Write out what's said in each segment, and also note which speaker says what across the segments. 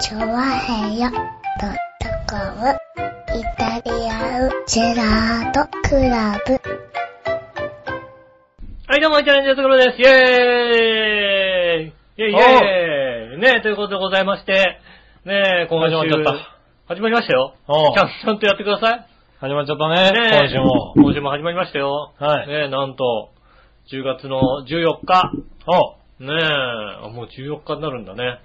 Speaker 1: チョワヘヨドットコムイタリアンジェラートクラブ。
Speaker 2: はい、どうも、イタリアンジェラートクラブです。イェーイイェイイェーイねえ、ということでございまして、ねえ、今週。
Speaker 3: 始まっちゃった。
Speaker 2: 始まりましたよ。
Speaker 3: おう
Speaker 2: ちゃんちゃんとやってください。ね
Speaker 3: 始まっちゃった
Speaker 2: え
Speaker 3: ね、今週も。
Speaker 2: 今週も始まりましたよ。
Speaker 3: はい
Speaker 2: ねえ、なんと、10月の14日。
Speaker 3: お
Speaker 2: ねえ、あもう14日になるんだね。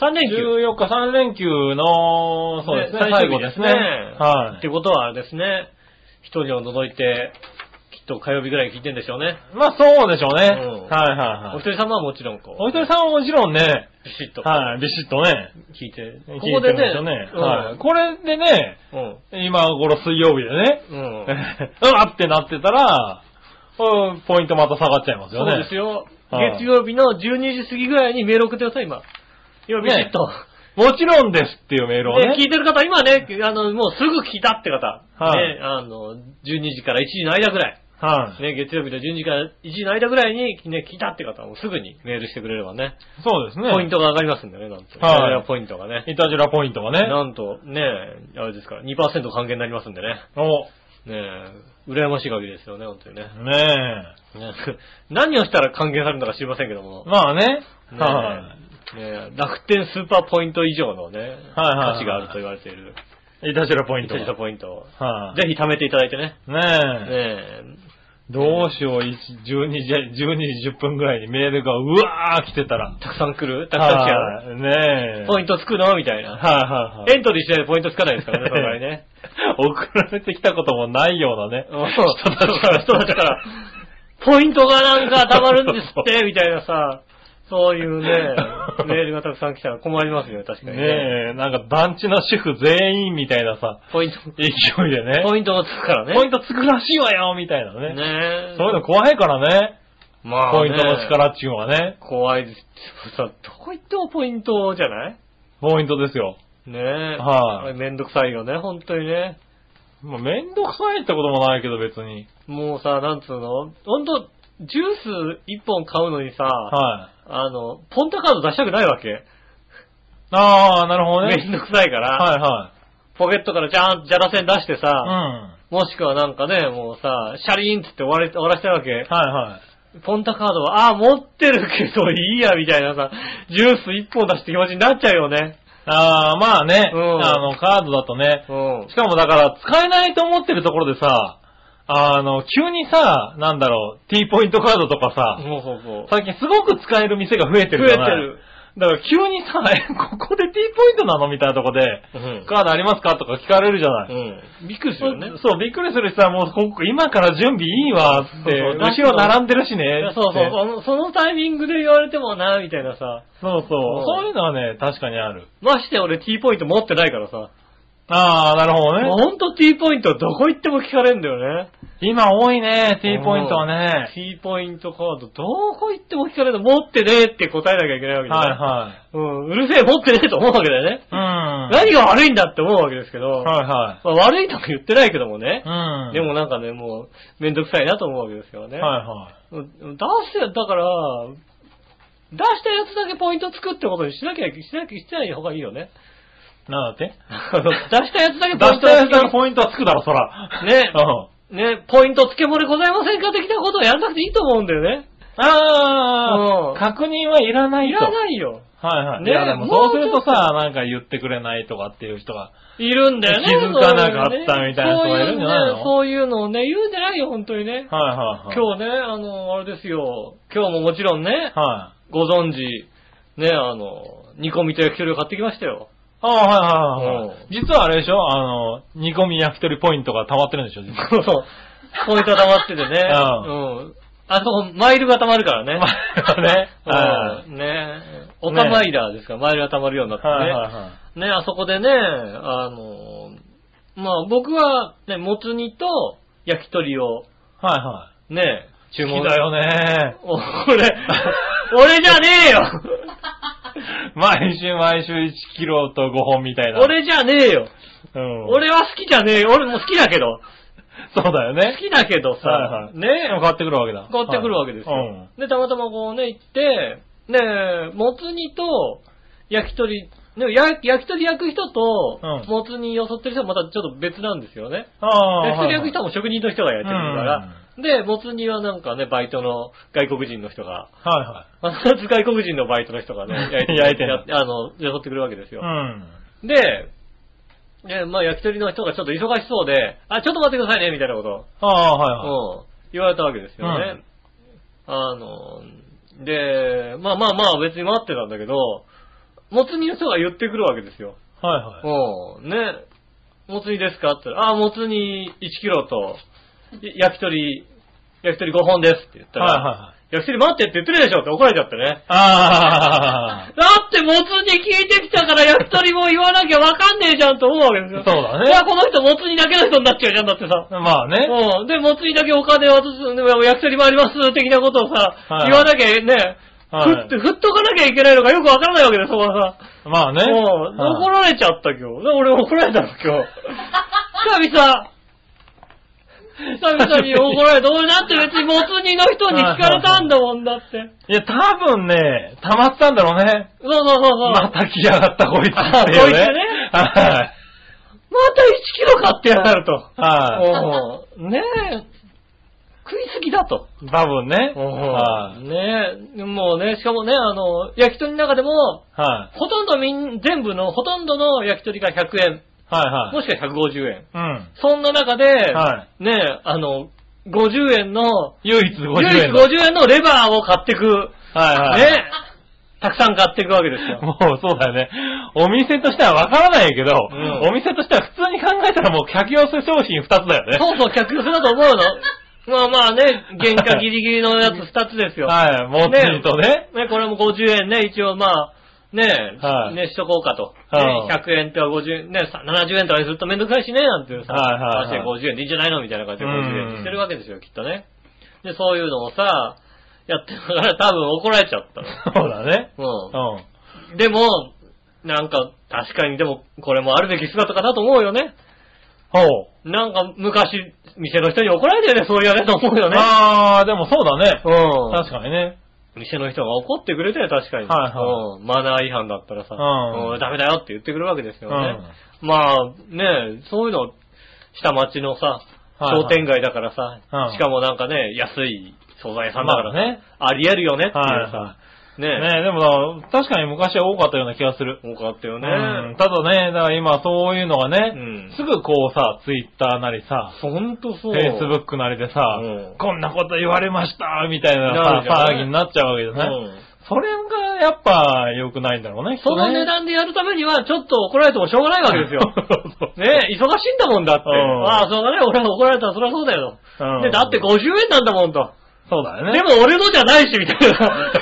Speaker 2: 3連休。
Speaker 3: 14日3連休の、そうですね、
Speaker 2: ね
Speaker 3: 最後ですね。
Speaker 2: 最終日ですね
Speaker 3: は
Speaker 2: ってことはあれですね、一人を除いて、きっと火曜日ぐらい聞いてんでしょうね。
Speaker 3: い。まあそうでしょうね。
Speaker 2: うん
Speaker 3: はいはい
Speaker 2: お
Speaker 3: は
Speaker 2: 一
Speaker 3: い。
Speaker 2: 人様はもちろんこう。
Speaker 3: お一人さんはもちろんね、
Speaker 2: ビシッと。
Speaker 3: はい、ビシッとね、
Speaker 2: 聞いて。
Speaker 3: 聞
Speaker 2: こ
Speaker 3: い
Speaker 2: こ
Speaker 3: て
Speaker 2: で
Speaker 3: るんで
Speaker 2: ね
Speaker 3: すよね。
Speaker 2: うん
Speaker 3: はい。これでね、
Speaker 2: うん。
Speaker 3: 今頃水曜日でね、
Speaker 2: うん。
Speaker 3: うわってなってたら、うん、ポイントまた下がっちゃいます
Speaker 2: そ
Speaker 3: よ
Speaker 2: う
Speaker 3: ね。
Speaker 2: ですよ。
Speaker 3: はい
Speaker 2: 月曜日の12時過ぎぐらいにメール送ってください、今。今、ビシッと。
Speaker 3: もちろんですっていうメールを
Speaker 2: ね、聞
Speaker 3: ね。
Speaker 2: いてる方、今ね、あの、もうすぐ聞いたって方。
Speaker 3: はい
Speaker 2: ね、あの、12時から1時の間ぐらい。
Speaker 3: はい。
Speaker 2: ね、月曜日の12時から1時の間ぐらいに、ね、聞いたって方はもうすぐにメールしてくれればね。
Speaker 3: そうですね。
Speaker 2: ポイン。トが上がりますんでね、なんと。
Speaker 3: はい
Speaker 2: それはポイントがね。
Speaker 3: いたじらポイントがね。
Speaker 2: なんと、ね、あれですから、2%還元になりますんでね。
Speaker 3: お、
Speaker 2: ね羨ましい限りですよね、本当にね。
Speaker 3: ねえ。
Speaker 2: ね何をしたら還元されるのか知りませんけども。
Speaker 3: まあね。
Speaker 2: ね
Speaker 3: は
Speaker 2: ね楽天スーパーポイント以上のね、
Speaker 3: はいはい
Speaker 2: 価値があると言われている、
Speaker 3: い。いたしらポイン
Speaker 2: イ
Speaker 3: ト
Speaker 2: タ
Speaker 3: が。
Speaker 2: ジタポイントを。
Speaker 3: はい、
Speaker 2: ぜひ貯めていただいてね。ね
Speaker 3: ねえ。
Speaker 2: え。
Speaker 3: どうしよう、いち12時、12時10分ぐらいにメールがうわー来てたら。
Speaker 2: たくさん来るたくさん来ちゃう。
Speaker 3: はいねえ。
Speaker 2: ポイ
Speaker 3: ン
Speaker 2: ントつくのみたい
Speaker 3: ト
Speaker 2: な。
Speaker 3: はいはいはい。
Speaker 2: エントリーしないとポイントつかないですからね、その場合ね。
Speaker 3: 送られてきたこともないようなね。
Speaker 2: うん人たちから、人たちから、ポイントがなんか貯まるんですって、みたいなさ、そういうね、メールがたくさん来たら困りますよね、確かにね。
Speaker 3: ねえ、なんか団地の主婦全員みたいなさ、
Speaker 2: ポイント、
Speaker 3: 勢いでね。
Speaker 2: ポイントがつくからね。
Speaker 3: ポイントつくらしいわよみたいな
Speaker 2: ね
Speaker 3: ね。
Speaker 2: え。
Speaker 3: そういうの怖いからね。
Speaker 2: まあね
Speaker 3: ポイントの力っていうのはね。
Speaker 2: 怖いです。さ、どこ行ってもポイントじゃない
Speaker 3: ポイントですよ。
Speaker 2: ねえ。あ
Speaker 3: はい
Speaker 2: れめんどくさいよね、本当にね。
Speaker 3: まあ、めんどくさいってこともないけど別に。
Speaker 2: もうさ、なんつうの本当ジュース一本買うのにさ、
Speaker 3: はい。
Speaker 2: あの、ポンタカード出したくないわけ。
Speaker 3: ああ、なるほど
Speaker 2: め
Speaker 3: ね。
Speaker 2: んどくさいから、
Speaker 3: はいは
Speaker 2: ポケットからじゃーん、じゃらせん出して
Speaker 3: い。うん。
Speaker 2: さ、
Speaker 3: は
Speaker 2: もしくはなんかね、もうさ、シャリーンっつって終われ終わらせたいわけ
Speaker 3: い。は
Speaker 2: ポンタカードは、あー持ってるけどいいや、みたいなさ、ジュース一本出して気持ちになっちゃうよね。
Speaker 3: い。ああ、まあね、
Speaker 2: うん
Speaker 3: あの、カードだとね、
Speaker 2: うん
Speaker 3: し。かもだから、使えないと思ってるところでさ、あの、急にさ、なんだろう、T ポイントカードとかさ、
Speaker 2: そうそうそう。
Speaker 3: 最近すごく使える店が増えてるじゃない。だから急にさ、 えここで T ポイントなのみたいなとこで、
Speaker 2: 増えてる。
Speaker 3: カードありますかとか聞かれるじゃない。
Speaker 2: うん。びっくりするよね。
Speaker 3: そう、びっくりするしさ、もうここ、今から準備いいわって、
Speaker 2: そうそう
Speaker 3: 後ろ並んでるし
Speaker 2: い
Speaker 3: ね
Speaker 2: や。そうそう、あのそのタイミングで言われてもな、みたいなさ。
Speaker 3: そうそう。
Speaker 2: うん
Speaker 3: そういうのはね、確かにある。
Speaker 2: まして俺 T ポイント持ってないからさ。
Speaker 3: ああ、なるほ
Speaker 2: もう
Speaker 3: どね。
Speaker 2: ほんと T ポイントどこ行っても聞かれんだよね。
Speaker 3: 今多いね、T ポイントはね。
Speaker 2: T ポイントカードどこ行っても聞かれるの持ってねえって答えなきゃいけないわ
Speaker 3: はい
Speaker 2: けだね
Speaker 3: は
Speaker 2: うん、うるせえ持ってねえと思うわけだよね。
Speaker 3: い。うん。
Speaker 2: 何が悪いんだって思うわけですけど。
Speaker 3: はいは
Speaker 2: まあ、悪いとか言ってないけどもね。
Speaker 3: い。うん。
Speaker 2: でもなんかね、もう、めんどくさいなと思うわけですよね。
Speaker 3: はいはい。
Speaker 2: 出して、だから、出したやつだけポイントつくってことにしなきゃ、しなきゃ、してない方がいいよね。
Speaker 3: なんだ って
Speaker 2: あの出したやつだけ
Speaker 3: 出
Speaker 2: ポイン
Speaker 3: し
Speaker 2: ト
Speaker 3: たやつだけ
Speaker 2: つ
Speaker 3: ポイントはつくだろ、そら。
Speaker 2: ね
Speaker 3: う
Speaker 2: け、
Speaker 3: ん。
Speaker 2: ね、ポイントつけ漏れございませんか的なことをやらなくていいと思うんだよね。
Speaker 3: あ
Speaker 2: うん
Speaker 3: あ、確認はいらない
Speaker 2: い
Speaker 3: と。
Speaker 2: らないよ。
Speaker 3: はいはい。
Speaker 2: ね
Speaker 3: いやで
Speaker 2: も
Speaker 3: も
Speaker 2: う
Speaker 3: そ
Speaker 2: ち
Speaker 3: う
Speaker 2: ょっ
Speaker 3: する
Speaker 2: と
Speaker 3: とさ、なんか言ってくれないとかっていう人が。
Speaker 2: いるんだよね。
Speaker 3: 気づかなかったみたいな人がいるんじゃない
Speaker 2: そういう
Speaker 3: の
Speaker 2: ねそういうのをね、言うんじゃないよ、本当にね。
Speaker 3: はいはいはい。
Speaker 2: 今日ね、あの、あれですよ。今日ももちろんね、
Speaker 3: はい。
Speaker 2: ご存知、ね、あの、煮込みと焼き鳥を買ってきましたよ。
Speaker 3: ああ、はいはいはいは
Speaker 2: う
Speaker 3: い。実はあれでしょあの、煮込み焼き鳥ポイントが溜まってるんでしょ実は
Speaker 2: そうそう。ポイント溜まっててね。
Speaker 3: う
Speaker 2: うん。あそこ、マイルが溜まるからね。
Speaker 3: マイルがね
Speaker 2: うんね。オカマイラーですから、マイルが溜まるようになってね。
Speaker 3: はいはいはい。
Speaker 2: ね、あそこでね、あの、まあ僕は、ね、もつ煮と焼き鳥を、
Speaker 3: はいは
Speaker 2: ね、
Speaker 3: い。注文。好きだよね。
Speaker 2: お俺、俺じゃねえよ
Speaker 3: 毎週毎週1キロと5本みたいな。、
Speaker 2: 俺じゃねえよ
Speaker 3: うん、、
Speaker 2: 俺は好きじゃねえよ俺も好きだけど。
Speaker 3: そうだよ
Speaker 2: 好
Speaker 3: ね。
Speaker 2: きだけどさ、
Speaker 3: はいはい
Speaker 2: ね
Speaker 3: でも買ってくるわけだ。
Speaker 2: 買ってくるわけですよ。
Speaker 3: はい
Speaker 2: で、たまたまこうね、行って、ねえ、もつ煮と焼き鳥でも焼焼き鳥焼く人と
Speaker 3: うん、
Speaker 2: もつ煮をそってる人はまたちょっと別なんですよね。
Speaker 3: ああ。
Speaker 2: 焼き鳥焼く人は
Speaker 3: も。
Speaker 2: もう職人の人が焼いてるから、で、もつ煮はなんかね、バイトの外国人の人が、
Speaker 3: は
Speaker 2: 必ず外国人のバイトの人がね、
Speaker 3: 焼いてんの
Speaker 2: やあの、誘ってくるわけです
Speaker 3: い
Speaker 2: よ。
Speaker 3: はい。うん。
Speaker 2: で、ね、まあ焼き鳥の人がちょっと忙しそうで、あ、ちょっと待ってくださいね、みたいなこと
Speaker 3: ああ、はいはい。
Speaker 2: を、うん、言われたわけですよね。あの、で、まあまあまあ別に待ってたんだけど、もつ煮の人が言ってくるわけですよ。
Speaker 3: はいはい。
Speaker 2: うん、ね、もつ煮ですかって言ったら、あ、もつ煮1キロと、い焼き鳥、焼き鳥5本ですって言ったら、
Speaker 3: はいはいはい。
Speaker 2: 焼き鳥待ってって言ってるでしょって怒られちゃってね。
Speaker 3: ああ。
Speaker 2: だって、もつに聞いてきたから焼き鳥も言わなきゃわかんねえじゃんと思うわけですよ。
Speaker 3: そうだね
Speaker 2: いや、この人、もつにだけの人になっちゃうじゃんだってさ。
Speaker 3: まあね。
Speaker 2: うん。で、もつにだけお金渡す、でも焼き鳥もあります、的なことをさ、
Speaker 3: はい
Speaker 2: 言わなきゃね、
Speaker 3: はい
Speaker 2: ふっ、ふっとかなきゃいけないのかよくわからないわけです、そこはさ。
Speaker 3: まあね。
Speaker 2: うん。怒
Speaker 3: はい
Speaker 2: られちゃった、今日。で俺怒られたの、今日。久々。久々に怒られた。俺だって別にもつにの人に聞かれたんだもんだって。
Speaker 3: いや、多分ね、溜まったんだろうね。
Speaker 2: そうそうそうそう。
Speaker 3: また来やがった、こいつって
Speaker 2: あ
Speaker 3: いう。
Speaker 2: こいつね
Speaker 3: はい。
Speaker 2: また1キロ買ってやがると。
Speaker 3: は
Speaker 2: おうねえ、食いすぎだと。
Speaker 3: い。多分ね。は
Speaker 2: ねえ、もうね、しかもね、あの、焼き鳥の中でも、
Speaker 3: い。はい。
Speaker 2: ほとんどみん、全部の、ほとんどの焼き鳥が100円、
Speaker 3: はいは
Speaker 2: も
Speaker 3: い。
Speaker 2: しくは150円。
Speaker 3: うん。
Speaker 2: そんな中で、
Speaker 3: は
Speaker 2: ねえ、あの、50円の、
Speaker 3: 唯一50
Speaker 2: 唯一
Speaker 3: 円だ。
Speaker 2: 50円のレバーを買ってく、
Speaker 3: はいはい。
Speaker 2: ねえ、たくさん買っていくわけですよ。
Speaker 3: もうそうだ よね。お店としてはわからないけど、
Speaker 2: ん
Speaker 3: お店としては普通に考えたらもう客寄せ商品2つだよね。
Speaker 2: そうそう、客寄せだと思うの。まあまあね、原価ギリギリのやつ2つですよ。
Speaker 3: はい、もつ煮とね。
Speaker 2: ね、これも50円ね、一応まあ、ね、
Speaker 3: はい
Speaker 2: ね、しとこうかと。
Speaker 3: は
Speaker 2: ね
Speaker 3: い、
Speaker 2: 100円とか50円、ね、さ70円とかにするとめんどくさいしね、なんていうさ、
Speaker 3: はいはいはい
Speaker 2: 話で50円でいいんじゃないのみたいな感じで
Speaker 3: うん
Speaker 2: 50円にしてるわけですよ、きっとね。で、そういうのをさ、やってたから多分怒られちゃった
Speaker 3: そうだね。う
Speaker 2: の。
Speaker 3: ん。
Speaker 2: うん。でも、なんか、確かにでも、これもあるべき姿かなと思うよね。
Speaker 3: ほ
Speaker 2: なんか、昔、店の人に怒られてるね、そういうやねと思うよ
Speaker 3: う。
Speaker 2: ね。
Speaker 3: ああ、でもそうだね。
Speaker 2: うん。
Speaker 3: 確かにね。
Speaker 2: 店の人が怒ってくれたよ、確かに。
Speaker 3: はいは
Speaker 2: うんマナー違反だったらさ、
Speaker 3: うん
Speaker 2: うんダメだよって言ってくるわけです
Speaker 3: う
Speaker 2: よ
Speaker 3: ん。
Speaker 2: ね。まあ、ねそういうの、下町のさ、
Speaker 3: はいはい
Speaker 2: 商店街だからさ、
Speaker 3: うん
Speaker 2: しかもなんかね、安い惣菜屋さんだからさ、
Speaker 3: まあね
Speaker 2: ありえるよねっていう
Speaker 3: はい
Speaker 2: さ
Speaker 3: は、
Speaker 2: ね
Speaker 3: い。ねでも確かに昔は多かったような気がする。
Speaker 2: 多かったよね。
Speaker 3: うんただね、だから今そういうのがね、
Speaker 2: うん
Speaker 3: すぐこうさ、ツイッターなりさ、
Speaker 2: ほんとそ
Speaker 3: フ
Speaker 2: う。
Speaker 3: ェイスブックなりでさ、
Speaker 2: うん
Speaker 3: こんなこと言われました、みたい
Speaker 2: な
Speaker 3: な
Speaker 2: るじゃ
Speaker 3: さ
Speaker 2: ん
Speaker 3: 騒ぎになっちゃうわけじゃない、
Speaker 2: うん
Speaker 3: それがやっぱ良くないんだろうね、きっ
Speaker 2: そ
Speaker 3: と
Speaker 2: の
Speaker 3: ね
Speaker 2: 値段でやるためには、ちょっと怒られてもしょうがないわけですよ。
Speaker 3: そうそうそ う
Speaker 2: ね忙しいんだもんだって。
Speaker 3: うん
Speaker 2: ああ、しょうがない。俺が怒られたらそりゃそうだよ。
Speaker 3: うん
Speaker 2: で、だって50円なんだもんと。
Speaker 3: そうだよね。
Speaker 2: でも俺のじゃないし、みたい な。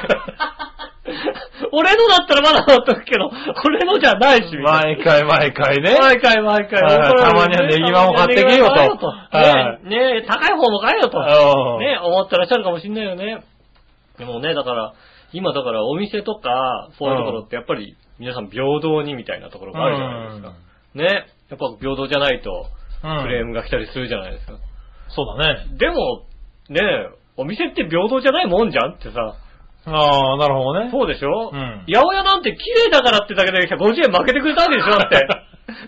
Speaker 2: 俺のだったらまだだったけど、俺のじゃないし、みたい
Speaker 3: 毎回毎回ね。
Speaker 2: な。毎回毎回。
Speaker 3: はい
Speaker 2: 怒られる
Speaker 3: たまにはネギマも買ってけ
Speaker 2: たまにはネギ
Speaker 3: よと
Speaker 2: マも買えよ
Speaker 3: は
Speaker 2: とねね高い方も買えよと。
Speaker 3: うん
Speaker 2: ね思ってらっしゃるかもしんないよね。でもね、だから、今だからお店とか、そういうところってやっぱり皆さん平等にみたいなところがあるじゃないですか。ねやっぱ平等じゃないと、
Speaker 3: うん
Speaker 2: クレームが来たりするじゃないですか。
Speaker 3: そうだね。
Speaker 2: でも、ねお店って平等じゃないもんじゃんってさ、
Speaker 3: ああ、なるほどね。
Speaker 2: そうでしょ
Speaker 3: うん
Speaker 2: 八百屋なんて綺麗だからってだけで50円負けてくれたわけでしょだ って。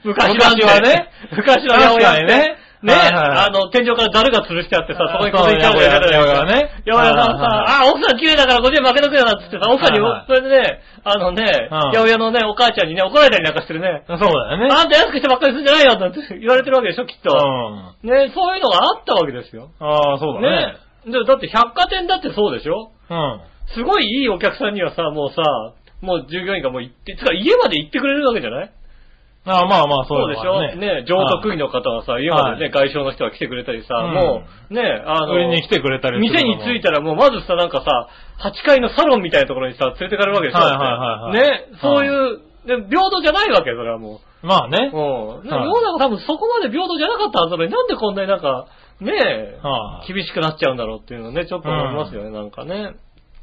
Speaker 2: 昔なんて
Speaker 3: 昔はね。
Speaker 2: 昔の八百屋って
Speaker 3: 確かにね
Speaker 2: ね、
Speaker 3: はい
Speaker 2: あ
Speaker 3: はいはい
Speaker 2: の、天井からザルが吊るしてあってさ、そこにこ
Speaker 3: あ
Speaker 2: う
Speaker 3: そう
Speaker 2: いちゃう
Speaker 3: 八百屋
Speaker 2: が
Speaker 3: ね
Speaker 2: 八百屋さんさ、
Speaker 3: はい
Speaker 2: あ、奥さん綺麗だから50円負けとくよなって言ってさ、奥さんに
Speaker 3: はいはい、
Speaker 2: それでね、あのね、
Speaker 3: うん
Speaker 2: 八百屋のね、お母ちゃんにね、怒られたりなんかしてるね。
Speaker 3: そうだよね。
Speaker 2: あんた安くしてばっかりするんじゃないよなんて言われてるわけでしょ、きっ
Speaker 3: う
Speaker 2: と。
Speaker 3: ん。
Speaker 2: ね、そういうのがあったわけですよ。
Speaker 3: ああ、そうだね
Speaker 2: ね。でだって百貨店だってそうでしょ
Speaker 3: うん。
Speaker 2: すごいいいお客さんにはさ、もうさ、もう従業員がもう行って、つか家まで行ってくれるわけじゃない
Speaker 3: ああ、まあまあ、そう
Speaker 2: そう
Speaker 3: だ
Speaker 2: でしょね、上得意の方はさ、家まで
Speaker 3: は
Speaker 2: ね、外傷の人が来てくれたりさ、
Speaker 3: うん
Speaker 2: もう、ね、あの、
Speaker 3: 売りに来てくれたりする
Speaker 2: 店に
Speaker 3: のも
Speaker 2: 着いたらもうまずさ、なんかさ、8階のサロンみたいなところにさ、連れてかれるわけでしょ
Speaker 3: はいはいはいはい
Speaker 2: ね、そういう、で平等じゃないわけよ、それはもう。
Speaker 3: まあね。
Speaker 2: うん。世
Speaker 3: はい
Speaker 2: の中多分そこまで平等じゃなかったはずなのに、なんでこんなになんか、ねえ、
Speaker 3: はい
Speaker 2: 厳しくなっちゃうんだろうっていうのね、ちょっと思いますよね、なんかね。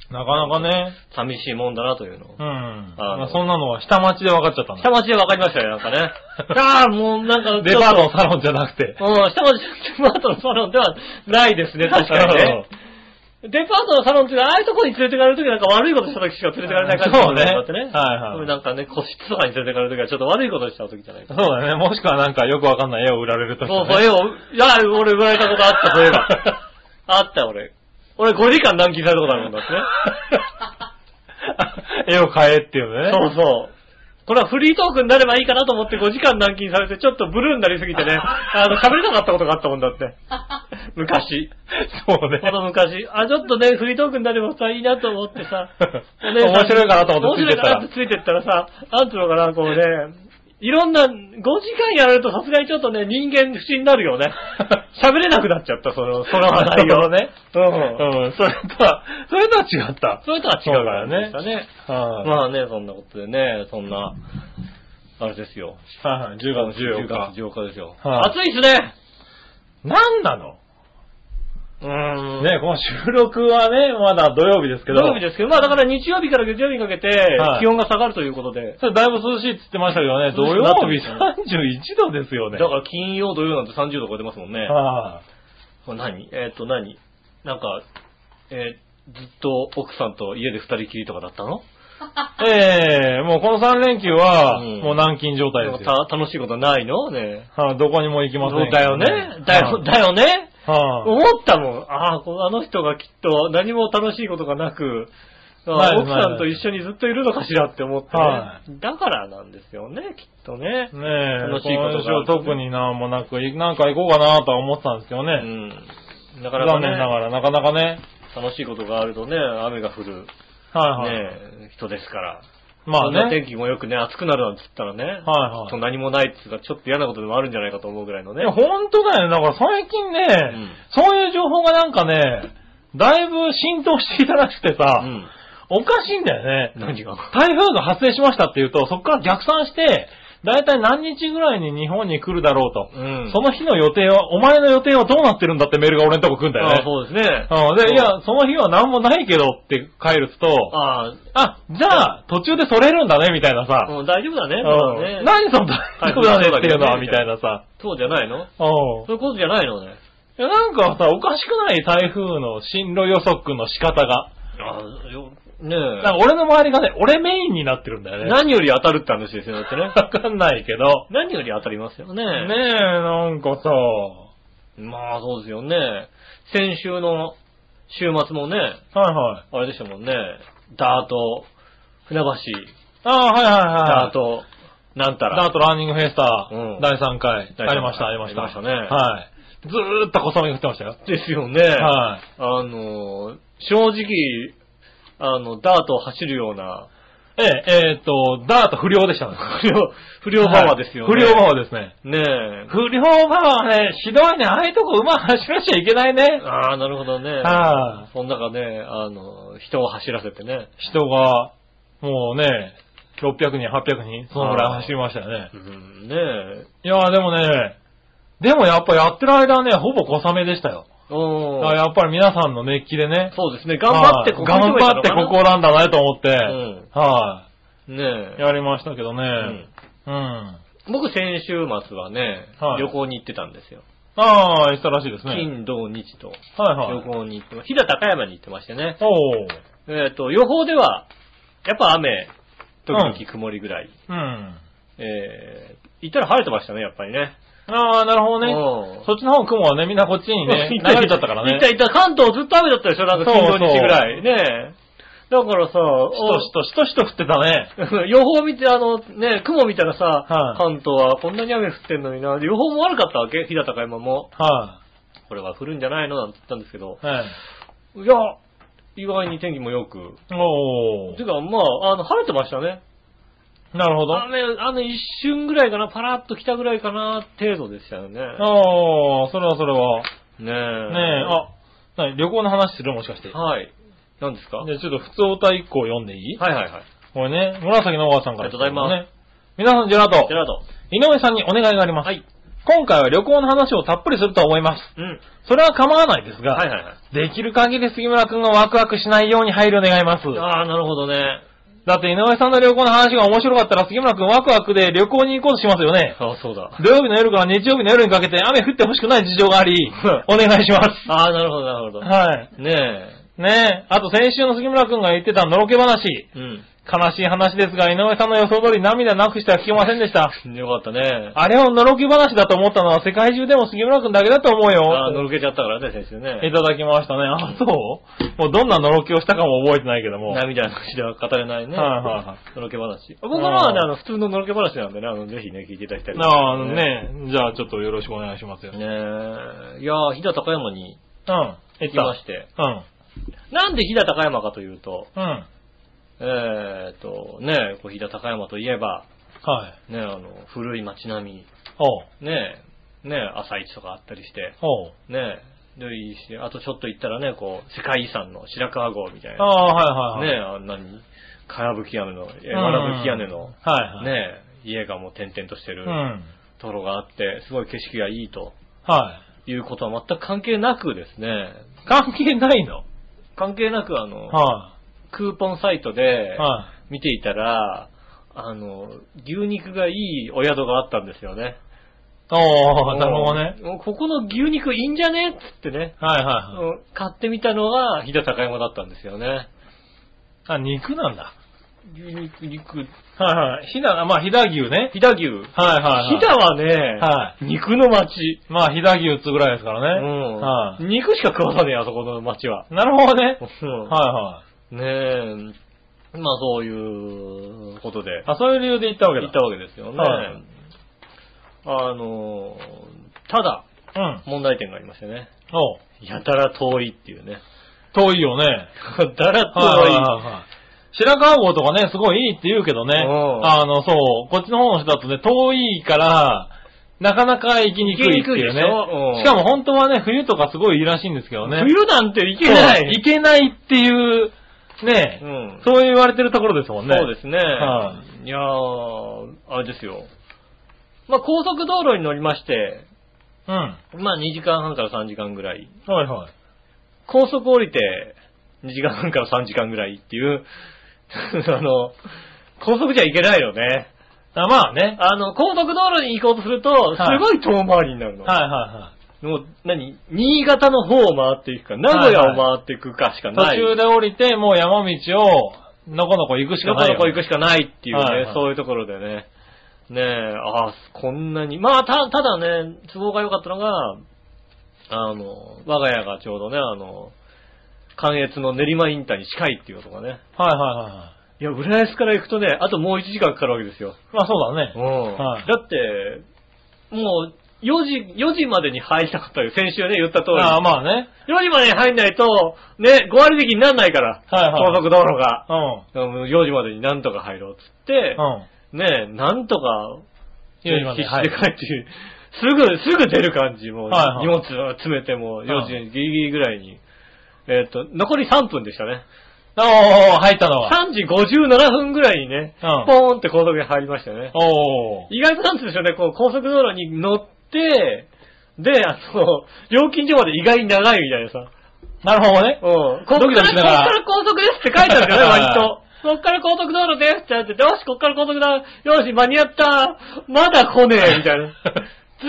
Speaker 3: なかなかね。
Speaker 2: 寂しいもんだなというのを。
Speaker 3: うん。
Speaker 2: あの
Speaker 3: まあそんなのは下町で分かっちゃったんだ
Speaker 2: 下。町で分かりましたね、なんか ね。ああ、もうなんか、
Speaker 3: デパートの
Speaker 2: ロ
Speaker 3: サロンじゃなくて。
Speaker 2: ン。うん、下町、デパートのサロンではないですね、確かにね。デパートのサロンっていうのはああいうとこに連れてかれるときなんか悪いことしたときしか連れてかれない感じ
Speaker 3: そうね
Speaker 2: だってね。
Speaker 3: はいはい
Speaker 2: でもなんかね、個室とかに連れてかれるときはちょっと悪いことしたときじゃない
Speaker 3: そ
Speaker 2: か。
Speaker 3: うだね。もしくはなんかよくわかんない絵を売られるとき、ね。
Speaker 2: そうそう、絵を、いや、俺売られたことあった、そういえば。あった、俺。俺5時間軟禁されたことあるもんだって ね。
Speaker 3: 絵を買えっていうね。
Speaker 2: そうそう。これはフリートークになればいいかなと思って5時間軟禁されてちょっとブルーになりすぎ てね、あの、喋れなかったことがあったもんだって。 昔。
Speaker 3: そうね。。
Speaker 2: この昔。あ、ちょっとね、フリートークになればさ、いいなと思ってさ
Speaker 3: 面白いかなと思ってついて
Speaker 2: 面白い
Speaker 3: ったら
Speaker 2: かなってついてったらさ、なんつうのかな、こうね、いろんな、5時間やられるとさすがにちょっとね、人間不信になるよ ね。喋れなくなっちゃった、その、その話題をね。うん。
Speaker 3: うん、それとは、それとは違った。
Speaker 2: それとは違うからね。
Speaker 3: そうだ
Speaker 2: ね
Speaker 3: はい、
Speaker 2: まあね、そんなことでね、そんな、あれですよ。
Speaker 3: はいはい10月
Speaker 2: 10
Speaker 3: 14
Speaker 2: 月
Speaker 3: 日。
Speaker 2: 14日ですよ。
Speaker 3: はい
Speaker 2: 暑いっすね
Speaker 3: なんなの
Speaker 2: うーん
Speaker 3: ね、この収録はね、まだ土曜日ですけ
Speaker 2: 土
Speaker 3: ど。
Speaker 2: 曜日ですけど、まあだから日曜日から月曜日にかけて
Speaker 3: はい、
Speaker 2: 気温が下がるということで、
Speaker 3: それだいぶ涼しいって言ってましたけどね、土
Speaker 2: 涼しく
Speaker 3: 曜
Speaker 2: なってる
Speaker 3: 日31度ですよね。
Speaker 2: だから金曜、土曜なんて30度超えてますもんね。
Speaker 3: はい
Speaker 2: これ何えっ、と何なんか、えーずっと奥さんと家で二人きりとかだったの
Speaker 3: ええもうこの3連休は、
Speaker 2: うん
Speaker 3: もう軟禁状態ですよ。
Speaker 2: なんかた楽しいことないのね
Speaker 3: はいどこにも行きません
Speaker 2: だよね。だよ、だよね。
Speaker 3: はい
Speaker 2: 思ったもん。ああ、このあの人がきっと何も楽しいことがなく、あ
Speaker 3: ない
Speaker 2: あ
Speaker 3: ない
Speaker 2: 奥さんと一緒にずっといるのかしらって思ってね。
Speaker 3: は
Speaker 2: だからなんですよね、きっとね。
Speaker 3: ねえ、
Speaker 2: 楽しいことが
Speaker 3: 今週は特になんもなく、いなんか行こうかなとは思ってたんですけどね。
Speaker 2: うん。なかなか
Speaker 3: 残
Speaker 2: ね
Speaker 3: 念、ながら、なかなかね。
Speaker 2: 楽しいことがあるとね、雨が降る、ね
Speaker 3: はいはい。
Speaker 2: え、人ですから。
Speaker 3: まあ
Speaker 2: そんな
Speaker 3: ね。
Speaker 2: 天気も良くね、暑くなるなんて言ったらね、
Speaker 3: はい
Speaker 2: ちょっと何もないっていうか、ちょっと嫌なことでもあるんじゃないかと思うぐらいのね。
Speaker 3: いや、本当だよね。だから最近ね、
Speaker 2: ん
Speaker 3: そういう情報がなんかね、だいぶ浸透していたらしくてさ、
Speaker 2: うん。
Speaker 3: おかしいんだよね。
Speaker 2: 何が
Speaker 3: 台風が発生しましたっていうと、そこから逆算して、だいたい何日ぐらいに日本に来るだろうと。
Speaker 2: うん。
Speaker 3: その日の予定は、お前の予定はどうなってるんだってメールが俺のとこ来るんだよ
Speaker 2: ああ
Speaker 3: ね。
Speaker 2: そうですね。
Speaker 3: うんで、いや
Speaker 2: そう、
Speaker 3: その日は何もないけどって帰ると、
Speaker 2: あ
Speaker 3: あ、じゃあ、途中でそれるんだね、みたいな
Speaker 2: あ、
Speaker 3: さ。
Speaker 2: もう大丈夫だね。そうだ
Speaker 3: う
Speaker 2: ね
Speaker 3: ん何その大丈夫だねっていうのは、
Speaker 2: はい
Speaker 3: みたいなさ。
Speaker 2: そうじゃないの
Speaker 3: うん
Speaker 2: そういうことじゃないのね。
Speaker 3: いや、なんかさ、おかしくない台風の進路予測の仕方が。
Speaker 2: ああ、よ、ね
Speaker 3: なんか俺の周りがね、俺メインになってるんだ
Speaker 2: え。
Speaker 3: よね。
Speaker 2: 何より当たるって話ですよ、だって ね。
Speaker 3: わかんないけど。
Speaker 2: 何より当たりますよね。
Speaker 3: ねえ、なんかさ、は
Speaker 2: まあそうですよね。先週の週末もね、
Speaker 3: いはい。
Speaker 2: あれでしたもんね、ダート、船橋、
Speaker 3: ああ、はいはいはい。
Speaker 2: ダート、なんたら。
Speaker 3: ダートランニングフェスタ、
Speaker 2: うん
Speaker 3: 第3回。
Speaker 2: 第三回
Speaker 3: ありました、ありました。
Speaker 2: ありましたね
Speaker 3: はい。ずーっと小雨降ってましたよ。
Speaker 2: ですよね。
Speaker 3: はい。
Speaker 2: あの、正直、あの、ダートを走るような、
Speaker 3: ええ、えーっと、ダート不良でしたね。
Speaker 2: 不良、不良パワーですよね。
Speaker 3: はい不良パワーですね。
Speaker 2: ね
Speaker 3: 不良パワーね、ひどいね。ああいうとこ馬走らしちゃいけないね
Speaker 2: え。。ああ、なるほどね。
Speaker 3: はい。
Speaker 2: その中ね、あの、人を走らせてね。
Speaker 3: 人が、もうね、600人、800人、そのぐらい走りましたよね
Speaker 2: う。ん、ねえ。
Speaker 3: いやーでもね、でもやっぱやってる間ね、ほぼ小雨でしたよ。だ
Speaker 2: お
Speaker 3: からやっぱり皆さんの熱気でね、
Speaker 2: そうですね、頑張ってここ
Speaker 3: はい頑張っ
Speaker 2: 行け
Speaker 3: て
Speaker 2: ばいい
Speaker 3: こ
Speaker 2: の
Speaker 3: こ
Speaker 2: か
Speaker 3: なんだねと思って、
Speaker 2: ん
Speaker 3: は
Speaker 2: なね
Speaker 3: い、
Speaker 2: え。
Speaker 3: やりましたけどね、う
Speaker 2: うん
Speaker 3: ん。
Speaker 2: 僕、先週末はね、
Speaker 3: はい
Speaker 2: 旅行に行ってたんですよ。
Speaker 3: ああ、したらしいですね。
Speaker 2: 金、土、日と
Speaker 3: はい
Speaker 2: 旅
Speaker 3: はい。
Speaker 2: 行に行ってます。飛騨高山に行ってましてね。
Speaker 3: おー。
Speaker 2: えっ、と、予報では、やっぱ雨、時々曇りぐらい。
Speaker 3: うん。
Speaker 2: えー、行ったら晴れてましたね、やっぱりね。
Speaker 3: ああ、なるほどね。
Speaker 2: うん
Speaker 3: そっちの方雲はね、みんなこっち にね、流れちゃったから
Speaker 2: 行った
Speaker 3: ね。
Speaker 2: 行った、関東ずっと雨だったでしょ、なんか金土日ぐらい。ねえだからさ、
Speaker 3: しとしとしとしと降ってたね。
Speaker 2: お予報見て、あの、ね、雲見たらさ、
Speaker 3: はい
Speaker 2: 関東はこんなに雨降ってんのにな、で予報も悪かったわけ日高山も。
Speaker 3: は
Speaker 2: これは降るんじゃないのなんて言ったんですけど
Speaker 3: い。。はい。
Speaker 2: いや、意外に天気も良く。
Speaker 3: おー
Speaker 2: て。か、まあ、あの、晴れてましたね。
Speaker 3: なるほど。
Speaker 2: 雨、雨一瞬ぐらいかな、パラッと来たぐらいかな、程度でしたよね。
Speaker 3: ああ、それはそれは。
Speaker 2: ねえ。ねえ、
Speaker 3: ねえ、あ、何旅行の話するもしかして。じゃあ
Speaker 2: はい。何ですかはい
Speaker 3: ちょっと普通歌1個読んでいい
Speaker 2: はいはい。
Speaker 3: これね、紫の川さんから、
Speaker 2: ありがとうございます
Speaker 3: ね。皆さん、ジェラート
Speaker 2: ジェ。ラード。
Speaker 3: 井上さんにお願いがあります。
Speaker 2: はい。
Speaker 3: 今回は旅行の話をたっぷりすると思います。
Speaker 2: うん。
Speaker 3: それは構わないですが、
Speaker 2: はいはいはい。
Speaker 3: できる限り杉村くんがワクワクしないように配慮願います。
Speaker 2: ああ、なるほどね。
Speaker 3: だって井上さんの旅行の話が面白かったら杉村くんワクワクで旅行に行こうとしますよね。
Speaker 2: ああ、そうだ。
Speaker 3: 土曜日の夜から日曜日の夜にかけて雨降ってほしくない事情があり、お願いします。
Speaker 2: ああ、なるほど、なるほど。
Speaker 3: はい。
Speaker 2: ねえ。
Speaker 3: ねえ。あと先週の杉村くんが言ってたのろけ話。
Speaker 2: うん。
Speaker 3: 悲しい話ですが、井上さんの予想通り涙なくしては聞けませんでした。
Speaker 2: よかったね。
Speaker 3: あれをのろけ話だと思ったのは世界中でも杉村くんだけだと思う
Speaker 2: あー、の
Speaker 3: よ。
Speaker 2: ろけちゃったからね、先週ね。
Speaker 3: いただきましたね。あ、そうもうどんなのろけをしたかも覚えてないけども。
Speaker 2: 涙の話では語れないね。
Speaker 3: はいはいは
Speaker 2: のろけ話。僕のはね、あの、普通ののろけ話なんでね、あの、ぜひね、聞いていただきたいと思い
Speaker 3: あ
Speaker 2: ます
Speaker 3: あ、。ねえ。じゃあちょっとよろしくお願いしますよ。うん。
Speaker 2: ねえ。いやー、飛騨高山に
Speaker 3: 行
Speaker 2: 行きまして。
Speaker 3: うん。
Speaker 2: なんで飛騨高山かというと、
Speaker 3: うん。は
Speaker 2: えーと、ねえ、こう飛騨高山といえば、
Speaker 3: い。
Speaker 2: ねえ、あの、古い街並
Speaker 3: ほう。
Speaker 2: み、ねえ、ねえ、朝市とかあったりして、
Speaker 3: ほう。
Speaker 2: ねえ、で、いいし、あとちょっと行ったらね、こう、世界遺産の白川郷みたい
Speaker 3: あ
Speaker 2: な。
Speaker 3: あ、はいは
Speaker 2: ね
Speaker 3: いはい。
Speaker 2: え、あんなに、かやぶき屋根の、えわらぶき屋根の、
Speaker 3: はいはい。
Speaker 2: ねえ、家がもう点々として
Speaker 3: う
Speaker 2: る
Speaker 3: ん。
Speaker 2: ところがあって、すごい景色がいいと
Speaker 3: は
Speaker 2: いうことは全く関係なくですね、
Speaker 3: い。関係ないの
Speaker 2: 関係なくあの、
Speaker 3: は
Speaker 2: クーポンサイトで
Speaker 3: い。はい。
Speaker 2: 見ていたら、あの、牛肉がいいお宿があったんですよね。
Speaker 3: おー、なるほどね。
Speaker 2: もうここの牛肉いいんじゃねっつってね、
Speaker 3: はいは
Speaker 2: う
Speaker 3: いはい。
Speaker 2: ん買ってみたのが飛騨高山だったんですよね。
Speaker 3: あ、肉なんだ。
Speaker 2: 牛肉、肉、
Speaker 3: はいはい。ひだ、まあ、ひだ牛ね。
Speaker 2: 飛騨牛。
Speaker 3: はいはい、はい。
Speaker 2: 飛騨はね、
Speaker 3: は
Speaker 2: 肉の町。
Speaker 3: まあ、ひだ牛っつぐらいですか
Speaker 2: う
Speaker 3: らね。
Speaker 2: ん
Speaker 3: はい、
Speaker 2: 肉しか食わさねえよ、あそこの町は。
Speaker 3: なるほどね。
Speaker 2: うん
Speaker 3: は
Speaker 2: ねえ、まあそういうことで
Speaker 3: いはい。、あ、そういう理由で行ったわけ
Speaker 2: 行
Speaker 3: だ。
Speaker 2: ったわけですよね。
Speaker 3: はい
Speaker 2: あの、ただ、
Speaker 3: うん。
Speaker 2: 問題点がありましてね。
Speaker 3: おう
Speaker 2: やたら遠いっていうね。
Speaker 3: 遠いよね。
Speaker 2: やたら
Speaker 3: はいはい
Speaker 2: 遠
Speaker 3: はいはい。白川郷とかね、すごいいいって言うけどね。
Speaker 2: うん
Speaker 3: あの、そう、こっちの方の人だとね、遠いから、なかなか行きにくいってい
Speaker 2: 行
Speaker 3: う
Speaker 2: きにくいで
Speaker 3: ね
Speaker 2: しょうん。
Speaker 3: しかも本当はね、冬とかすごいいいらしいんですけど
Speaker 2: い。
Speaker 3: ね。
Speaker 2: 冬なんて行けない。
Speaker 3: そう行けないっていう、ね、
Speaker 2: うん
Speaker 3: そう言われてるところですもんね。
Speaker 2: そうですね。
Speaker 3: はい
Speaker 2: やー、あれですよ。まあ高速道路に乗りまして、
Speaker 3: うん。は
Speaker 2: まあ2時間半から3時間ぐらい。
Speaker 3: いはい。
Speaker 2: 高速降りて2時間半から3時間ぐらいっていう、 あの、高速じゃ行けないよね。
Speaker 3: あまあね。
Speaker 2: あの、高速道路に行こうとすると、す
Speaker 3: はい
Speaker 2: ごい遠回りになるの。
Speaker 3: はいは
Speaker 2: もう、何新潟の方を回っていくか、名古屋を回っていくかしか
Speaker 3: いは。
Speaker 2: ないい。
Speaker 3: 途中で降りて、もう山道を、のこのこ行くしか
Speaker 2: どこ
Speaker 3: ない
Speaker 2: ど
Speaker 3: よ
Speaker 2: こ行
Speaker 3: ね、
Speaker 2: くしかないっていうね、
Speaker 3: はいはい
Speaker 2: そういうところでね。ねえ、ああ、こんなに。まあ、た、ただね、都合が良かったのが、あの、我が家がちょうどね、あの、関越の練馬インターに近いっていうことがね。
Speaker 3: はいはいはいはい
Speaker 2: や、浦安から行くとね、あともう1時間かかるわけですよ。
Speaker 3: い。まあそうだね。はい
Speaker 2: だって、もう、4時、4時までに入りたかったよ。先週ね、言った通り。
Speaker 3: ああまあね。
Speaker 2: 4時までに入んないと、ね、5割引きになんないから、
Speaker 3: はいはい
Speaker 2: 高速道路が。
Speaker 3: うん。
Speaker 2: うん4時までになんとか入ろうっつって、
Speaker 3: うん。
Speaker 2: ね、なんとか、必
Speaker 3: 4時まで
Speaker 2: 死で帰って、すぐ、すぐ出る感じ、もう、
Speaker 3: はいは
Speaker 2: 荷
Speaker 3: い
Speaker 2: 物詰めても、4時ギリギリぐらいに。えっ、と、残り3分でしたね。
Speaker 3: おー、入ったのは。
Speaker 2: 3時57分ぐらいにね、
Speaker 3: うん
Speaker 2: ポーンって高速に入りましたね。
Speaker 3: おー。
Speaker 2: 意外となんて言うんでしょうね、こう、高速道路に乗って、で、あの、料金所まで意外に長いみたいなさ。
Speaker 3: なるほど ね。
Speaker 2: うん。こっか
Speaker 3: ドキド
Speaker 2: ら、
Speaker 3: キ
Speaker 2: こっ
Speaker 3: しな
Speaker 2: か
Speaker 3: がら
Speaker 2: ら高速ですって書いてあるからね、
Speaker 3: はい
Speaker 2: 割と。こっから高速道路ですってあって、よし、こっから高速だ、よし、間に合った、まだ来ねえ、みたい な。ず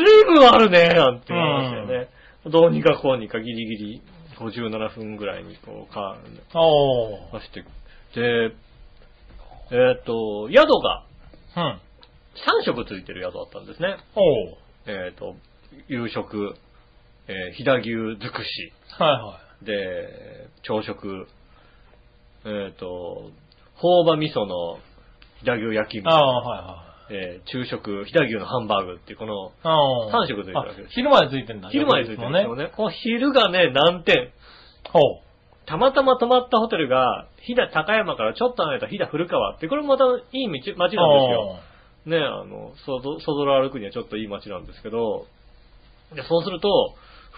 Speaker 2: いぶんあるね、なんて言いましたよね。どうにかこうにかギリギリ57分ぐらいにこう、か、
Speaker 3: おー。
Speaker 2: 走って、で、えっ、と、宿が
Speaker 3: うん。
Speaker 2: 3色ついてる宿だったんですね。
Speaker 3: おー。
Speaker 2: えっ、と、夕食、えー、飛騨牛尽くし、
Speaker 3: はいはい。
Speaker 2: で、朝食、えっ、と、朴葉味噌の飛騨牛焼きみたい
Speaker 3: あ
Speaker 2: な、
Speaker 3: あ、はいはい。
Speaker 2: えー、昼食、飛騨牛のハンバーグっていうこの、
Speaker 3: あー
Speaker 2: 三色ついてるわけです
Speaker 3: あ昼までついてんだ。
Speaker 2: 昼までついてるんですよ
Speaker 3: ね。
Speaker 2: ね。この昼がね、難点。
Speaker 3: ほう。
Speaker 2: たまたま泊まったホテルが、飛騨高山からちょっと離れた飛騨古川って、これもまたいい道、街なんですよ。ね、あの、そぞ、そぞろ歩くにはちょっといい街なんですけど、でそうすると、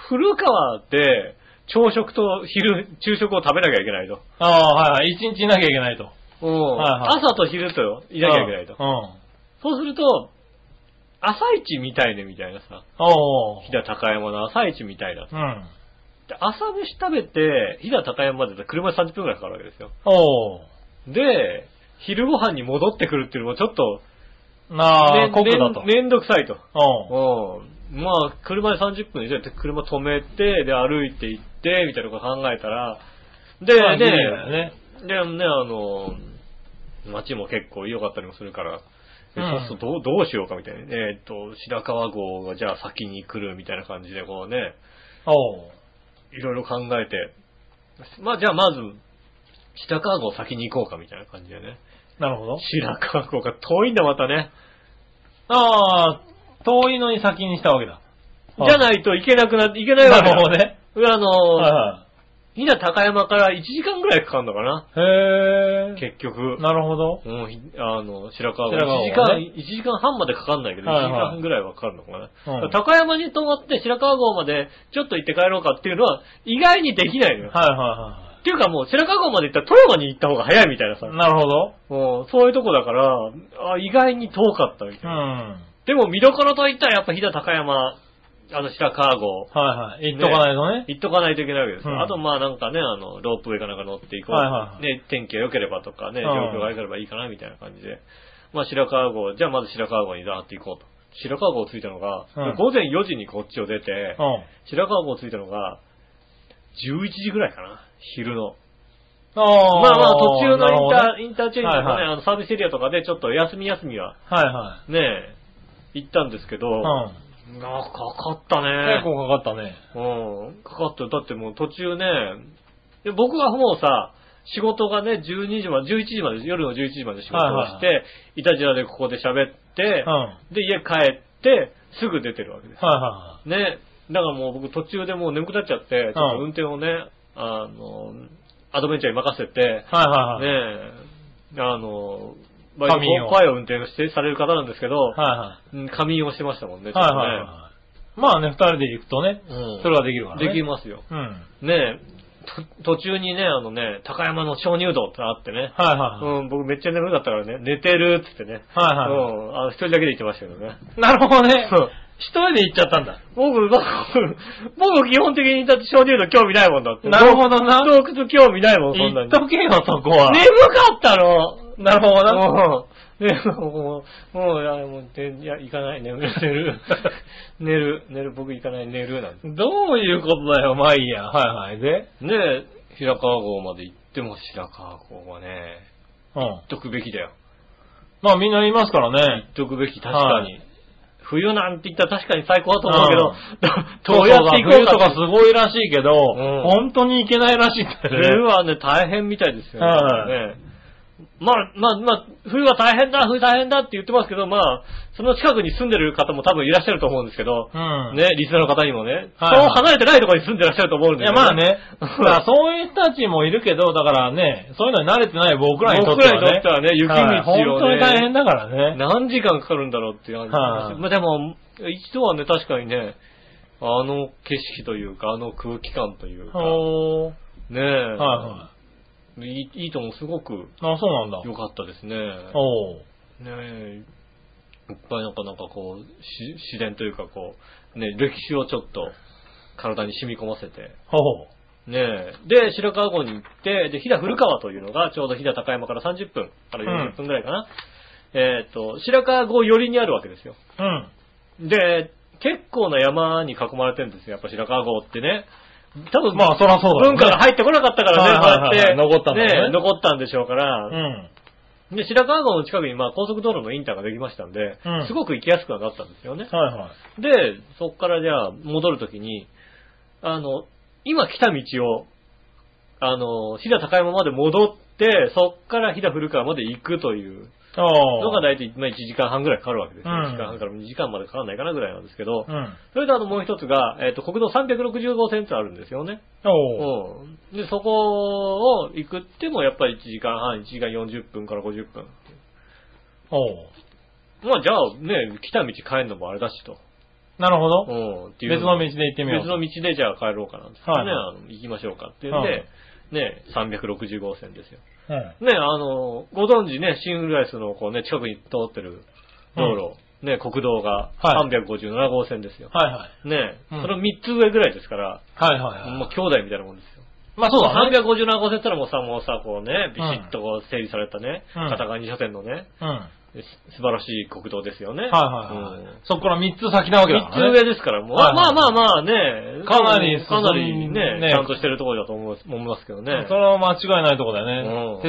Speaker 2: 古川って、朝食と昼、昼食を食べなきゃいけないと。
Speaker 3: あーあー、はいはい。一日いなきゃいけないと。はいはい
Speaker 2: 朝と昼とよいなきゃいけないと
Speaker 3: う。ん。
Speaker 2: そうすると、朝市みたいねみたいなさ、
Speaker 3: おー
Speaker 2: 飛。騨高山の朝市みたいな。
Speaker 3: うん。
Speaker 2: で朝飯食べて、飛騨高山までだと車で30分くらいかかるわけですよ。
Speaker 3: おー。
Speaker 2: で、昼ご飯に戻ってくるっていうのもちょっと、
Speaker 3: なあ、
Speaker 2: めん
Speaker 3: 酷だと。
Speaker 2: めんめんどくさいと。
Speaker 3: おう
Speaker 2: うん。まあ、車で30分で、じゃあ車止めて、で、歩いて行って、みたいなこと考えたら、で、
Speaker 3: まあ
Speaker 2: で
Speaker 3: ギリだよね
Speaker 2: で、ね、あの、街も結構良かったりもするから、え
Speaker 3: うん
Speaker 2: そうするとどうどうしようかみたいな。えっ、と、白川郷がじゃあ先に来るみたいな感じで、こうね、
Speaker 3: おう。
Speaker 2: いろいろ考えて、まあじゃあまず、白川郷先に行こうかみたいな感じでね。
Speaker 3: なるほど。
Speaker 2: 白川郷が遠いんだまたね。
Speaker 3: ああ、遠いのに先にしたわけだ。
Speaker 2: じゃ
Speaker 3: い。
Speaker 2: ないといけなくなって、いけないわ
Speaker 3: な
Speaker 2: け
Speaker 3: る
Speaker 2: だ
Speaker 3: ほど。ね。
Speaker 2: あの、
Speaker 3: は
Speaker 2: ひな高山から1時間ぐらいかかるのかな、
Speaker 3: いはい。へ
Speaker 2: 結局
Speaker 3: え。。なるほど。
Speaker 2: もうひ、あの、白川
Speaker 3: 白川
Speaker 2: 郷、1時
Speaker 3: 郷
Speaker 2: 間、
Speaker 3: ね
Speaker 2: 一時間半までかかんないけど、1
Speaker 3: はい
Speaker 2: 時
Speaker 3: はい
Speaker 2: 間ぐらいはかかるのかな。
Speaker 3: うん
Speaker 2: 高山に泊まって白川郷までちょっと行って帰ろうかっていうのは、意外にできないのよ。
Speaker 3: はいは
Speaker 2: っていうかもう、白川郷まで行ったら富山に行った方が早いみたいなさ
Speaker 3: いはい。。なるほど。
Speaker 2: もう、そういうとこだから、あ意外に遠かったみた
Speaker 3: う
Speaker 2: い
Speaker 3: ん。
Speaker 2: な。
Speaker 3: は
Speaker 2: でも見どころといったらやっぱ飛騨高山、あの白川郷、
Speaker 3: いはい。言っとかないとね。
Speaker 2: 行っとかないといけないわけですよ。
Speaker 3: うん
Speaker 2: あと、まあなんかね、あの、ロープウェイかなんか乗っていこう。
Speaker 3: はいはいはい
Speaker 2: ね、天気が良ければとかね、
Speaker 3: うん
Speaker 2: 状況が良ければいいかな、みたいな感じで。まあ白川郷、じゃあまず白川郷にザーって行こうと。白川郷着いたのが、
Speaker 3: うん
Speaker 2: 午前4時にこっちを出て、
Speaker 3: うん。
Speaker 2: 白川郷着いたのが、11時ぐらいかな、昼の。
Speaker 3: ああ。
Speaker 2: まあまあ途中の
Speaker 3: なる
Speaker 2: イン
Speaker 3: ほ
Speaker 2: タ
Speaker 3: ど
Speaker 2: ー
Speaker 3: ね、
Speaker 2: インターチェンジとかね、
Speaker 3: はいは
Speaker 2: あのサービスエリアとかでちょっと休み休みは、
Speaker 3: はいはい。
Speaker 2: ね、行ったんですけど、
Speaker 3: うん。
Speaker 2: あーかかったね。
Speaker 3: 結構かかったね。
Speaker 2: うん、かかったよ。だってもう途中ね、で僕はもうさ、仕事がね、12時まで、11時まで、夜の11時まで仕事をして、
Speaker 3: はいはい
Speaker 2: たじらでここで喋って
Speaker 3: うん。、は
Speaker 2: で、家帰って、すぐ出てるわけで
Speaker 3: いは
Speaker 2: す。ね。だからもう僕途中でもう眠くなっちゃって、ちょっと運転をね、あの、アドベンチャーに任せて
Speaker 3: い、はい。はいはいはい。
Speaker 2: ねあの、まあ、
Speaker 3: 仮眠を
Speaker 2: 怖いを運転してされる方なんですけど、
Speaker 3: はいは
Speaker 2: うん仮眠をしてましたもんね、
Speaker 3: い。
Speaker 2: ちょっ
Speaker 3: はい
Speaker 2: とね
Speaker 3: はいはい。まあね、二人で行くとね、
Speaker 2: うん
Speaker 3: それはできるからね。
Speaker 2: できますよ。
Speaker 3: うん。はい
Speaker 2: ねえ、と途中にね、あのね、高山の鍾乳洞ってあってね、
Speaker 3: はいはい。
Speaker 2: うん、僕めっちゃ眠かったからね、寝てるっつってね、
Speaker 3: はいうは
Speaker 2: ん、あの一人だけで行ってましたけどね。
Speaker 3: い。なるほどね
Speaker 2: そ。う
Speaker 3: 一人で行っちゃったんだ。
Speaker 2: 僕、僕、僕基本的にだって鍾乳洞興味ないもんだって。
Speaker 3: なるほどな。
Speaker 2: 洞窟興味ないもん、そんな
Speaker 3: 行っ
Speaker 2: に。
Speaker 3: とけよ、そこは。
Speaker 2: 眠かったの
Speaker 3: なるほどな。
Speaker 2: うん。ね、もう、もう、いや、もう、でいや、行かない、 眠る、寝る。寝る、寝る、僕行かない、寝る、なんて。
Speaker 3: どういうことだよ、まあいいや。はいはい。で、
Speaker 2: ねえ、平川郷まで行っても白川郷はね、
Speaker 3: うん。
Speaker 2: 行っとくべきだよ。
Speaker 3: まあみんないますから
Speaker 2: 言
Speaker 3: ね。
Speaker 2: っとくべき、確かに。
Speaker 3: はい
Speaker 2: 冬なんて言ったら確かに最高だと思うけど、
Speaker 3: そ
Speaker 2: どうやって行こうか
Speaker 3: とか
Speaker 2: と
Speaker 3: すごいらしいけど、
Speaker 2: ん
Speaker 3: 本当に行けないらしいんだ
Speaker 2: 冬
Speaker 3: よね。
Speaker 2: はね、大変みたいですよね。
Speaker 3: は
Speaker 2: ねまあ、まあ、まあ、冬は大変だ、冬大変だって言ってますけど、まあ、その近くに住んでる方も多分いらっしゃると思うんですけど、
Speaker 3: うん。
Speaker 2: ね、リスナーの方にもね、
Speaker 3: は
Speaker 2: そ
Speaker 3: い
Speaker 2: う離れてないところに住んでらっしゃると思うん
Speaker 3: い
Speaker 2: です
Speaker 3: や
Speaker 2: よ、
Speaker 3: まあね、だ
Speaker 2: うん
Speaker 3: からそういう人たちもいるけど、だからね、そういうのに慣れてない僕らにとってはね。
Speaker 2: 僕らにとってはね雪道をね
Speaker 3: はい本当に大変だからね。
Speaker 2: 何時間かかるんだろうっていう話
Speaker 3: はい
Speaker 2: まあでも、一度はね、確かにね、あの景色というか、あの空気感というか、
Speaker 3: ほー。
Speaker 2: ねえ、
Speaker 3: はいはい
Speaker 2: い、いいともすごく
Speaker 3: い。あ、そうなんだ。
Speaker 2: 良かったですね。
Speaker 3: おう。
Speaker 2: ねえ、いっぱいなんかなんかこう、し自然というかこう、ね、歴史をちょっと体に染み込ませて、
Speaker 3: ほう。
Speaker 2: ねえ、で、白川郷に行って、で、飛騨古川というのがちょうど飛騨高山から30分から40分ぐらいかな。えっ、と、白川郷寄りにあるわけですよ。
Speaker 3: うん。
Speaker 2: で、結構な山に囲まれてるんですよ、やっぱ白川郷ってね。多分、
Speaker 3: まあそらそうだろうね
Speaker 2: 文化が入ってこなかったからね、
Speaker 3: はいはいはい
Speaker 2: こうやって。
Speaker 3: 残ったんだろうね
Speaker 2: 残ったんでしょうから。
Speaker 3: うん。
Speaker 2: で、白川郷の近くに、まあ、高速道路のインターができましたんで、
Speaker 3: うん
Speaker 2: すごく行きやすくはなったんですよね。
Speaker 3: はいはい。
Speaker 2: で、そこからじゃあ、戻るときに、あの、今来た道を、あの、飛騨高山まで戻って、そっから飛騨古川まで行くというの
Speaker 3: お
Speaker 2: が
Speaker 3: う。
Speaker 2: 大体、まあ、1時間半ぐらいかかるわけですよ。
Speaker 3: うん
Speaker 2: 1時間半から2時間までかからないかなぐらいなんですけど、
Speaker 3: うん。
Speaker 2: それとあともう一つが、えっ、と、国道360号線ってあるんですよね。
Speaker 3: おう。
Speaker 2: うん。で、そこを行くってもやっぱり1時間半、1時間40分から50分。
Speaker 3: おう。
Speaker 2: まあじゃあね、来た道帰るのもあれだしと。
Speaker 3: なるほど。
Speaker 2: うん。っていう
Speaker 3: 別の道で行ってみよう。
Speaker 2: 別の道でじゃあ帰ろうかなんですけどね、
Speaker 3: は
Speaker 2: あの行きましょうかっていうんで、
Speaker 3: はい
Speaker 2: ね、360号線ですよ。
Speaker 3: うん。
Speaker 2: ね、あの、ご存知ね、新浦安のこうね、近くに通ってる道路、ね、国道が
Speaker 3: はい
Speaker 2: 357号線ですよ。
Speaker 3: はいはい。
Speaker 2: ね、
Speaker 3: うん
Speaker 2: その3つ上ぐらいですから、
Speaker 3: はいはいはい。
Speaker 2: もう兄弟みたいなもんですよ。
Speaker 3: まあそうだね。
Speaker 2: 350何個セったらもうさ、もうさ、こうね、ビシッとこう整理されたね、
Speaker 3: うん
Speaker 2: 片側2車線のね、
Speaker 3: うん。は
Speaker 2: す素晴らしい国道ですよね。
Speaker 3: いはいは
Speaker 2: う
Speaker 3: い
Speaker 2: ん。
Speaker 3: そこから3つ先なわけだから
Speaker 2: 三つ
Speaker 3: ね。
Speaker 2: 上ですから、もう、
Speaker 3: はい
Speaker 2: まあ
Speaker 3: はい
Speaker 2: まあまあね、
Speaker 3: かなり
Speaker 2: かなりね、
Speaker 3: ね
Speaker 2: ちゃんとしてるところだと思う思いますけどね
Speaker 3: そ。れは間違いないとこだよね。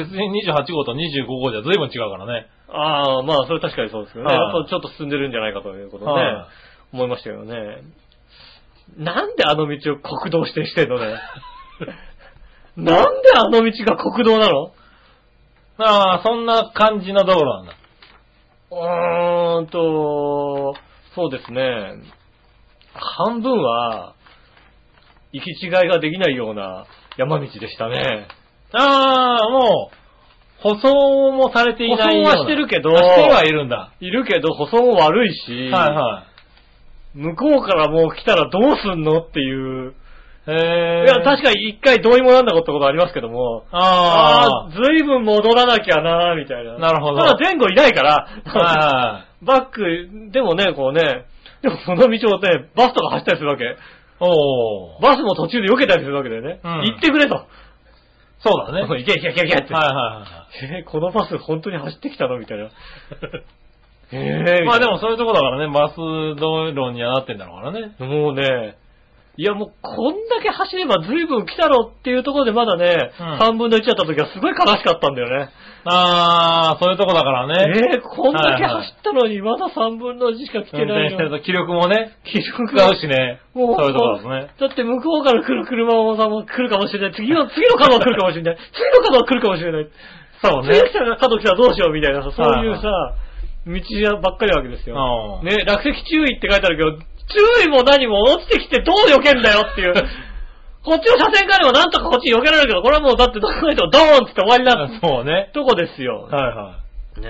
Speaker 2: うん
Speaker 3: 鉄人28号と25号じゃ随分違うからね。
Speaker 2: ああ、まあそれ確かにそうですけどね。
Speaker 3: は
Speaker 2: や
Speaker 3: い
Speaker 2: っぱちょっと進んでるんじゃないかということで、
Speaker 3: はい
Speaker 2: 思いましたけどね。なんであの道を国道指定してんの ね。なんであの道が国道なの
Speaker 3: ああ、そんな感じの道路なんだ。
Speaker 2: うーんと、そうですね。半分は、行き違いができないような山道でしたね。
Speaker 3: ああ、もう、舗装もされていないような。
Speaker 2: 舗装はしてるけど
Speaker 3: あしてはいるんだ。
Speaker 2: いるけど、舗装も悪いし、
Speaker 3: はいはい。
Speaker 2: 向こうからもう来たらどうすんのっていう。い
Speaker 3: へえ。
Speaker 2: や、確かに一回どうにもなんなかったことありますけども、あ
Speaker 3: あ
Speaker 2: あ、ずいぶん戻らなきゃな、みたいな。
Speaker 3: なるほど
Speaker 2: ただ前後いないから、
Speaker 3: あ。 は
Speaker 2: バック、でもね、こうね、でもその道をね、バスとか走ったりするわけ。
Speaker 3: いはい。おお。
Speaker 2: バスも途中で避けたりするわけだよね。
Speaker 3: うん
Speaker 2: 行ってくれと。
Speaker 3: そうだね。はい
Speaker 2: 行け行け行け行けって。
Speaker 3: は
Speaker 2: えーこのバス本当に走ってきたのみたい な。え
Speaker 3: いはい。
Speaker 2: ま
Speaker 3: ま
Speaker 2: あ
Speaker 3: あ
Speaker 2: で
Speaker 3: で
Speaker 2: も
Speaker 3: もそういうとこだからね、バス道路にはなってんだろうからね。
Speaker 2: そ、もうね、いやもうこんだけ走れば随分来たろっていうところでまだね、
Speaker 3: うん
Speaker 2: 半分の1だった時はすごい悲しかったんだよね。
Speaker 3: ああ、そういうとこだからね。
Speaker 2: えーこんだけ
Speaker 3: はいはい
Speaker 2: 走ったのにまだ3分の1しか来て
Speaker 3: 運
Speaker 2: な
Speaker 3: 転
Speaker 2: い
Speaker 3: してる
Speaker 2: の。
Speaker 3: と気力もね、
Speaker 2: 気力
Speaker 3: 使うしね。そう
Speaker 2: もう
Speaker 3: いうとこだとね。
Speaker 2: だって向こうから来る車もさ、もう来るかもしれない。次の、次の角が来るかもしれない。次の角が来るかもしれない。
Speaker 3: そう
Speaker 2: ね
Speaker 3: ね。、
Speaker 2: 角来たらどうしようみたいなさ、そういうさ
Speaker 3: は、
Speaker 2: 道ばっかりなわけですよ。
Speaker 3: うん
Speaker 2: ね、落石注意って書いてあるけど、注意も何も落ちてきてどう避けんだよって いう。こっちの車線があればなんとかこっちに避けられるけど、これはもうだってどこへとドーンって終わりな
Speaker 3: そうね。
Speaker 2: とこですよ。
Speaker 3: はいはい。
Speaker 2: ね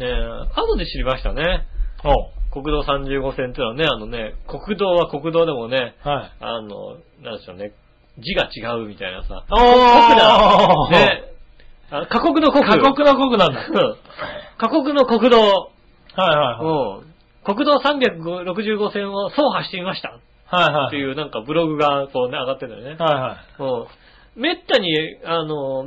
Speaker 2: え、ねえ、後で知りましたね。
Speaker 3: おう
Speaker 2: 国道35線っていうのはね、あのね、国道は国道でもね、
Speaker 3: はい。
Speaker 2: あの、なんでしょうね、字が違うみたいなさ。
Speaker 3: お
Speaker 2: 酷な
Speaker 3: ー
Speaker 2: ね、あ過酷の国。
Speaker 3: 過酷な酷なんだ。はい
Speaker 2: うん過酷の国道、
Speaker 3: はいはい。
Speaker 2: うん国道365線を走破してみました
Speaker 3: はいはい。
Speaker 2: っていうなんかブログがこうね、上がってるのよね。
Speaker 3: はいはい。
Speaker 2: うんめったに、あの、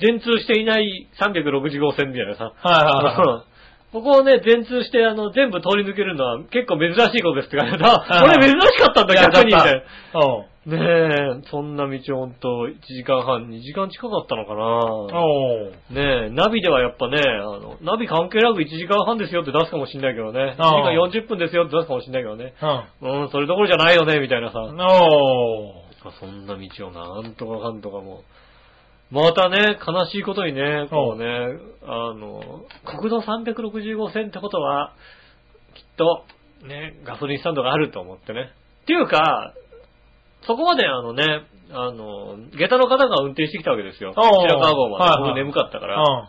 Speaker 2: 全通していない365線みたいなさ。
Speaker 3: はいはいは
Speaker 2: う
Speaker 3: い。
Speaker 2: んここをね、全通して、あの、全部通り抜けるのは結構珍しいことですって言われた。
Speaker 3: はい
Speaker 2: 俺珍しかったんだ、
Speaker 3: やっち
Speaker 2: 逆
Speaker 3: ゃっ
Speaker 2: に、み
Speaker 3: た
Speaker 2: たいな。
Speaker 3: おう
Speaker 2: ねえ、そんな道ほんと、1時間半、2時間近かったのかな
Speaker 3: おう
Speaker 2: ねえ、ナビではやっぱね、あの、ナビ関係なく1時間半ですよって出すかもしんないけどね。1時
Speaker 3: ああ
Speaker 2: 間40分ですよって出すかもしんないけどね。
Speaker 3: うん。
Speaker 2: うん、それどころじゃないよね、みたいなさ。
Speaker 3: おー。
Speaker 2: そんな道をなんとかかんとかもう。またね、悲しいことにね、こうね、あの、国道365線ってことは、きっと、ね、ガソリンスタンドがあると思ってね。っていうか、そこまであのね、あの、下駄の方が運転してきたわけですよ。
Speaker 3: おう
Speaker 2: 白川郷まで。
Speaker 3: はいはい
Speaker 2: 僕眠かったか
Speaker 3: う
Speaker 2: ら。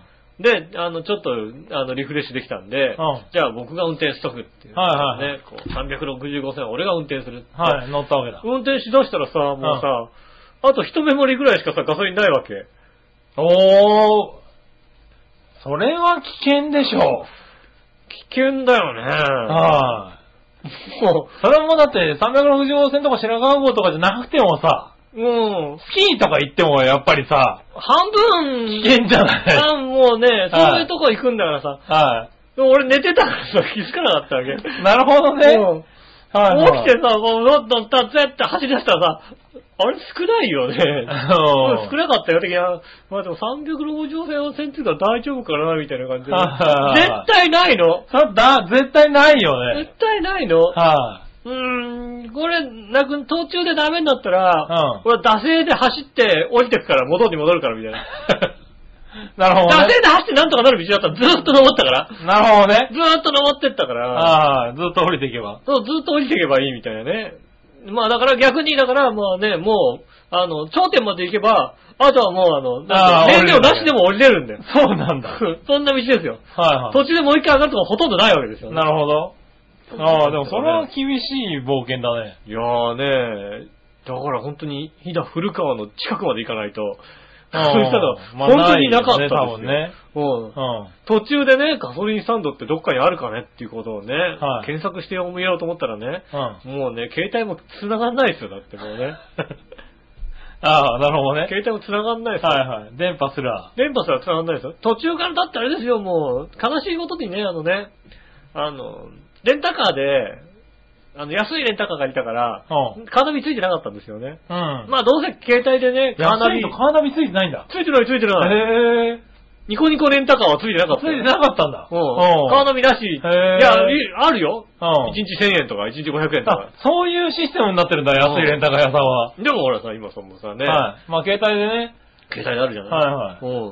Speaker 3: ん。
Speaker 2: で、あの、ちょっと、あの、リフレッシュできたんで、
Speaker 3: うん
Speaker 2: じゃあ僕が運転しとくっていう。
Speaker 3: はいはい
Speaker 2: ね、こう、365線俺が運転するって。
Speaker 3: はい、乗ったわけだ。
Speaker 2: 運転しだしたらさ、もうさ、あと一メモリぐらいしかさ、ガソリンないわけ。
Speaker 3: おー。それは危険でしょ
Speaker 2: 危険だよね。
Speaker 3: う。は
Speaker 2: も
Speaker 3: い。それもだって365線とか白川郷とかじゃなくてもさ、
Speaker 2: う、うん、
Speaker 3: スキーとか行ってもやっぱりさ、
Speaker 2: 半分、
Speaker 3: 危険じゃない
Speaker 2: あもうね、
Speaker 3: はい
Speaker 2: そういうとこ行くんだからさ、
Speaker 3: は
Speaker 2: でも俺寝てたからさ、気づかなかったわけ。
Speaker 3: い。なるほどね。
Speaker 2: うん
Speaker 3: はいはい。
Speaker 2: 起きてさ、もう、どんどん、たってって走り出したらさ、あれ少ないよね。
Speaker 3: うん
Speaker 2: 少なかったよ。的な、まあでも360線を線っていうから大丈夫かなみたいな感じで
Speaker 3: はいはいはい。
Speaker 2: 絶対ないの
Speaker 3: それだ、絶対ないよね。
Speaker 2: 絶対ないの
Speaker 3: は
Speaker 2: うーん、これ、なく、途中でダメになったら
Speaker 3: うん、
Speaker 2: これ惰性で走って降りてくから、戻って戻るから、みたいな。
Speaker 3: い。なるほど
Speaker 2: 惰
Speaker 3: ね。
Speaker 2: 性で走ってなんとかなる道だったら、ずーっと登ったから。
Speaker 3: なるほどね。
Speaker 2: ずーっと登ってったから、
Speaker 3: ああ、ずっと降りていけば。
Speaker 2: そうずーっと降りていけばいいみたいなね。まあだから逆に、だからまあね、もう、あの、頂点まで行けば、あとはもうあの、なん
Speaker 3: あー
Speaker 2: て燃料なしでも降りれるんだよ。
Speaker 3: そうなんだ。はい
Speaker 2: そんな道ですよ。
Speaker 3: は
Speaker 2: 途中でもう一回上がるとこほとんどないわけですよ
Speaker 3: い。
Speaker 2: ね。
Speaker 3: なるほど。ああ、でもそれは
Speaker 2: ね
Speaker 3: 厳しい冒険だね。
Speaker 2: いやーねだから本当に、飛騨古川の近くまで行かないと、そう
Speaker 3: ああ
Speaker 2: したら、
Speaker 3: まあ
Speaker 2: 本当になかったです
Speaker 3: な
Speaker 2: よ
Speaker 3: いよね
Speaker 2: うん
Speaker 3: 多分ね。
Speaker 2: 途中でね、ガソリンスタンドってどっかにあるかねっていうことをね、
Speaker 3: はい
Speaker 2: 検索してみようと思ったらね、
Speaker 3: うん。うん。
Speaker 2: も うね、携帯も繋がんないですよ、だってもうね。
Speaker 3: ああ、なるほどね。
Speaker 2: 携帯も繋がんないですよ。
Speaker 3: はいはい。電波すら。
Speaker 2: 電波すら繋がんないですよ。途中からだってあれですよ、もう、悲しいことにね、あのね、あの、レンタカーで、あの、安いレンタカーがいたから、
Speaker 3: う
Speaker 2: カーナビついてなかったんですよね。
Speaker 3: うん。ま
Speaker 2: まあ、どうせ携帯でね、カーナ
Speaker 3: 安
Speaker 2: ビ
Speaker 3: いと、カーナビついてないんだ。
Speaker 2: ついてないついてない。
Speaker 3: へえ。
Speaker 2: ニコニコレンタカーはついてなかっ
Speaker 3: つい
Speaker 2: たよ。
Speaker 3: てなかったんだ。
Speaker 2: うん。カーナビらしい。い
Speaker 3: へー
Speaker 2: や、いあるよ。
Speaker 3: うん
Speaker 2: 1日1000円とか、1日500円と
Speaker 3: あ
Speaker 2: か。、
Speaker 3: そういうシステムになってるんだ、安いレンタカー屋さんは。
Speaker 2: でもほらさ、今そのさね、
Speaker 3: はい。まあ、携帯でね。
Speaker 2: 携帯あるじゃない。
Speaker 3: はいはい。
Speaker 2: うん。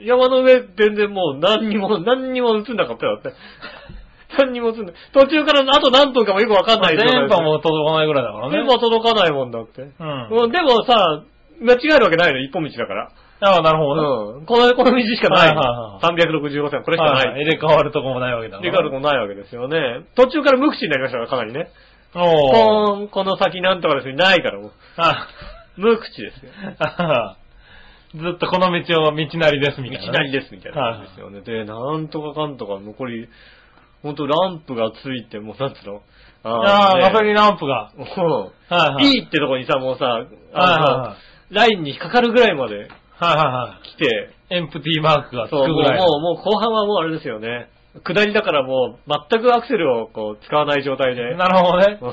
Speaker 2: いや山の上全然もう何にも、何にも映んなかったよだって。 何にも映んない。途中からあと何分かもよくわかんない状態で
Speaker 3: 電波も届かないぐらいだからね。
Speaker 2: 電波届かないもんだって。
Speaker 3: うん。
Speaker 2: うんでもさ、間違えるわけないの、一本道だから。
Speaker 3: ああ、なるほどね。
Speaker 2: うん。この、この道しかない。
Speaker 3: はい
Speaker 2: 365線、これしか
Speaker 3: はい
Speaker 2: な
Speaker 3: はい
Speaker 2: い。
Speaker 3: 入れ替わるとこもないわけだな。
Speaker 2: リカルもないわけですよね。途中から無口になりましたから、かなりね。
Speaker 3: おー。
Speaker 2: ポーン、この先なんとかですね、ないからもう。
Speaker 3: あ
Speaker 2: 無口ですよ。
Speaker 3: あずっとこの道を道なりです、みたい
Speaker 2: 道
Speaker 3: なね。
Speaker 2: なりですみたいな感じですよね。で、なんとかかんとか残り、ほんとランプがついて、もうなんつうの
Speaker 3: ああ、
Speaker 2: ね
Speaker 3: ガソリンランプが。
Speaker 2: う
Speaker 3: はい
Speaker 2: ん
Speaker 3: はい。
Speaker 2: いいってとこにさ、もうさ、
Speaker 3: はいはい
Speaker 2: あ
Speaker 3: はい
Speaker 2: の、ラインに引っかかるぐらいまで
Speaker 3: はいはいは
Speaker 2: 来て、
Speaker 3: い。エンプティーマークがつく
Speaker 2: そう、も
Speaker 3: ぐ
Speaker 2: う
Speaker 3: らいの。
Speaker 2: もう、もう後半はもうあれですよね。下りだからもう、全くアクセルをこう、使わない状態で、
Speaker 3: なるほどね。
Speaker 2: うん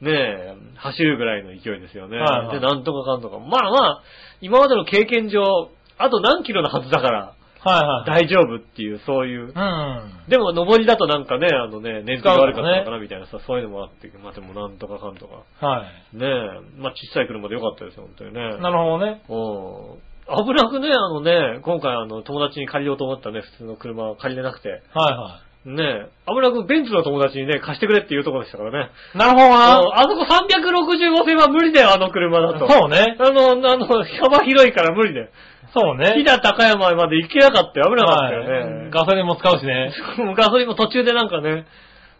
Speaker 2: ねえ、走るぐらいの勢いですよね。
Speaker 3: はいはい
Speaker 2: で、なんとかかんとか。まあまあ、今までの経験上、あと何キロのはずだから、
Speaker 3: はいは
Speaker 2: 大
Speaker 3: い。
Speaker 2: 丈夫っていう、そういう。
Speaker 3: うん。
Speaker 2: でも、上りだとなんかね、あのね、ネズミが悪かったのかなみたいなさ、そういうのもあって、まあでもなんとかかんとか。
Speaker 3: はい。
Speaker 2: ねえ、まあ小さい車でよかったですよ、本当にね。
Speaker 3: なるほどね。
Speaker 2: うん危なくね、あのね、今回あの友達に借りようと思ったね、普通の車を借りれなくて。
Speaker 3: はいは
Speaker 2: ねえ、危なくベンツの友達にね、貸してくれっていうところでしたからね。
Speaker 3: い。なるほど
Speaker 2: あ
Speaker 3: な。
Speaker 2: あそこ365線は無理だよ、あの車だと。
Speaker 3: そうね。
Speaker 2: あの、あの、幅広いから無理だよ。
Speaker 3: そうね。
Speaker 2: 飛騨高山まで行けなかったよ、危なかった
Speaker 3: は
Speaker 2: よね。
Speaker 3: いガソリンも使うしね。
Speaker 2: もうガソリンも途中でなんかね、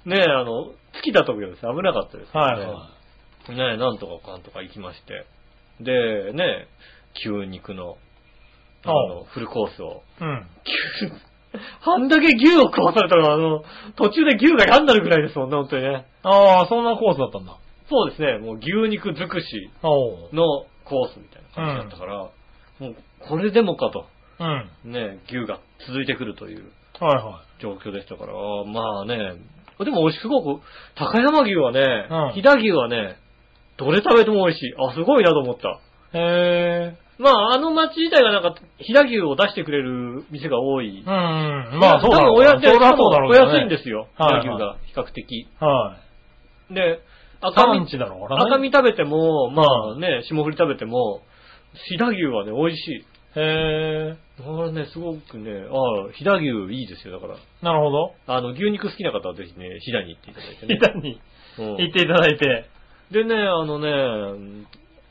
Speaker 2: ねえ、あの、月だと思うようです。危なかったです、
Speaker 3: はいは
Speaker 2: ねえ、なんとかかんとか行きまして。で、ねえ、牛肉の、あの、フルコースを。
Speaker 3: い。うん。
Speaker 2: 牛あんだけ牛を食わされたら、あの、途中で牛が嫌になるぐらいですもんね、本当にね。
Speaker 3: ああ、そんなコースだったんだ。
Speaker 2: そうですね、もう牛肉尽くし
Speaker 3: おう。
Speaker 2: のコースみたいな感じだったから、もうこれでもかと、
Speaker 3: うん。はい
Speaker 2: ねえ、牛が続いてくるという
Speaker 3: は
Speaker 2: 状況でしたから、あーまあね、でも美味しくすごく、高山牛はね、
Speaker 3: うん
Speaker 2: 飛騨牛はね、どれ食べても美味しい。あ、すごいなと思った。
Speaker 3: い。へえ。
Speaker 2: まあ、あの町自体がなんか、飛騨牛を出してくれる店が多い。
Speaker 3: うん。まあ、そう
Speaker 2: 多
Speaker 3: だ
Speaker 2: 分
Speaker 3: ろ
Speaker 2: お
Speaker 3: うな。
Speaker 2: や
Speaker 3: そりゃそうだろう
Speaker 2: お
Speaker 3: けどね
Speaker 2: 安いんですよ。飛
Speaker 3: はい
Speaker 2: 騨
Speaker 3: はい
Speaker 2: 牛が、比較的。
Speaker 3: はい。
Speaker 2: で、赤
Speaker 3: 産
Speaker 2: 身、
Speaker 3: 地だろうからね。
Speaker 2: 赤身食べても、まあね、霜降り食べても、飛騨牛はね、美味しい。
Speaker 3: へ
Speaker 2: だからね、すごくね、ああ、飛騨牛いいですよ、だから。
Speaker 3: え。なるほど。
Speaker 2: あの、牛肉好きな方はぜひね、飛騨に行っていただいてね。
Speaker 3: 板に
Speaker 2: うん
Speaker 3: 行っていただいて。
Speaker 2: でね、あのね、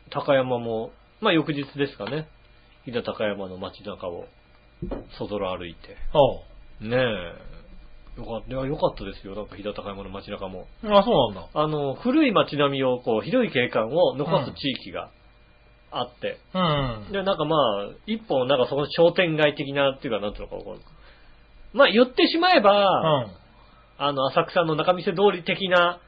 Speaker 2: 高山も、まあ翌日ですかね、飛騨高山の街中を、そぞろ歩いて。
Speaker 3: おう。
Speaker 2: ねえ、よかった、いやよかったですよ、なんか飛騨高山の街中も。
Speaker 3: あ、そうなんだ。
Speaker 2: あの、古い街並みを、こう、広い景観を残す地域があって、
Speaker 3: うん。
Speaker 2: で、なんかまあ、一本、なんかそこの商店街的な、っていうか、なんていうのか、こうまあ、言ってしまえ
Speaker 3: う
Speaker 2: ば、
Speaker 3: ん。
Speaker 2: あの、浅草の中見世通り的な、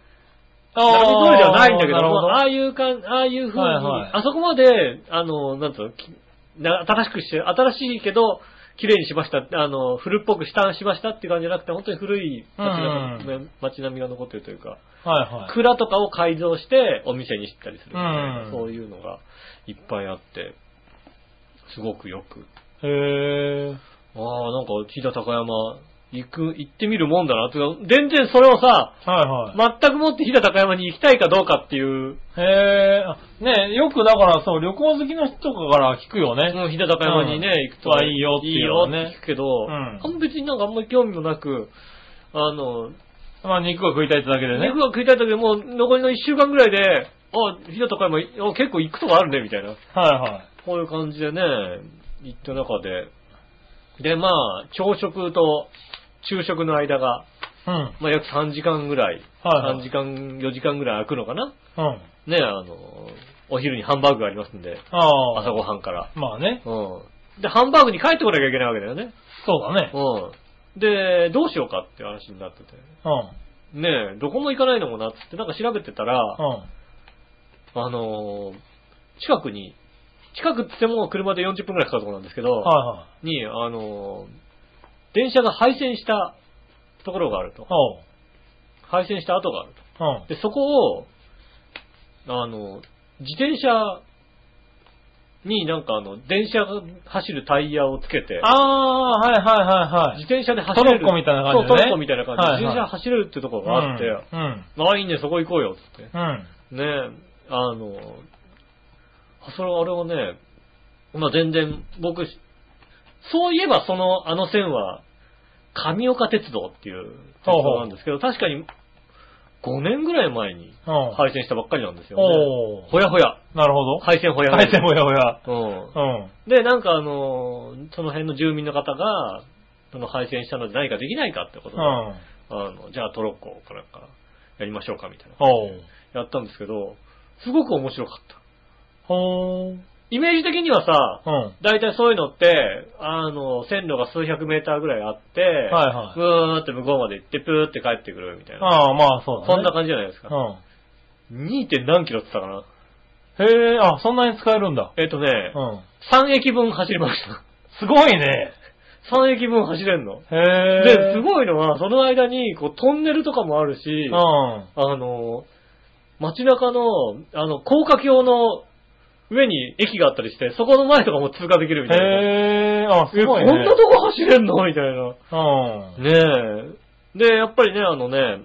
Speaker 3: あ
Speaker 2: 中見世通りではないんだけど
Speaker 3: なる
Speaker 2: も、
Speaker 3: ほ
Speaker 2: ああいうかん、ああいう風に、
Speaker 3: はいはい
Speaker 2: あそこまで、あの、なんていうのきな、新しくして、新しいけど、綺麗にしました、あの、古っぽく下しましたっていう感じじゃなくて、本当に古い街並み,、
Speaker 3: う
Speaker 2: 街並みが残ってるというか、
Speaker 3: ど。はいはい。
Speaker 2: 蔵とかを改造してお店にしたりするみたいな、
Speaker 3: うん
Speaker 2: そういうのがいっぱいあって、すごくよく。
Speaker 3: へえ。
Speaker 2: ああ、なんか、飛騨高山、行く、行ってみるもんだな。てか全然それをさ、
Speaker 3: はいはい。
Speaker 2: 全くもって飛騨高山に行きたいかどうかっていう、
Speaker 3: へえ。あねよくだからそう、旅行好きの人とかから聞く
Speaker 2: そ
Speaker 3: よね。
Speaker 2: の飛騨高山にね、行くと、
Speaker 3: はいいよって
Speaker 2: いい
Speaker 3: いうの
Speaker 2: よ
Speaker 3: は
Speaker 2: っ
Speaker 3: ね
Speaker 2: て聞くけど、
Speaker 3: うん
Speaker 2: あんま別になんかあんまり興味もなく、あの、
Speaker 3: まあ、肉が食いたいってだけでね。
Speaker 2: 肉が食いたい時でもう残りの1週間ぐらいで、あ、飛騨高山、あ結構行くとこあるね、みたいな。
Speaker 3: はいはい。
Speaker 2: こういう感じでね、行った中で、で、まあ、朝食と昼食の間が、
Speaker 3: うん。
Speaker 2: まあ、約3時間ぐらい、
Speaker 3: はいはい
Speaker 2: 3時間、4時間ぐらい空くのかな
Speaker 3: うん。
Speaker 2: ね、あの、お昼にハンバーグがありますんで、
Speaker 3: ああ。
Speaker 2: 朝ごはんから。
Speaker 3: まあね。
Speaker 2: うん。で、ハンバーグに帰ってこなきゃいけないわけだよね。
Speaker 3: そうだね。
Speaker 2: うん。で、どうしようかって話になってて。
Speaker 3: うん。
Speaker 2: ねえ、どこも行かないのもなっつって、なんか調べてたら、
Speaker 3: うん。
Speaker 2: あのー近くに、近くって言っても車で40分くらいかかるところなんですけど、
Speaker 3: は
Speaker 2: に、あの、電車が廃線したところがあると
Speaker 3: い。は
Speaker 2: 廃線した跡がある
Speaker 3: い。は
Speaker 2: と。で、そこを、あの、自転車になんかあの、電車が走るタイヤをつけて、
Speaker 3: い。ああ、はいはいはいはい
Speaker 2: 自。転車で走れる。
Speaker 3: トロッコみたいな感じでね
Speaker 2: そう、トロッコみたいな感じで、
Speaker 3: はいはい
Speaker 2: 自転車走れるってところがあって、
Speaker 3: うん。
Speaker 2: ああ、いいね、そこ行こうよ、つって。
Speaker 3: うん。
Speaker 2: ねあの、あそれ、あれはね、まあ、全然、僕、そういえばその、あの線は、神岡鉄道っていう鉄
Speaker 3: ほうほう
Speaker 2: 道なんですけど、確かに、5年ぐらい前に
Speaker 3: うん。
Speaker 2: 廃線したばっかりなんですよね。
Speaker 3: お
Speaker 2: ほやほや。
Speaker 3: ー。なるほど。
Speaker 2: 廃線ほやほや。
Speaker 3: はい、でもやおや。
Speaker 2: うん。
Speaker 3: うん。
Speaker 2: で、なんかあの、その辺の住民の方が、その廃線したので何かできないかってことで、
Speaker 3: うん。
Speaker 2: あの、じゃあトロッコかなんか、やりましょうかみたいな。
Speaker 3: おー。
Speaker 2: やったんですけど、すごく面白かった。
Speaker 3: ほー。
Speaker 2: イメージ的にはさ、
Speaker 3: うん。はい
Speaker 2: 大体そういうのって、あの、線路が数百メーターぐらいあって、
Speaker 3: はい。
Speaker 2: ブーって向こうまで行って、プーって帰ってくるみたいな。
Speaker 3: ああ、まあそうだね。
Speaker 2: そんな感じじゃないですか。
Speaker 3: う。
Speaker 2: 2. 点何キロって言ったかなん
Speaker 3: へえ、あ、そんなに使えるんだ。
Speaker 2: えっ、とね、
Speaker 3: うん。
Speaker 2: 3駅分走りました。
Speaker 3: すごいね。
Speaker 2: 3駅分走れんの。
Speaker 3: へえ。
Speaker 2: で、す
Speaker 3: い。
Speaker 2: ごいのは、その間に、こう、トンネルとかもあるし、
Speaker 3: うん。は
Speaker 2: あの、街中の、あの、高架橋の上に駅があったりして、そこの前とかも通過できるみ
Speaker 3: い
Speaker 2: たいな。
Speaker 3: へえ、あ、す
Speaker 2: えこ
Speaker 3: ごい
Speaker 2: ん
Speaker 3: ね。
Speaker 2: なとこ走れんのみたいな。
Speaker 3: うん。
Speaker 2: ねえ。で、やっぱりね、あのね、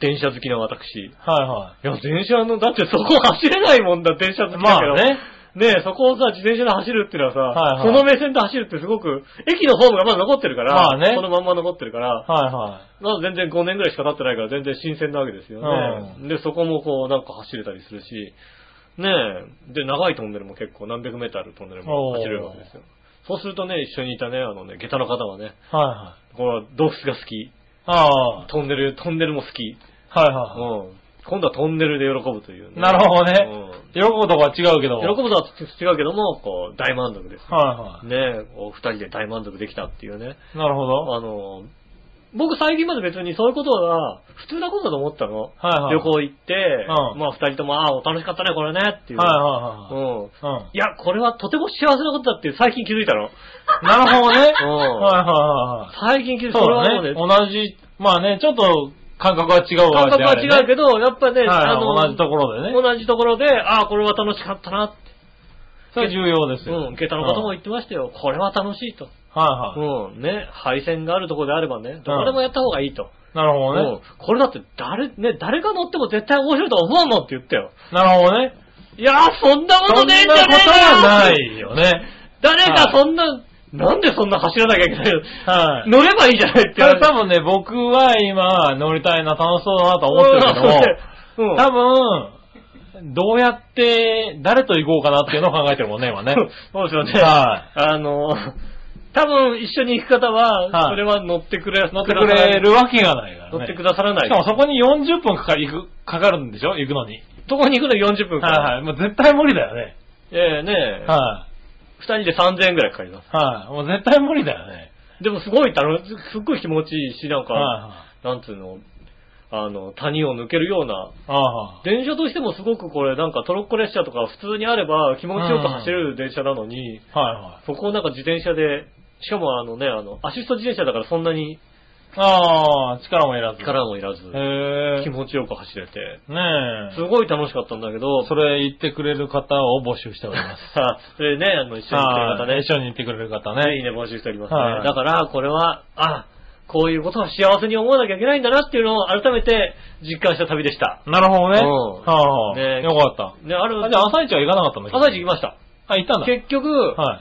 Speaker 2: 電車好きな私。
Speaker 3: はいはい
Speaker 2: や、電車の、だってそこ走れないもんだ、電車好き
Speaker 3: い。
Speaker 2: だ
Speaker 3: ま
Speaker 2: けど。
Speaker 3: あね。
Speaker 2: ねえ、そこをさ、自転車で走るっていうのはさ、
Speaker 3: はいはい
Speaker 2: その目線で走るってすごく、駅のホームがまだ残ってるから、
Speaker 3: まあね
Speaker 2: そのまんま残ってるから、
Speaker 3: はいは
Speaker 2: まだ全然5年ぐらいしか経ってないから全然新鮮なわけですよね。で、そこもこうなんか走れたりするし、ねえ、で、長いトンネルも結構何百メーターあるトンネルも走れるわけですよ。そうするとね、一緒にいたね、あのね、下駄の方がね、
Speaker 3: い。はいはい。
Speaker 2: この洞窟が好き、
Speaker 3: ああ、はい
Speaker 2: トンネル、トンネルも好き。
Speaker 3: は
Speaker 2: うん。今度はトンネルで喜ぶという、
Speaker 3: い。なるほどね
Speaker 2: うん。
Speaker 3: 喜ぶとこは違うけど。
Speaker 2: 喜ぶとは違うけども、こう、大満足です。
Speaker 3: は
Speaker 2: ねえ、お二人で大満足できたっていうね。
Speaker 3: いはい。なるほど。
Speaker 2: あの、僕最近まで別にそういうことは普通なことだと思ったの。
Speaker 3: はいはい。
Speaker 2: 旅行行って、
Speaker 3: うん
Speaker 2: まあ二人とも、ああ、お楽しかったね、これね、っていう。
Speaker 3: はいはいはいはい。
Speaker 2: うん。
Speaker 3: うん。
Speaker 2: いや、これはとても幸せなことだって最近気づいたの。
Speaker 3: なるほどね。
Speaker 2: うん
Speaker 3: はいはいはい
Speaker 2: 最近気づい
Speaker 3: はい。
Speaker 2: た。それはも
Speaker 3: そうう
Speaker 2: ね
Speaker 3: だね。同じ、まあね、ちょっと感覚は違うわ
Speaker 2: 感
Speaker 3: け
Speaker 2: 覚
Speaker 3: であ
Speaker 2: は
Speaker 3: れね
Speaker 2: 違うけど、やっぱね、
Speaker 3: はい
Speaker 2: あの、
Speaker 3: 同じところでね。
Speaker 2: 同じところで、ああ、これは楽しかったなって。
Speaker 3: それは重要ですよ。
Speaker 2: うん、下駄の方も
Speaker 3: はい
Speaker 2: 言ってましたよ。これは楽しいと。
Speaker 3: は
Speaker 2: うん、ね、配線があるところであればね、どこでもやった方がいいと。
Speaker 3: い。なるほ
Speaker 2: う
Speaker 3: ど
Speaker 2: ん
Speaker 3: ね。、
Speaker 2: これだって誰、ね、誰が乗っても絶対面白いとは思わんもんって言ったよ。
Speaker 3: なるほどね。
Speaker 2: いやー、そんなことねえんじゃねえ
Speaker 3: そんなことはないよね。
Speaker 2: 誰
Speaker 3: は
Speaker 2: か
Speaker 3: い
Speaker 2: そんな、なんでそんな走らなきゃいけないの、
Speaker 3: はい。
Speaker 2: 乗ればいいじゃないって
Speaker 3: それ多分ね、僕は今乗りたいな、楽しそうだなと思ってるけども、
Speaker 2: うんうん
Speaker 3: 多分、どうやって、誰と行こうかなっていうのを考えてるもんね、今ね。
Speaker 2: そうですよね。
Speaker 3: は
Speaker 2: あの、多分一緒に行く方は、
Speaker 3: はい
Speaker 2: それは乗ってくれ、
Speaker 3: 乗ってくれるわけがないから、ね。
Speaker 2: 乗ってくださらない。
Speaker 3: しかもそこに40分かかる、行く、かかるんでしょ行くのに。
Speaker 2: そこに行くのに40分か。
Speaker 3: はいはい。もう絶対無理だよね。
Speaker 2: ええねえ、
Speaker 3: は
Speaker 2: 二人で3000円くらいかかります。
Speaker 3: い。はい。もう絶対無理だよね。
Speaker 2: でもすごい楽し、すっごい気持ちいいし、なんか、
Speaker 3: は
Speaker 2: なんつうの、あの、谷を抜けるような、
Speaker 3: いはい。ああ。
Speaker 2: 電車としてもすごくこれ、なんかトロッコ列車とか普通にあれば気持ちよく走れる電車なのに、
Speaker 3: はいはい。
Speaker 2: そこをなんか自転車で、しかもあのね、あの、アシスト自転車だからそんなに
Speaker 3: ああ、力もいらず。
Speaker 2: 力もいらず、
Speaker 3: へえ
Speaker 2: 気。持ちよく走れて、
Speaker 3: ねえ。
Speaker 2: すごい楽しかったんだけど、
Speaker 3: それ言ってくれる方を募集しております。
Speaker 2: さあ、 それでね、あの、一緒に来てる方
Speaker 3: は
Speaker 2: ね
Speaker 3: い、一緒に行ってくれる方
Speaker 2: ね、いい
Speaker 3: ね。
Speaker 2: ね募集しておりますね。
Speaker 3: はい
Speaker 2: だから、これは、あ、こういうことは幸せに思わなきゃいけないんだなっていうのを改めて実感した旅でした。
Speaker 3: なるほどね。
Speaker 2: うん
Speaker 3: は
Speaker 2: ね
Speaker 3: い。よかった。
Speaker 2: ね、ある、
Speaker 3: あじゃあ朝一は行かなかったんだけど。
Speaker 2: 朝一行きました。
Speaker 3: あ、行ったんだ。
Speaker 2: 結局、
Speaker 3: はい。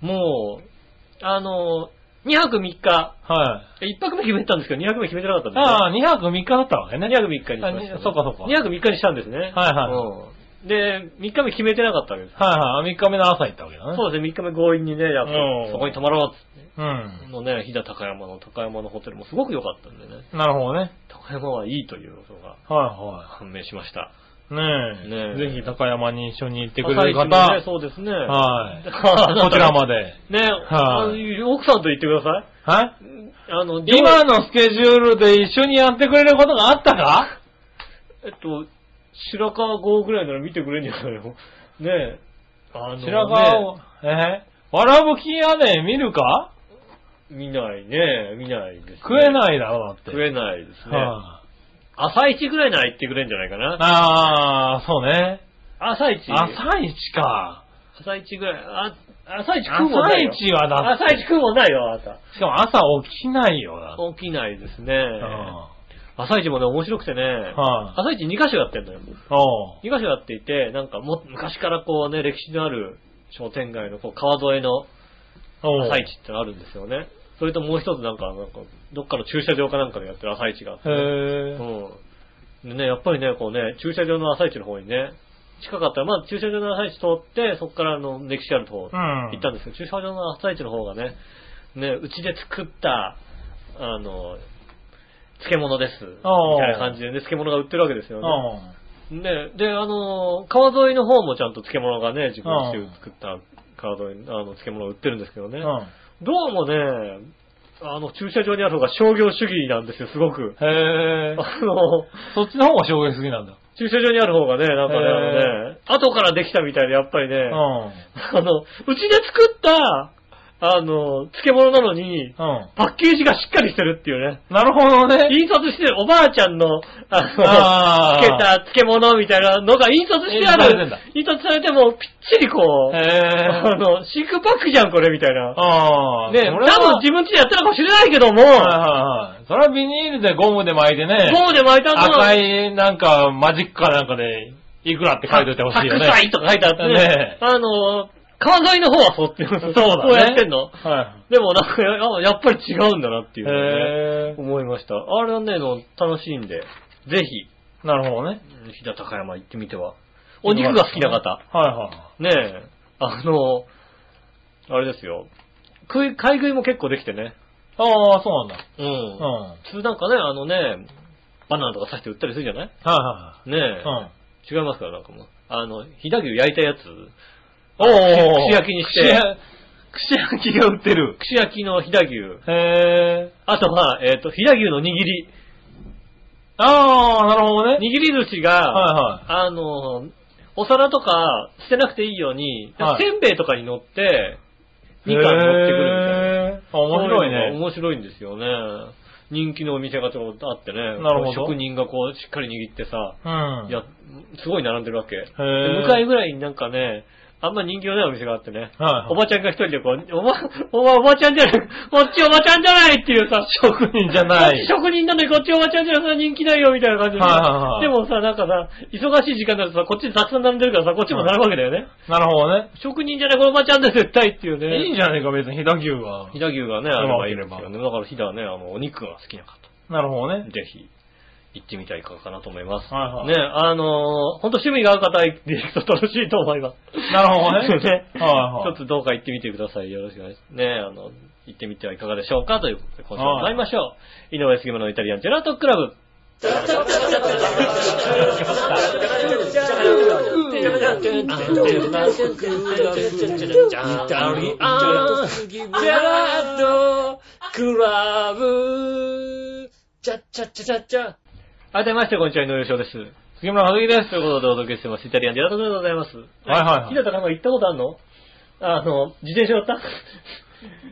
Speaker 2: もう、あの、2泊3日、
Speaker 3: はい。
Speaker 2: 1泊目決めてたんですけど、2泊目決めてなかったんですよ。
Speaker 3: ああ、2泊3日だったわけね。
Speaker 2: 2泊3日にしましたね、
Speaker 3: あにそうかそうか
Speaker 2: 2泊3日にしたんですね。はい
Speaker 3: はい
Speaker 2: い。で、3日目決めてなかったわけです。
Speaker 3: はいはい。3日目の朝行ったわけだね。
Speaker 2: そうですね、3日目強引にね、やっぱ
Speaker 3: うん
Speaker 2: そこに泊まろうっつって。
Speaker 3: うん。
Speaker 2: のね、飛騨高山の高山のホテルもすごく良かったんでね。
Speaker 3: なるほどね。
Speaker 2: 高山はいいということが
Speaker 3: は
Speaker 2: 判明しました。
Speaker 3: いはい。ね
Speaker 2: ね
Speaker 3: え。
Speaker 2: え
Speaker 3: ぜひ高山に一緒に行って
Speaker 2: で
Speaker 3: くれる方。
Speaker 2: ね、そうですね。
Speaker 3: はい。
Speaker 2: こ
Speaker 3: こちらまで。
Speaker 2: で。ね、
Speaker 3: はい
Speaker 2: 奥さんと言ってください。
Speaker 3: はい
Speaker 2: あの、料
Speaker 3: 今のスケジュールで一緒にやってくれることがあったか
Speaker 2: えっと、白川郷ぐらいなら見てくれんじゃないの ねえ。あの、
Speaker 3: 白川を、えわらぶき屋根見るか
Speaker 2: ね見ないね。見ないです、ね。
Speaker 3: 食え
Speaker 2: い。
Speaker 3: ないだろ、だって。
Speaker 2: 食えないですね。
Speaker 3: は
Speaker 2: 朝一ぐらいなら行ってくれんじゃないか
Speaker 3: あ、
Speaker 2: な。
Speaker 3: あー、そうね。
Speaker 2: 朝一。
Speaker 3: 朝一か。
Speaker 2: 朝一ぐらい。あ、朝一食うもんないよ。
Speaker 3: 朝一はだっ
Speaker 2: 朝
Speaker 3: て
Speaker 2: 一食うもんないよ、あなた。
Speaker 3: しかも朝起きないよ、だって。
Speaker 2: 起きないですね。
Speaker 3: うん
Speaker 2: 朝一もね、面白くてね、
Speaker 3: はい
Speaker 2: 朝一2カ所やってんのよ。
Speaker 3: おう
Speaker 2: 2カ所やっていて、なんかも、昔からこうね、歴史のある商店街のこう川沿いの
Speaker 3: おう
Speaker 2: 朝市ってのあるんですよね。それともう一つなんか、なんか、どっかの駐車場かなんかでやってる朝市があって。
Speaker 3: へー
Speaker 2: うん。でね、やっぱりね、こうね、駐車場の朝市の方にね、近かったら、まあ駐車場の朝市通って、そこからあの歴史ある方
Speaker 3: うん
Speaker 2: 行ったんですけど、駐車場の朝市の方がね、ね、うちで作った、あの、漬物です。み
Speaker 3: ああ
Speaker 2: たいな感じで、ね、漬物が売ってるわけですよね。
Speaker 3: おう
Speaker 2: ね、で、あの、川沿いの方もちゃんと漬物がね、自分で作った川沿い、あの、漬物を売ってるんですけどね。
Speaker 3: うん
Speaker 2: どうもね、あの、駐車場にある方が商業主義なんですよ、すごく。
Speaker 3: へえ。
Speaker 2: あの、
Speaker 3: そっちの方が衝撃す ぎなんだ。
Speaker 2: 駐車場にある方がね、なんかね、
Speaker 3: へー
Speaker 2: あのね、後からできたみたいで、やっぱりね、
Speaker 3: うん。
Speaker 2: あの、うちで作った、あの、漬物なのに、
Speaker 3: うん。
Speaker 2: パッケージがしっかりしてるっていうね。
Speaker 3: なるほどね。
Speaker 2: 印刷してるおばあちゃんの、あ
Speaker 3: あ
Speaker 2: の、
Speaker 3: ー
Speaker 2: つけた漬物みたいなのが印刷してあ
Speaker 3: 印刷されてん
Speaker 2: る
Speaker 3: だ。
Speaker 2: 印刷されても、ぴっちりこう、あ
Speaker 3: へえ。
Speaker 2: の、シンクパックじゃん、これ、みたいな。
Speaker 3: ああ。
Speaker 2: ね、多
Speaker 3: それは
Speaker 2: 分自分家でやってるかもしれないけども、
Speaker 3: はいはいはい。それはビニールでゴムで巻いてね。
Speaker 2: そうで巻いたんだ
Speaker 3: 赤い、なんか、マジックかなんかで、いくらって書いといてほしいよね。
Speaker 2: 白菜とか書いてあってね。
Speaker 3: ね
Speaker 2: あの、川沿いの方はそうって、そう
Speaker 3: そうだね。
Speaker 2: こうやってんの
Speaker 3: は
Speaker 2: でもなんか、ややっぱり違うんだなって
Speaker 3: い。
Speaker 2: いうのをね、
Speaker 3: へ
Speaker 2: 思いました。あれはね、の楽しいんで、ぜひ、
Speaker 3: え。なるほどね。
Speaker 2: 飛騨高山行ってみては。お肉が好きな方、
Speaker 3: はいは
Speaker 2: ねえ、あの、あれですよ。食い、買い食いも結構できてね。
Speaker 3: い。ああ、そうなんだ。
Speaker 2: う
Speaker 3: うんん。はい
Speaker 2: 普通なんかね、あのね、バナナとか刺して売ったりするじゃない
Speaker 3: は
Speaker 2: ね
Speaker 3: い
Speaker 2: え、
Speaker 3: はい。
Speaker 2: 違いますから、なんかもう。あの、飛騨牛焼いたやつ、
Speaker 3: うん。おお。
Speaker 2: 串焼きにして。
Speaker 3: 串焼きが売ってる。
Speaker 2: 串焼きの飛騨牛、
Speaker 3: へえ。
Speaker 2: あとは、えっ、と、飛騨牛の握り。
Speaker 3: ああ、なるほど
Speaker 2: 握
Speaker 3: ね。
Speaker 2: り寿司が、
Speaker 3: は
Speaker 2: あの、お皿とか捨てなくていいように、
Speaker 3: はい
Speaker 2: せんべいとかに乗って、
Speaker 3: いはい。
Speaker 2: 2貫乗ってくる
Speaker 3: へーあ
Speaker 2: みたいな。そうう
Speaker 3: 面白い
Speaker 2: のが
Speaker 3: ね。
Speaker 2: 面白いんですよね。人気のお店がちょっとあってね。
Speaker 3: なるほど
Speaker 2: 職人がこう、しっかり握ってさ、
Speaker 3: うん。
Speaker 2: いや、すごい並んでるわけ。で
Speaker 3: ー
Speaker 2: 向かいぐらいになんかね、あんま人気のないお店があってね。
Speaker 3: はい
Speaker 2: おばちゃんが一人でこう、おば、おば、おばちゃんじゃない、こっちおばちゃんじゃないっていうさ、
Speaker 3: 職人じゃない。
Speaker 2: 職人なのにこっちおばちゃんじゃなくて人気ないよみたいな感じで。
Speaker 3: はいはいはい
Speaker 2: でもさ、なんかさ、忙しい時間になるとさ、こっちにたくさん並んでるからさ、こっちも並ぶわけだよね。
Speaker 3: なるほどね。
Speaker 2: 職人じゃないこのおばちゃんで絶対っていう
Speaker 3: いいん
Speaker 2: ね。
Speaker 3: じゃねえか、別に飛騨牛は
Speaker 2: 飛。騨牛がね、あればいいです
Speaker 3: うま
Speaker 2: よ
Speaker 3: け
Speaker 2: ね。だから飛騨はね、あの、お肉が好きな方、
Speaker 3: なるほどね。
Speaker 2: ぜひ、行ってみたいかかなと思います。
Speaker 3: はいはい
Speaker 2: ね、あのー、ほんと趣味が合う方は行って行くと楽しいと思います。
Speaker 3: なるほどね。
Speaker 2: ね
Speaker 3: はいはい
Speaker 2: ちょっとどうか行ってみてください。よろしくお願いします。ね、あの、行ってみてはいかがでしょうかということで、今週も参りましょう。井上杉村のイタリアンジェラートクラブ。改めまして、こんにちは、井上翔です。
Speaker 3: 杉村和樹です。
Speaker 2: ということでお届けしてます。イタリアンジェラートクラブでございます。
Speaker 3: はいはいは
Speaker 2: 日
Speaker 3: い
Speaker 2: 高さんが行ったことあるのあの、自転車乗った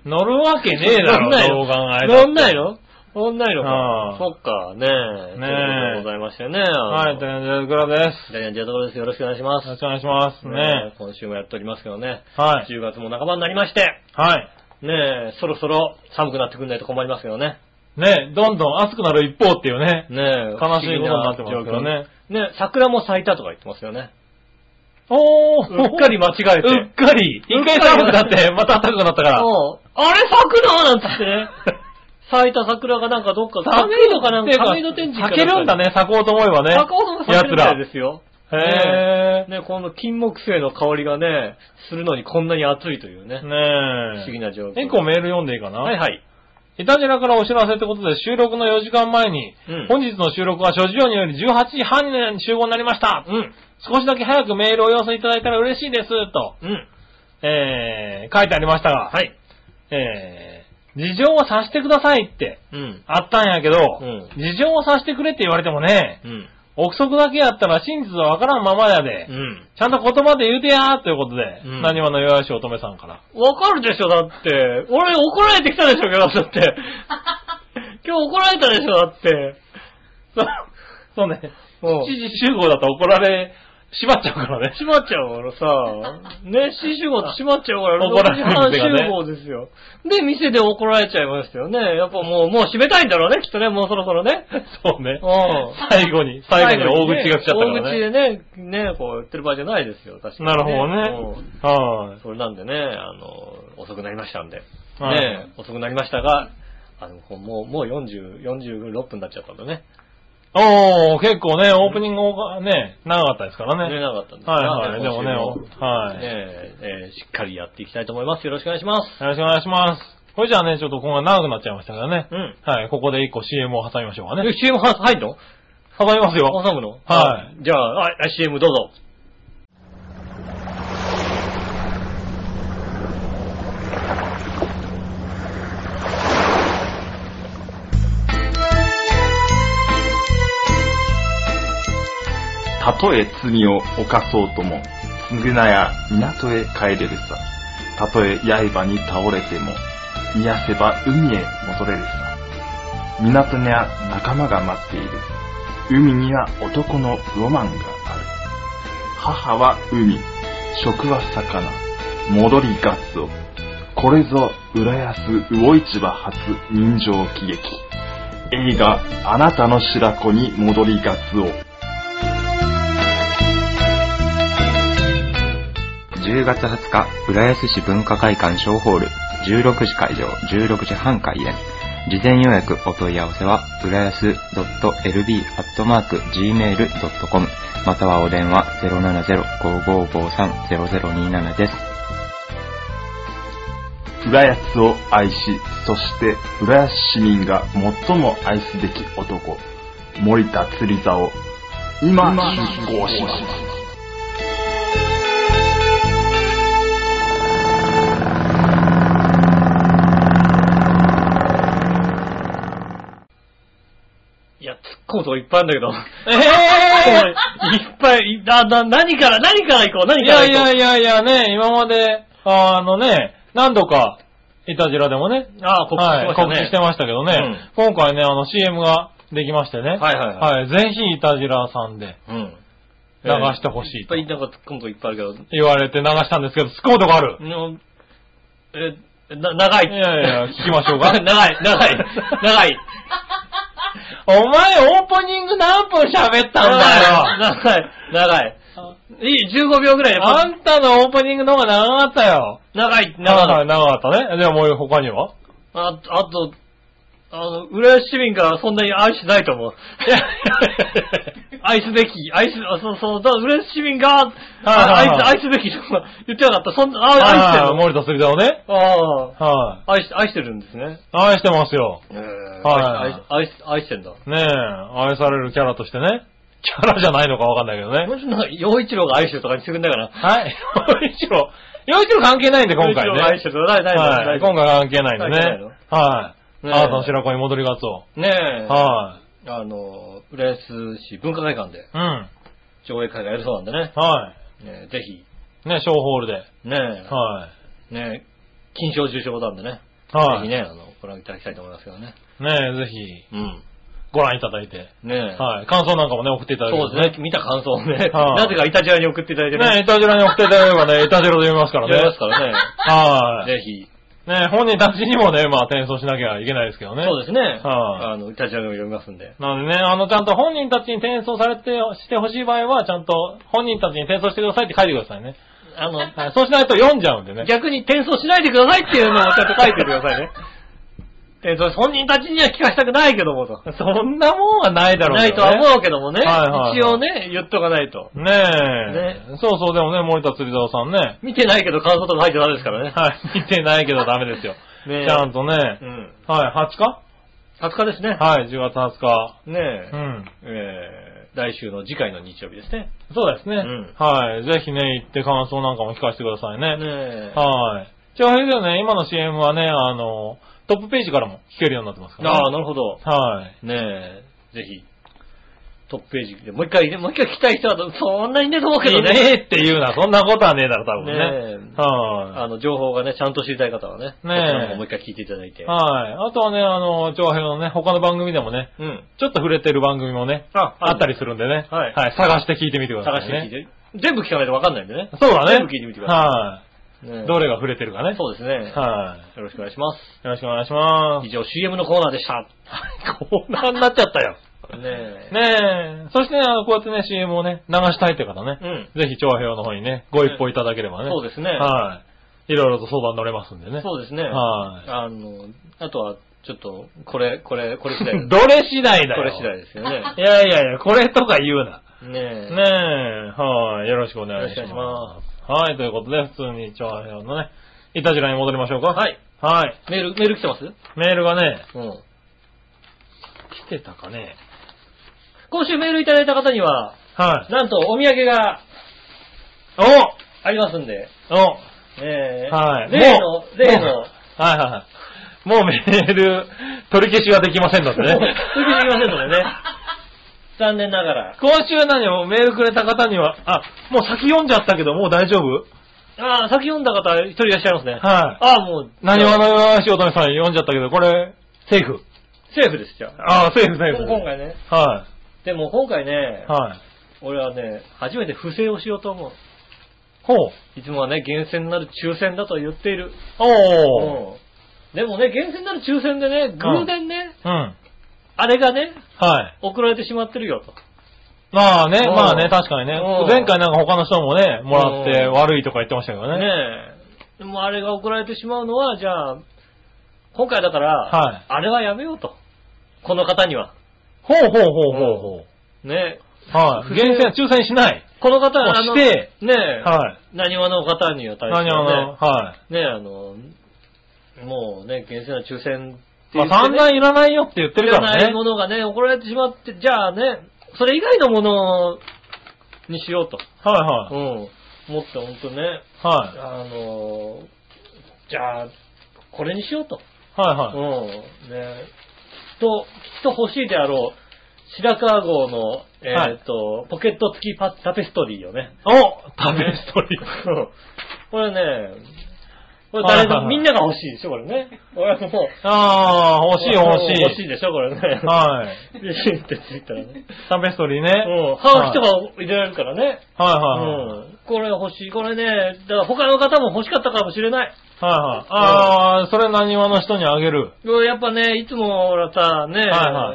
Speaker 3: 乗るわけねえだろ、動画が
Speaker 2: 乗んないの乗んないのか
Speaker 3: ああ。
Speaker 2: そっか、ねえ。と
Speaker 3: ねえ
Speaker 2: いうことでございましたね。
Speaker 3: はい、ということで、グラです
Speaker 2: イ。タリアンジェラートクラブです。よろしくお願いしま
Speaker 3: よろ
Speaker 2: す。
Speaker 3: しくお願いします。
Speaker 2: ね
Speaker 3: ね
Speaker 2: え今週もやっておりますけどね。
Speaker 3: はい。
Speaker 2: 10月も半ばになりまして、
Speaker 3: はい。
Speaker 2: ねえ、そろそろ寒くなってくんないと困りますけどね。
Speaker 3: ねどんどん暑くなる一方っていうね。
Speaker 2: ねえ、
Speaker 3: 悲しいことになってますけどね
Speaker 2: 状況。ねえ桜も咲いたとか言ってますよね。
Speaker 3: おー、
Speaker 2: うっかり間違えて
Speaker 3: うっかり。一回寒くなって、また暖かくなったから。
Speaker 2: もう、あれ桜なんつって ね。咲いた桜がなんかどっか、亀戸かなんか、亀戸展示か
Speaker 3: 避けるんだ
Speaker 2: ね。
Speaker 3: ね、咲こうと思えばね。
Speaker 2: 咲こうと思ったら咲けるみたいですよ。
Speaker 3: へ
Speaker 2: ね、この金木犀の香りがね、するのにこんなに暑いというね。
Speaker 3: ー。
Speaker 2: 不思議
Speaker 3: ね
Speaker 2: な状況。
Speaker 3: え。一個メール読んでいいかな
Speaker 2: はいはい。
Speaker 3: イタジラからお知らせってことで、収録の4時間前に、
Speaker 2: うん
Speaker 3: 本日の収録は諸事情により18時半に集合になりました。
Speaker 2: うん。
Speaker 3: 少しだけ早くメールをお寄せいただいたら嬉しいです、と、
Speaker 2: うん。
Speaker 3: えー、書いてありましたが、
Speaker 2: はい。
Speaker 3: えー、事情を察してくださいって、
Speaker 2: うん。
Speaker 3: あったんやけど、
Speaker 2: うん
Speaker 3: 事情を察してくれって言われてもね、
Speaker 2: うん。
Speaker 3: 憶測だけやったら真実はわからんままやで。
Speaker 2: うん。
Speaker 3: ちゃんと言葉で言うてやーということで、
Speaker 2: うん
Speaker 3: 何話の岩橋乙女さんから。
Speaker 2: わかるでしょ、だって。俺怒られてきたでしょ、今日だ って。今日怒られたでしょ、だ って。
Speaker 3: そうね。
Speaker 2: うん
Speaker 3: 7時集合だと怒られ、縛っちゃうからね。
Speaker 2: 閉まっちゃうから さ、ね、新集合って閉まっちゃうから、
Speaker 3: 怒られる
Speaker 2: 6時
Speaker 3: 店が
Speaker 2: 半
Speaker 3: ね
Speaker 2: 集合ですよ。で、店で怒られちゃいましたよね。やっぱもう、もう閉めたいんだろうね、きっとね、もうそろそろね。
Speaker 3: そうね。
Speaker 2: うん
Speaker 3: 最後に、 最後に大口が来ちゃったか
Speaker 2: 大
Speaker 3: ら
Speaker 2: 口で
Speaker 3: ね。
Speaker 2: ね、ね、こう言ってる場合じゃないですよ、確かに、
Speaker 3: なるほどね。は
Speaker 2: うんそれなんでね、あの、遅くなりましたんで。
Speaker 3: はい
Speaker 2: ね、遅くなりましたが、あの、もう、もう40、46分になっちゃったんだね。
Speaker 3: い。おー、結構ね、オープニングがね、長かったですから
Speaker 2: 寝
Speaker 3: ね。
Speaker 2: なかったんですが
Speaker 3: はいはい。でもね、
Speaker 2: 今週
Speaker 3: おはい。
Speaker 2: ねえーしっかりやっていきたいと思います。よろしくお願いします。
Speaker 3: よろしくお願いします。これじゃあね、ちょっと今回長くなっちゃいましたからね。
Speaker 2: うん
Speaker 3: はい、ここで一個 CM を挟みましょうかね。
Speaker 2: え CM は入んの
Speaker 3: 挟みますよ。
Speaker 2: 挟むの
Speaker 3: は
Speaker 2: じゃあ、あ CM どうぞ。
Speaker 4: たとえ罪を犯そうとも、償や港へ帰れるさ。たとえ刃に倒れても、癒せば海へ戻れるさ。港には仲間が待っている。海には男のロマンがある。母は海、食は魚、戻りガツオ。これぞ、浦安魚市場初人情喜劇。映画、あなたの白子に戻りガツオ。
Speaker 5: 10月20日、浦安市文化会館小ホール、16時会場、16時半開演。事前予約お問い合わせは、浦安 .lb.gmail.com またはお電話070-5553-0027です。
Speaker 4: 浦安を愛し、そして浦安市民が最も愛すべき男、森田釣竿、今出港します。
Speaker 2: いや、突っ込むとこいっぱいあるんだけど。
Speaker 3: え え
Speaker 2: いっぱい、だ、だ、何から、何から行こう、
Speaker 3: ー、
Speaker 2: 何
Speaker 3: い
Speaker 2: から
Speaker 3: や
Speaker 2: 行こう。
Speaker 3: いやいやいやね、今まで、あのね、何度か、いたじらでもね、
Speaker 2: ああ、告知し
Speaker 3: は
Speaker 2: ま
Speaker 3: い、
Speaker 2: したね。
Speaker 3: 告知してましたけどね、今回ね、あの CM ができまして
Speaker 2: は
Speaker 3: ね、
Speaker 2: いはい
Speaker 3: はい、ぜひいたじらさんで
Speaker 2: うん。
Speaker 3: 流してほし
Speaker 2: い
Speaker 3: い
Speaker 2: っ
Speaker 3: と
Speaker 2: ぱい、なんか突っ込むとこいっぱいあるけど、
Speaker 3: 言われて流したんですけど、突っ込むとこある。
Speaker 2: うんえ、な、長い。
Speaker 3: いやいや聞きましょう か
Speaker 2: 長い、長 い、長い。
Speaker 3: お前オープニング何分 喋ったんだよ
Speaker 2: 長い、長い。いい、15秒ぐらいで
Speaker 3: あんたのオープニングの方が長かったよ。
Speaker 2: 長い、
Speaker 3: 長
Speaker 2: 長
Speaker 3: か
Speaker 2: い。
Speaker 3: ったね。でももう他には
Speaker 2: ああと、あの、浦安市民がそんなに愛してないと 思う。愛すべき、愛す、あそうそう、だから浦安市民が、あ
Speaker 3: は
Speaker 2: 愛
Speaker 3: いはい
Speaker 2: す
Speaker 3: はい
Speaker 2: 愛すべきとか言ってなかった。そんな、あ愛してる
Speaker 3: はい
Speaker 2: の
Speaker 3: 森田釣りだをね。
Speaker 2: ああ
Speaker 3: は
Speaker 2: 愛し、愛してるんですね。
Speaker 3: い。愛してますよ。はい
Speaker 2: 愛し愛し、愛してんだ。
Speaker 3: ねえ、愛されるキャラとしてね。キャラじゃないのかわかんないけどね。
Speaker 2: もしなんか、洋一郎が愛してるとかにしてくんだから。
Speaker 3: はい。洋一郎。洋一郎関係ないんで、今回
Speaker 2: 洋一郎
Speaker 3: ね。
Speaker 2: が愛してるとか、ない、ない、
Speaker 3: は。
Speaker 2: ないい。
Speaker 3: 今回関係ないんで
Speaker 2: 関係ないの
Speaker 3: ね。はい。
Speaker 2: ねえ
Speaker 3: あなたの白子に戻りがつを。
Speaker 2: ねえ、
Speaker 3: は
Speaker 2: あの、浦安市文化会館で
Speaker 3: い。うん。
Speaker 2: 上映会がやるそうなんでね。
Speaker 3: は
Speaker 2: ねえぜひ、
Speaker 3: い。ねえ、小ホールで。
Speaker 2: ねえ、
Speaker 3: は
Speaker 2: ねえ、金賞受賞なんでね、
Speaker 3: い。は
Speaker 2: ぜ
Speaker 3: い。
Speaker 2: ひね、あの、ご覧いただきたいと思いますけどね。
Speaker 3: ねえ、ぜひ、
Speaker 2: うん。
Speaker 3: ご覧いただいて。
Speaker 2: ねえ、
Speaker 3: はい。感想なんかもね、送っていただける
Speaker 2: そう
Speaker 3: と
Speaker 2: ですね、見た感想をね、
Speaker 3: はい
Speaker 2: なぜかイタジアに送っていただいて
Speaker 3: ねえ、イタジラに送っていただければね、イタジラで読みますから
Speaker 2: やります
Speaker 3: ね。
Speaker 2: からね、
Speaker 3: はい。
Speaker 2: ぜひ、
Speaker 3: ねえ、本人たちにもね、まあ、転送しなきゃいけないですけどね。
Speaker 2: そうですね、
Speaker 3: はい
Speaker 2: あの、イタジアにも読みますんで。
Speaker 3: なんでね、あの、ちゃんと本人たちに転送されて、してほしい場合は、ちゃんと本人たちに転送してくださいって書いてくださいね。
Speaker 2: あの、
Speaker 3: はい。そうしないと読んじゃうんでね。
Speaker 2: 逆に転送しないでくださいっていうのをちゃんと書いてくださいね。転送、本人たちには聞かしたくないけどもと。
Speaker 3: そんなもんはないだろう
Speaker 2: な
Speaker 3: け
Speaker 2: いと
Speaker 3: ど
Speaker 2: は
Speaker 3: ね。
Speaker 2: 思うけどもね、
Speaker 3: はいはいはい
Speaker 2: 一応ね、言っとかないと。
Speaker 3: ねえ。そうそう、でもね、森田釣り沢さんね。
Speaker 2: 見てないけど感想とか入ってたんですからね。
Speaker 3: はい。見てないけどダメですよ。
Speaker 2: ねえ
Speaker 3: ちゃんとね。
Speaker 2: うん。
Speaker 3: はい、20日
Speaker 2: 20日ですね。
Speaker 3: はい、10月20日。
Speaker 2: ねえ、
Speaker 3: うん。
Speaker 2: えー、来週の次回の日曜日ですね。
Speaker 3: そうですね。
Speaker 2: うん
Speaker 3: はい。ぜひね、行って感想なんかも聞かせてくださいね。
Speaker 2: ねえ。
Speaker 3: はい。ちなみにね、今の CM はね、あの、トップページからも聞けるようになってますから、
Speaker 2: ああ、
Speaker 3: ね。
Speaker 2: なるほど。
Speaker 3: はい。
Speaker 2: ねえ、ぜひ。トップページで、もう一回ね、もう一回来たい人はそんなにねと思うけど
Speaker 3: い
Speaker 2: ね。
Speaker 3: ねえっていうのは、そんなことはねえだろ、多分
Speaker 2: ね
Speaker 3: ね。
Speaker 2: え
Speaker 3: は
Speaker 2: あの、情報がね、ちゃんと知りたい方はね、こちらの方もう一回聞いていただい
Speaker 3: い。
Speaker 2: て。
Speaker 3: はい。あとはね、あの、長編のね、他の番組でもね、
Speaker 2: うん。
Speaker 3: ちょっと触れてる番組もね、
Speaker 2: あ
Speaker 3: あったりするんでね。
Speaker 2: はい
Speaker 3: はい。探して聞いてみてくださ
Speaker 2: 探
Speaker 3: い、
Speaker 2: し
Speaker 3: ね。
Speaker 2: て聞いて。全部聞かないとわかんないんでね。
Speaker 3: そうだね。
Speaker 2: 全部聞いてみてください。
Speaker 3: は
Speaker 2: ね
Speaker 3: い。どれが触れてるかね。
Speaker 2: そうですね。
Speaker 3: は
Speaker 2: よろしくお願いします。
Speaker 3: い。よろしくお願いしま
Speaker 2: 以上 CM のコーナーでした。
Speaker 3: す。こんなになっちゃったよ。
Speaker 2: ねえ。
Speaker 3: ねえ。そしてね、あの、こうやってね、CM をね、流したいって方ね
Speaker 2: う。ん。
Speaker 3: ぜひ、長編の方にね、ご一報いただければね。
Speaker 2: そうですね。
Speaker 3: はい。いろいろと相談乗れますんでね。
Speaker 2: そうですね。
Speaker 3: はい
Speaker 2: あの、あとは、ちょっと、これ、これ、これ次第
Speaker 3: 。どれ次第だ
Speaker 2: こ
Speaker 3: よ。
Speaker 2: れ次第 ですよね。
Speaker 3: いやいやいや、これとか言うな。
Speaker 2: ねえ。
Speaker 3: ねえ、はい、よろしくお願いし
Speaker 2: よ
Speaker 3: ま
Speaker 2: ろし
Speaker 3: す。
Speaker 2: くお願い
Speaker 3: はい、ということで、普通に長編のね、いたじらに戻りましょうか。はい。はい。
Speaker 2: メール、メール来てますう
Speaker 3: メールがね、
Speaker 2: ん。
Speaker 3: 来てたかね。
Speaker 2: 今週メールいただいた方には、
Speaker 3: はい。
Speaker 2: なんとお土産が
Speaker 3: お
Speaker 2: ありますんで、
Speaker 3: お
Speaker 2: えー、
Speaker 3: はい。
Speaker 2: 例
Speaker 3: も
Speaker 2: の
Speaker 3: う、
Speaker 2: 例
Speaker 3: もう
Speaker 2: の
Speaker 3: はい、はいはい。もうメール、取り消しができませんのでね。
Speaker 2: 取り消しできませんのでね。 残念ながら。
Speaker 3: 今週何をメールくれた方には、あ、もう先読んじゃったけど、もう大丈夫
Speaker 2: ああ、先読んだ方一人いらっしゃいますね。
Speaker 3: はい
Speaker 2: ああ、もう。
Speaker 3: 何
Speaker 2: は
Speaker 3: 話のよしおとめさん読んじゃったけど、これ、セーフ。
Speaker 2: セーフです、じゃあ。
Speaker 3: ああ、セーフ、セーフ。
Speaker 2: 今回ね。
Speaker 3: は
Speaker 2: でも今回ね
Speaker 3: い。、はい。
Speaker 2: 俺はね、初めて不正をしようと思う。
Speaker 3: ほう。
Speaker 2: いつもはね、厳選なる抽選だと言っている。
Speaker 3: おー。
Speaker 2: うんでもね、厳選なる抽選でね、偶然ね、
Speaker 3: うん。は
Speaker 2: あれがね、
Speaker 3: い。
Speaker 2: 送られてしまってるよと。
Speaker 3: まあね、
Speaker 2: うん
Speaker 3: まあね、確かにね
Speaker 2: う。ん
Speaker 3: 前回なんか他の人もね、もらって
Speaker 2: うん
Speaker 3: 悪いとか言ってましたけどね。
Speaker 2: ねえ。でもあれが送られてしまうのは、じゃあ、今回だから、
Speaker 3: はい
Speaker 2: あれはやめようと。この方には。
Speaker 3: ほうほうほうほうほ
Speaker 2: ねえ。
Speaker 3: う。はい。厳選、抽選しない。
Speaker 2: この方
Speaker 3: もう
Speaker 2: あの
Speaker 3: して
Speaker 2: ねえ、
Speaker 3: はい。
Speaker 2: 何話の方には対して、
Speaker 3: 何
Speaker 2: ね、
Speaker 3: をの、は
Speaker 2: ねえ、あの、もうね、厳選な抽選
Speaker 3: い。まあ散々いらないよって言ってる
Speaker 2: い
Speaker 3: からら
Speaker 2: ない
Speaker 3: ね。
Speaker 2: ものがね、送られてしまって、じゃあね、それ以外のものにしようと。
Speaker 3: は
Speaker 2: う
Speaker 3: いはい。
Speaker 2: ん。思って、ほんとね、
Speaker 3: はい。
Speaker 2: あの、じゃあ、これにしようと。
Speaker 3: はいはい。
Speaker 2: うん。ねきっと、きっと欲しいであろう。白川郷の、えーっ、と、ポケット付きパタペストリーをね。
Speaker 3: おタペストリー。
Speaker 2: うんこれね、これ誰
Speaker 3: はいはいは
Speaker 2: の、
Speaker 3: い
Speaker 2: みんなが欲しいでしょ、これね。俺はもう、
Speaker 3: ああ、欲しい欲しい。
Speaker 2: 欲しいでしょ、これね。
Speaker 3: はい。
Speaker 2: 嬉しいってついたらね。
Speaker 3: タペストリーね。
Speaker 2: うん。ハーフとか入れられるからね。
Speaker 3: はいはいはい。
Speaker 2: うん。これ欲しい。これね、だから他の方も欲しかったかもしれない。
Speaker 3: はいはい。ああ、それ何話の人にあげる。
Speaker 2: うんやっぱね、いつもほらさ、ね、
Speaker 3: はいは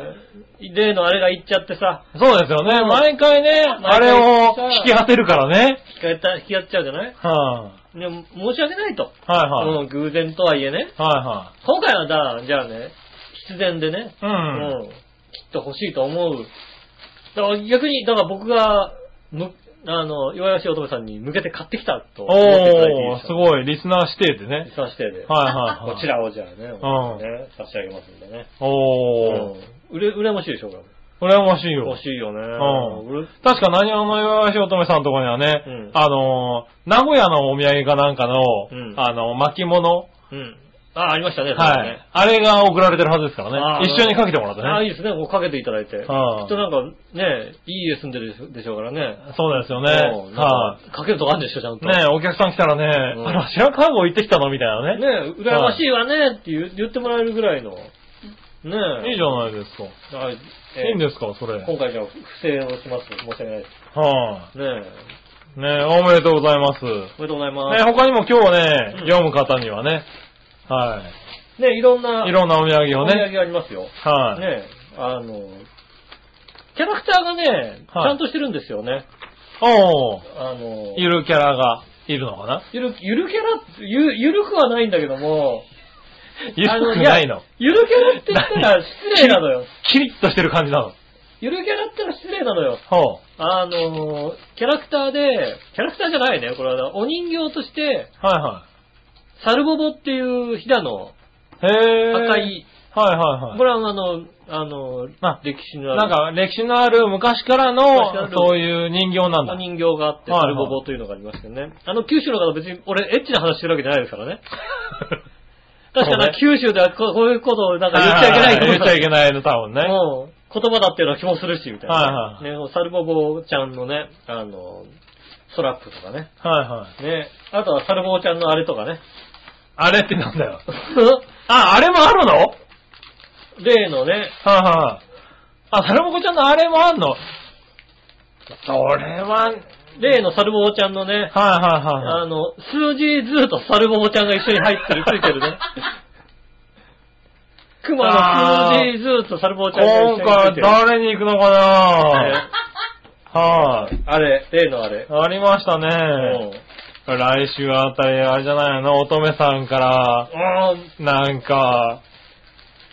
Speaker 2: 例のあれがいっちゃってさ、
Speaker 3: そうですよね。
Speaker 2: うん
Speaker 3: 毎回ね、あ
Speaker 2: 毎
Speaker 3: れ
Speaker 2: 回
Speaker 3: を引き当てるからね。
Speaker 2: 引きやった、引きやっちゃうじゃない
Speaker 3: は
Speaker 2: でも申し訳ないと。
Speaker 3: いはいは
Speaker 2: うん、偶然とはいえね。
Speaker 3: い。は
Speaker 2: 今回はだ、じゃあね、必然でね、
Speaker 3: いはい。うん。
Speaker 2: うん、きっと欲しいと思う。だから逆に、だから僕が、む、あの、岩橋乙女さんに向けて買ってきたと思っていただいていい
Speaker 3: お
Speaker 2: で
Speaker 3: ー、
Speaker 2: し
Speaker 3: す
Speaker 2: ょ
Speaker 3: ごい。リスナー指定で
Speaker 2: 実
Speaker 3: ね。
Speaker 2: 際指定で。
Speaker 3: はいはいはい。
Speaker 2: こち。らをじゃあね、ね差し上げますんでね。
Speaker 3: おー。
Speaker 2: うん売れ、羨ましいでしょうか
Speaker 3: これは欲しいよ
Speaker 2: 欲。しいよね。
Speaker 3: う
Speaker 2: 俺
Speaker 3: 確か何話の岩橋乙女さんのとこにはね
Speaker 2: うん、
Speaker 3: あのー、名古屋のお土産かなんかの
Speaker 2: うん、
Speaker 3: あの、巻物。
Speaker 2: うん。あ、ありましたね、そ
Speaker 3: は
Speaker 2: れ
Speaker 3: い。あれが送られてるはずですから
Speaker 2: あ
Speaker 3: ね。
Speaker 2: ー
Speaker 3: 一緒にかけてもらって
Speaker 2: ね。ああ、いい
Speaker 3: ね。
Speaker 2: ですね。こうかけていただいて。きっ
Speaker 3: ああ
Speaker 2: となんか、ね、いい家住んでるでしょうからね。
Speaker 3: そうですよね。
Speaker 2: うんなん
Speaker 3: はい
Speaker 2: か。かけるとこあるんでしょ、ちゃんと。
Speaker 3: ねえ、お客さん来たらね、
Speaker 2: うん
Speaker 3: あら、白川郷行ってきたのみたいなね。
Speaker 2: ねえ、羨ましいわねって言う言ってもらえるぐらいの。ねえ。
Speaker 3: いいじゃないですか。い
Speaker 2: はい。
Speaker 3: いんですか、それ。はい、
Speaker 2: 今回じゃあ、不正をします。申し訳ないです。ねえ。
Speaker 3: ねえ、おめでとうございます。ね
Speaker 2: おめでとうございます。
Speaker 3: 他にも今日ね、
Speaker 2: うん
Speaker 3: 読む方にはね、は
Speaker 2: ねえ、いろんな、
Speaker 3: い。いろんなお土産
Speaker 2: お
Speaker 3: を
Speaker 2: 土産
Speaker 3: ね、
Speaker 2: がありますよ。ね
Speaker 3: はい、
Speaker 2: え、あの、キャラクターがね、ち
Speaker 3: はい
Speaker 2: ゃんとしてるんですよね。
Speaker 3: おー、
Speaker 2: あの、
Speaker 3: いるキャラがいるのかな
Speaker 2: ゆる、ゆるキャラ、ゆ、ゆるくはないんだけども、
Speaker 3: ゆ
Speaker 2: あ
Speaker 3: るくない
Speaker 2: や
Speaker 3: の。
Speaker 2: ゆるキャラって言ったら失礼なのよ。
Speaker 3: キリッとしてる感じなの。
Speaker 2: ゆるキャラって言ったら失礼なのよ。
Speaker 3: ほ
Speaker 2: あのー、キャラクターで、キャラクターじゃないね、これは。お人形として、
Speaker 3: う。はいは
Speaker 2: サルボボっていう飛騨の
Speaker 3: い。へー。
Speaker 2: 赤。い、
Speaker 3: はいはい
Speaker 2: こ
Speaker 3: はい。
Speaker 2: れはあの、あの、
Speaker 3: あ
Speaker 2: 歴史のある
Speaker 3: なんか歴史のある昔から
Speaker 2: 昔から
Speaker 3: の
Speaker 2: の
Speaker 3: そういう人形なんだ。
Speaker 2: お
Speaker 3: はい
Speaker 2: 人形があって、
Speaker 3: はいはい
Speaker 2: サルボボというのがありましてね。あの、九州の方別に、俺、エッチな話してるわけじゃないですからね。確か
Speaker 3: そう
Speaker 2: な
Speaker 3: ね
Speaker 2: 九州ではここういうことをなんか
Speaker 3: は
Speaker 2: 言
Speaker 3: い
Speaker 2: っちゃいけないと思
Speaker 3: 言っちゃい
Speaker 2: け
Speaker 3: けないの、多分ね。
Speaker 2: ない。うん言葉だったような気もするし、みたいな。
Speaker 3: はい
Speaker 2: ね、サルボボちゃんのね、あの、ストラップとかね。
Speaker 3: はいはい。
Speaker 2: ね、あとはサルボボちゃんのあれとかね。
Speaker 3: あれってなんだよ。あ、あれもあるのはい
Speaker 2: 例のね、
Speaker 3: はい。あ、サルモコちゃんのあれもあんのそれは、はい
Speaker 2: 例のサルボボちゃんのね、
Speaker 3: はいはい。
Speaker 2: あの、数字ずーとサルボボちゃんが一緒に入ってる、ついてる ね。クマの数字ずーとサルボボちゃんが一緒に
Speaker 3: 今
Speaker 2: つい
Speaker 3: 回
Speaker 2: てる。
Speaker 3: 誰に行くのか
Speaker 2: ね
Speaker 3: なはい、
Speaker 2: あれ、例のあれ。
Speaker 3: ありましたね。来週あたり、あれじゃないの、乙女さんから、
Speaker 2: あー
Speaker 3: なんか、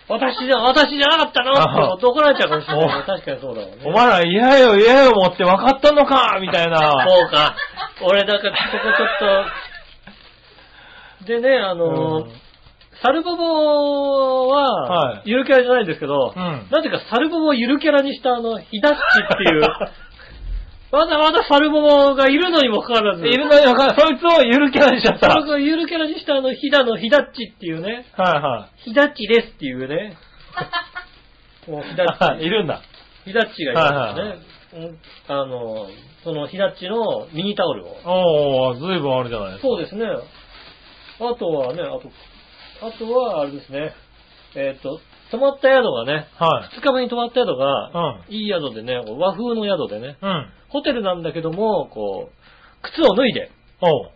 Speaker 2: 私じゃ、私じゃなかったのって怒られちゃうかもしれないね。確かにそうだわね。
Speaker 3: お前ら嫌よ嫌よ持って分かったのかみたいな。
Speaker 2: そうか。俺だから、そこちょっと。でね、あのー
Speaker 3: うん
Speaker 2: サルボボ
Speaker 3: は
Speaker 2: は、
Speaker 3: い
Speaker 2: ゆるキャラじゃないんですけど、
Speaker 3: うん
Speaker 2: なぜかサルボボをゆるキャラにしたあの、ヒダッチっていう、わざわざサルボボがいるのにもかかわらず、
Speaker 3: いるのに分かんそいつをゆるキャラにしちゃった。
Speaker 2: サル
Speaker 3: は
Speaker 2: ボボをゆるキャラにしたあの、ヒダのヒダッチっていうね、
Speaker 3: いは
Speaker 2: ヒダッチですっていう ね、もうヒダッ
Speaker 3: い。
Speaker 2: チ。
Speaker 3: いるんだ。
Speaker 2: ヒダッチがいま
Speaker 3: はいはい
Speaker 2: すねうん。あの、そのヒダッチのミニタオルを。
Speaker 3: おー、ずいぶんあるじゃないですか。
Speaker 2: そうですね。あとはね、あと、あとはあれですね。えっ、と、泊まった宿がね、
Speaker 3: はい。
Speaker 2: 2日目に泊まった宿が、
Speaker 3: う
Speaker 2: いい宿でね、こう和風の宿でね、
Speaker 3: うん。
Speaker 2: ホテルなんだけども、こう、靴を脱いで、
Speaker 3: おう。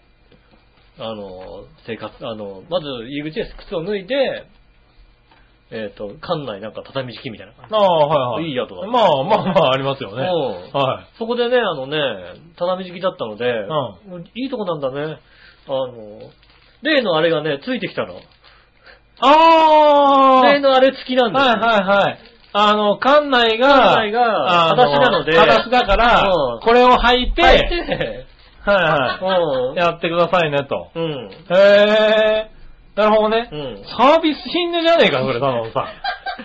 Speaker 2: あの、生活、あの、まず入り口です。靴を脱いで、えっ、と、館内なんか畳敷きみたいな感じ。
Speaker 3: ああ、はいはい。
Speaker 2: いい宿だ
Speaker 3: まあまあまあ、ありますよね。
Speaker 2: うん
Speaker 3: は
Speaker 2: そこでね、あのね、畳敷きだったので、
Speaker 3: う
Speaker 2: いいとこなんだね。あの、例のあれがね、ついてきたの。
Speaker 3: い。ああ
Speaker 2: 例のあれ付きなんですよ
Speaker 3: はいはいはい。あの、館内が、
Speaker 2: 館内が
Speaker 3: あの
Speaker 2: 裸足なので
Speaker 3: 裸足だから
Speaker 2: うん、
Speaker 3: これを履いて、
Speaker 2: 入って、
Speaker 3: はいは
Speaker 2: う
Speaker 3: い。やってくださいねと。
Speaker 2: ん。うん。
Speaker 3: へえ。なるほどね。
Speaker 2: うん
Speaker 3: サービス品でじゃねえか、それ、た のさ。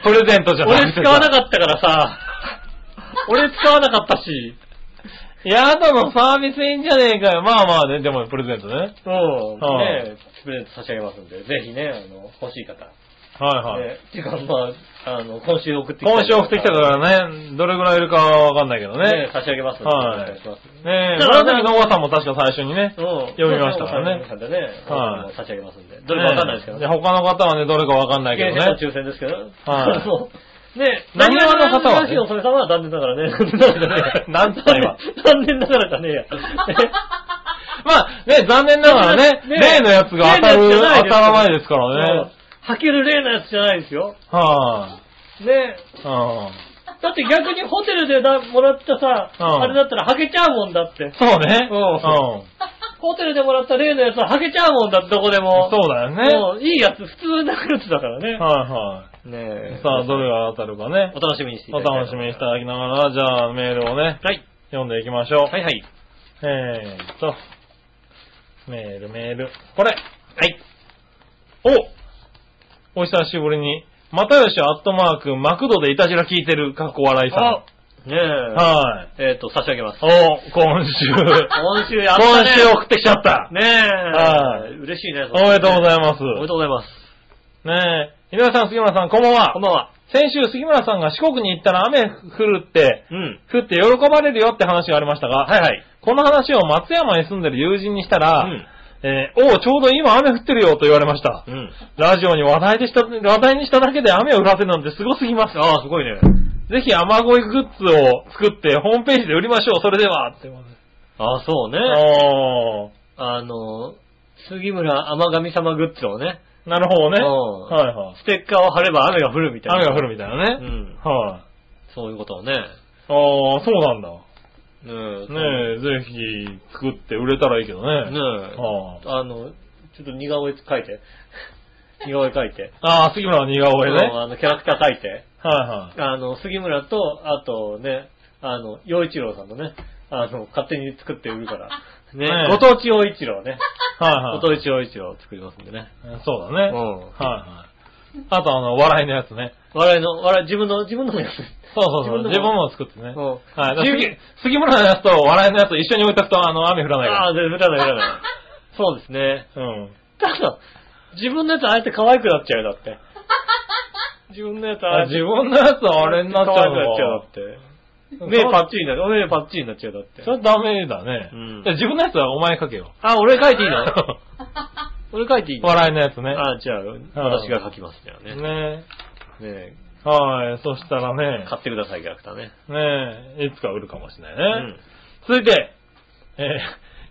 Speaker 3: プレゼントじゃな
Speaker 2: 俺
Speaker 3: くてさ。
Speaker 2: 使わなかったから さ、俺使わなかったし、
Speaker 3: やだのサービス品じゃねえかよ。まあまあね、でもプレゼントね。はい
Speaker 2: うん。
Speaker 3: ああ
Speaker 2: ねプレゼント差し上げますんで、ぜひね、あの、欲しい方。
Speaker 3: はい。
Speaker 2: ねていうか、まあ、あの、今週送ってきた。
Speaker 3: 今週送ってきたからね、どれぐらいいるかはわかんないけど
Speaker 2: ね
Speaker 3: ね。
Speaker 2: 差し上げますんで、
Speaker 3: はい
Speaker 2: お願いします。
Speaker 3: ねえ、
Speaker 2: だからね
Speaker 3: 紫のおばさんも確か最初にね、
Speaker 2: うん。
Speaker 3: 読みましたからね
Speaker 2: 読みましたからね。
Speaker 3: はい
Speaker 2: 差し上げますんで。どれかわかんないですけど
Speaker 3: ね。他の方はね、どれかわかんないけど
Speaker 2: 厳選の
Speaker 3: ね。
Speaker 2: 抽選ですけど。
Speaker 3: はい
Speaker 2: そう。 ね
Speaker 3: なにわの方
Speaker 2: な
Speaker 3: はね
Speaker 2: にわの娘さんは残念だからね。
Speaker 3: なんつった今
Speaker 2: 残念だからじゃねえや。
Speaker 3: まあ、ね、残念ながらね、
Speaker 2: ね
Speaker 3: 例のやつが当た
Speaker 2: 例のや
Speaker 3: る、
Speaker 2: つじゃないです
Speaker 3: 当たらないですからね。
Speaker 2: そう。履ける例のやつじゃないですよ。
Speaker 3: は
Speaker 2: ね
Speaker 3: い。うん。
Speaker 2: だって逆にホテルでだもらったさ、
Speaker 3: うん
Speaker 2: あれだったら履けちゃうもんだって。
Speaker 3: そうね。
Speaker 2: うん
Speaker 3: うん。
Speaker 2: ホテルでもらった例のやつは履けちゃうもんだって、どこでも。
Speaker 3: そうだよね。
Speaker 2: もういいやつ、普通のやつだからね。
Speaker 3: は
Speaker 2: ね
Speaker 3: いは
Speaker 2: え
Speaker 3: い。さあ、どれが当たるかね
Speaker 2: お。楽しみにしてい
Speaker 3: お
Speaker 2: ただきたい
Speaker 3: 楽しみにしていただきながら、じゃあメールをね、
Speaker 2: はい。
Speaker 3: 読んでいきましょう。
Speaker 2: はいはい。
Speaker 3: えーっと、メールメール。これ
Speaker 2: はい。
Speaker 3: おお久しぶりに、またよしアットマーク、マクドでいたじら聞いてる、かっこ笑いさん。
Speaker 2: あ、ねえ。
Speaker 3: はい。
Speaker 2: えっ、と、差し上げます。
Speaker 3: お今週、
Speaker 2: 今週やった
Speaker 3: 今
Speaker 2: ね。
Speaker 3: 週送ってきちゃった。
Speaker 2: ねえ。
Speaker 3: はい
Speaker 2: 嬉しいね。
Speaker 3: おめでとうござい
Speaker 2: ま
Speaker 3: ます。
Speaker 2: おめでとうございます。
Speaker 3: ねえ、井上さん、杉村さん、こんばんは
Speaker 2: こん。ばんは。
Speaker 3: 先週、杉村さんが四国に行ったら雨降るって、
Speaker 2: うん。
Speaker 3: 降って喜ばれるよって話がありましたが、
Speaker 2: はいはい。
Speaker 3: この話を松山に住んでる友人にしたら、
Speaker 2: うん
Speaker 3: えーおう、ちょうど今雨降ってるよと言われました。
Speaker 2: うん。
Speaker 3: ラジオに話題でした、話題にしただけで雨を降らせるなんてすごすぎます。
Speaker 2: ああ、すごいね。
Speaker 3: ぜひ雨乞いグッズを作ってホームページで売りましょう、それでは。ってことで
Speaker 2: ああ、そうね。
Speaker 3: あ
Speaker 2: あの、杉村甘神様グッズをね、
Speaker 3: ーなるほどね。
Speaker 2: うん
Speaker 3: はいはい。
Speaker 2: ステッカーを貼れば雨が降るみたいな。
Speaker 3: 雨が降るみたいな
Speaker 2: う
Speaker 3: ね。
Speaker 2: ん。
Speaker 3: はい、
Speaker 2: そういうことをね。
Speaker 3: ああ、そうなんだ。
Speaker 2: うん。
Speaker 3: ねえ、ぜひ作って売れたらいいけどね。
Speaker 2: ねえ。
Speaker 3: は
Speaker 2: あの、ちょっと似顔絵描いて。 似顔絵描いて。
Speaker 3: ああー、杉村の似
Speaker 2: こ
Speaker 3: 顔絵ね。はい
Speaker 2: あの、キャラクター描いて。
Speaker 3: は
Speaker 2: あの、杉村と、あとね、あの、洋一郎さんのね、あの、勝手に作って売る から。ね
Speaker 3: ね、
Speaker 2: ご当地洋一郎ね。
Speaker 3: い。はい
Speaker 2: ご
Speaker 3: は
Speaker 2: 当地洋一郎を作りますんでね。
Speaker 3: い。そう
Speaker 2: う
Speaker 3: だね。はい
Speaker 2: ん。
Speaker 3: はい。あとあの、笑いのやつね。
Speaker 2: 笑いの、笑い、自分の、自分のもやつ。
Speaker 3: そうそうそう。
Speaker 2: 自
Speaker 3: 自
Speaker 2: 分
Speaker 3: 分
Speaker 2: の
Speaker 3: のを作ってね。
Speaker 2: うん
Speaker 3: はい。だから
Speaker 2: 自分
Speaker 3: 杉杉村のやつと笑いのやつを一緒に置いとくと、あの、雨降らない
Speaker 2: あ
Speaker 3: か
Speaker 2: あ、で、振らない、振らない。そうです ね。
Speaker 3: ら。うん。
Speaker 2: ただ、自分のやつあえて可愛くなっちゃうよ、だって。自分のやつ
Speaker 3: あ自分のやつあれになっちゃう
Speaker 2: 可愛くなっちゃ
Speaker 3: の
Speaker 2: うだ
Speaker 3: か。
Speaker 2: って。目パッチリになる。お目パッチリになっちゃうだって
Speaker 3: そ。れダメだね。
Speaker 2: うん
Speaker 3: じゃあ自分のやつはお前書けよ。
Speaker 2: あ、俺書いていいの 俺書いていいの
Speaker 3: 笑いのやつね。
Speaker 2: あ、じゃあ、私が書きますよね。ね
Speaker 3: ね
Speaker 2: え
Speaker 3: はい。そしたらね、
Speaker 2: 買ってください、キャラクターね。
Speaker 3: ねいつか売るかもしれな
Speaker 2: う
Speaker 3: いね。
Speaker 2: ん。
Speaker 3: 続いて、えー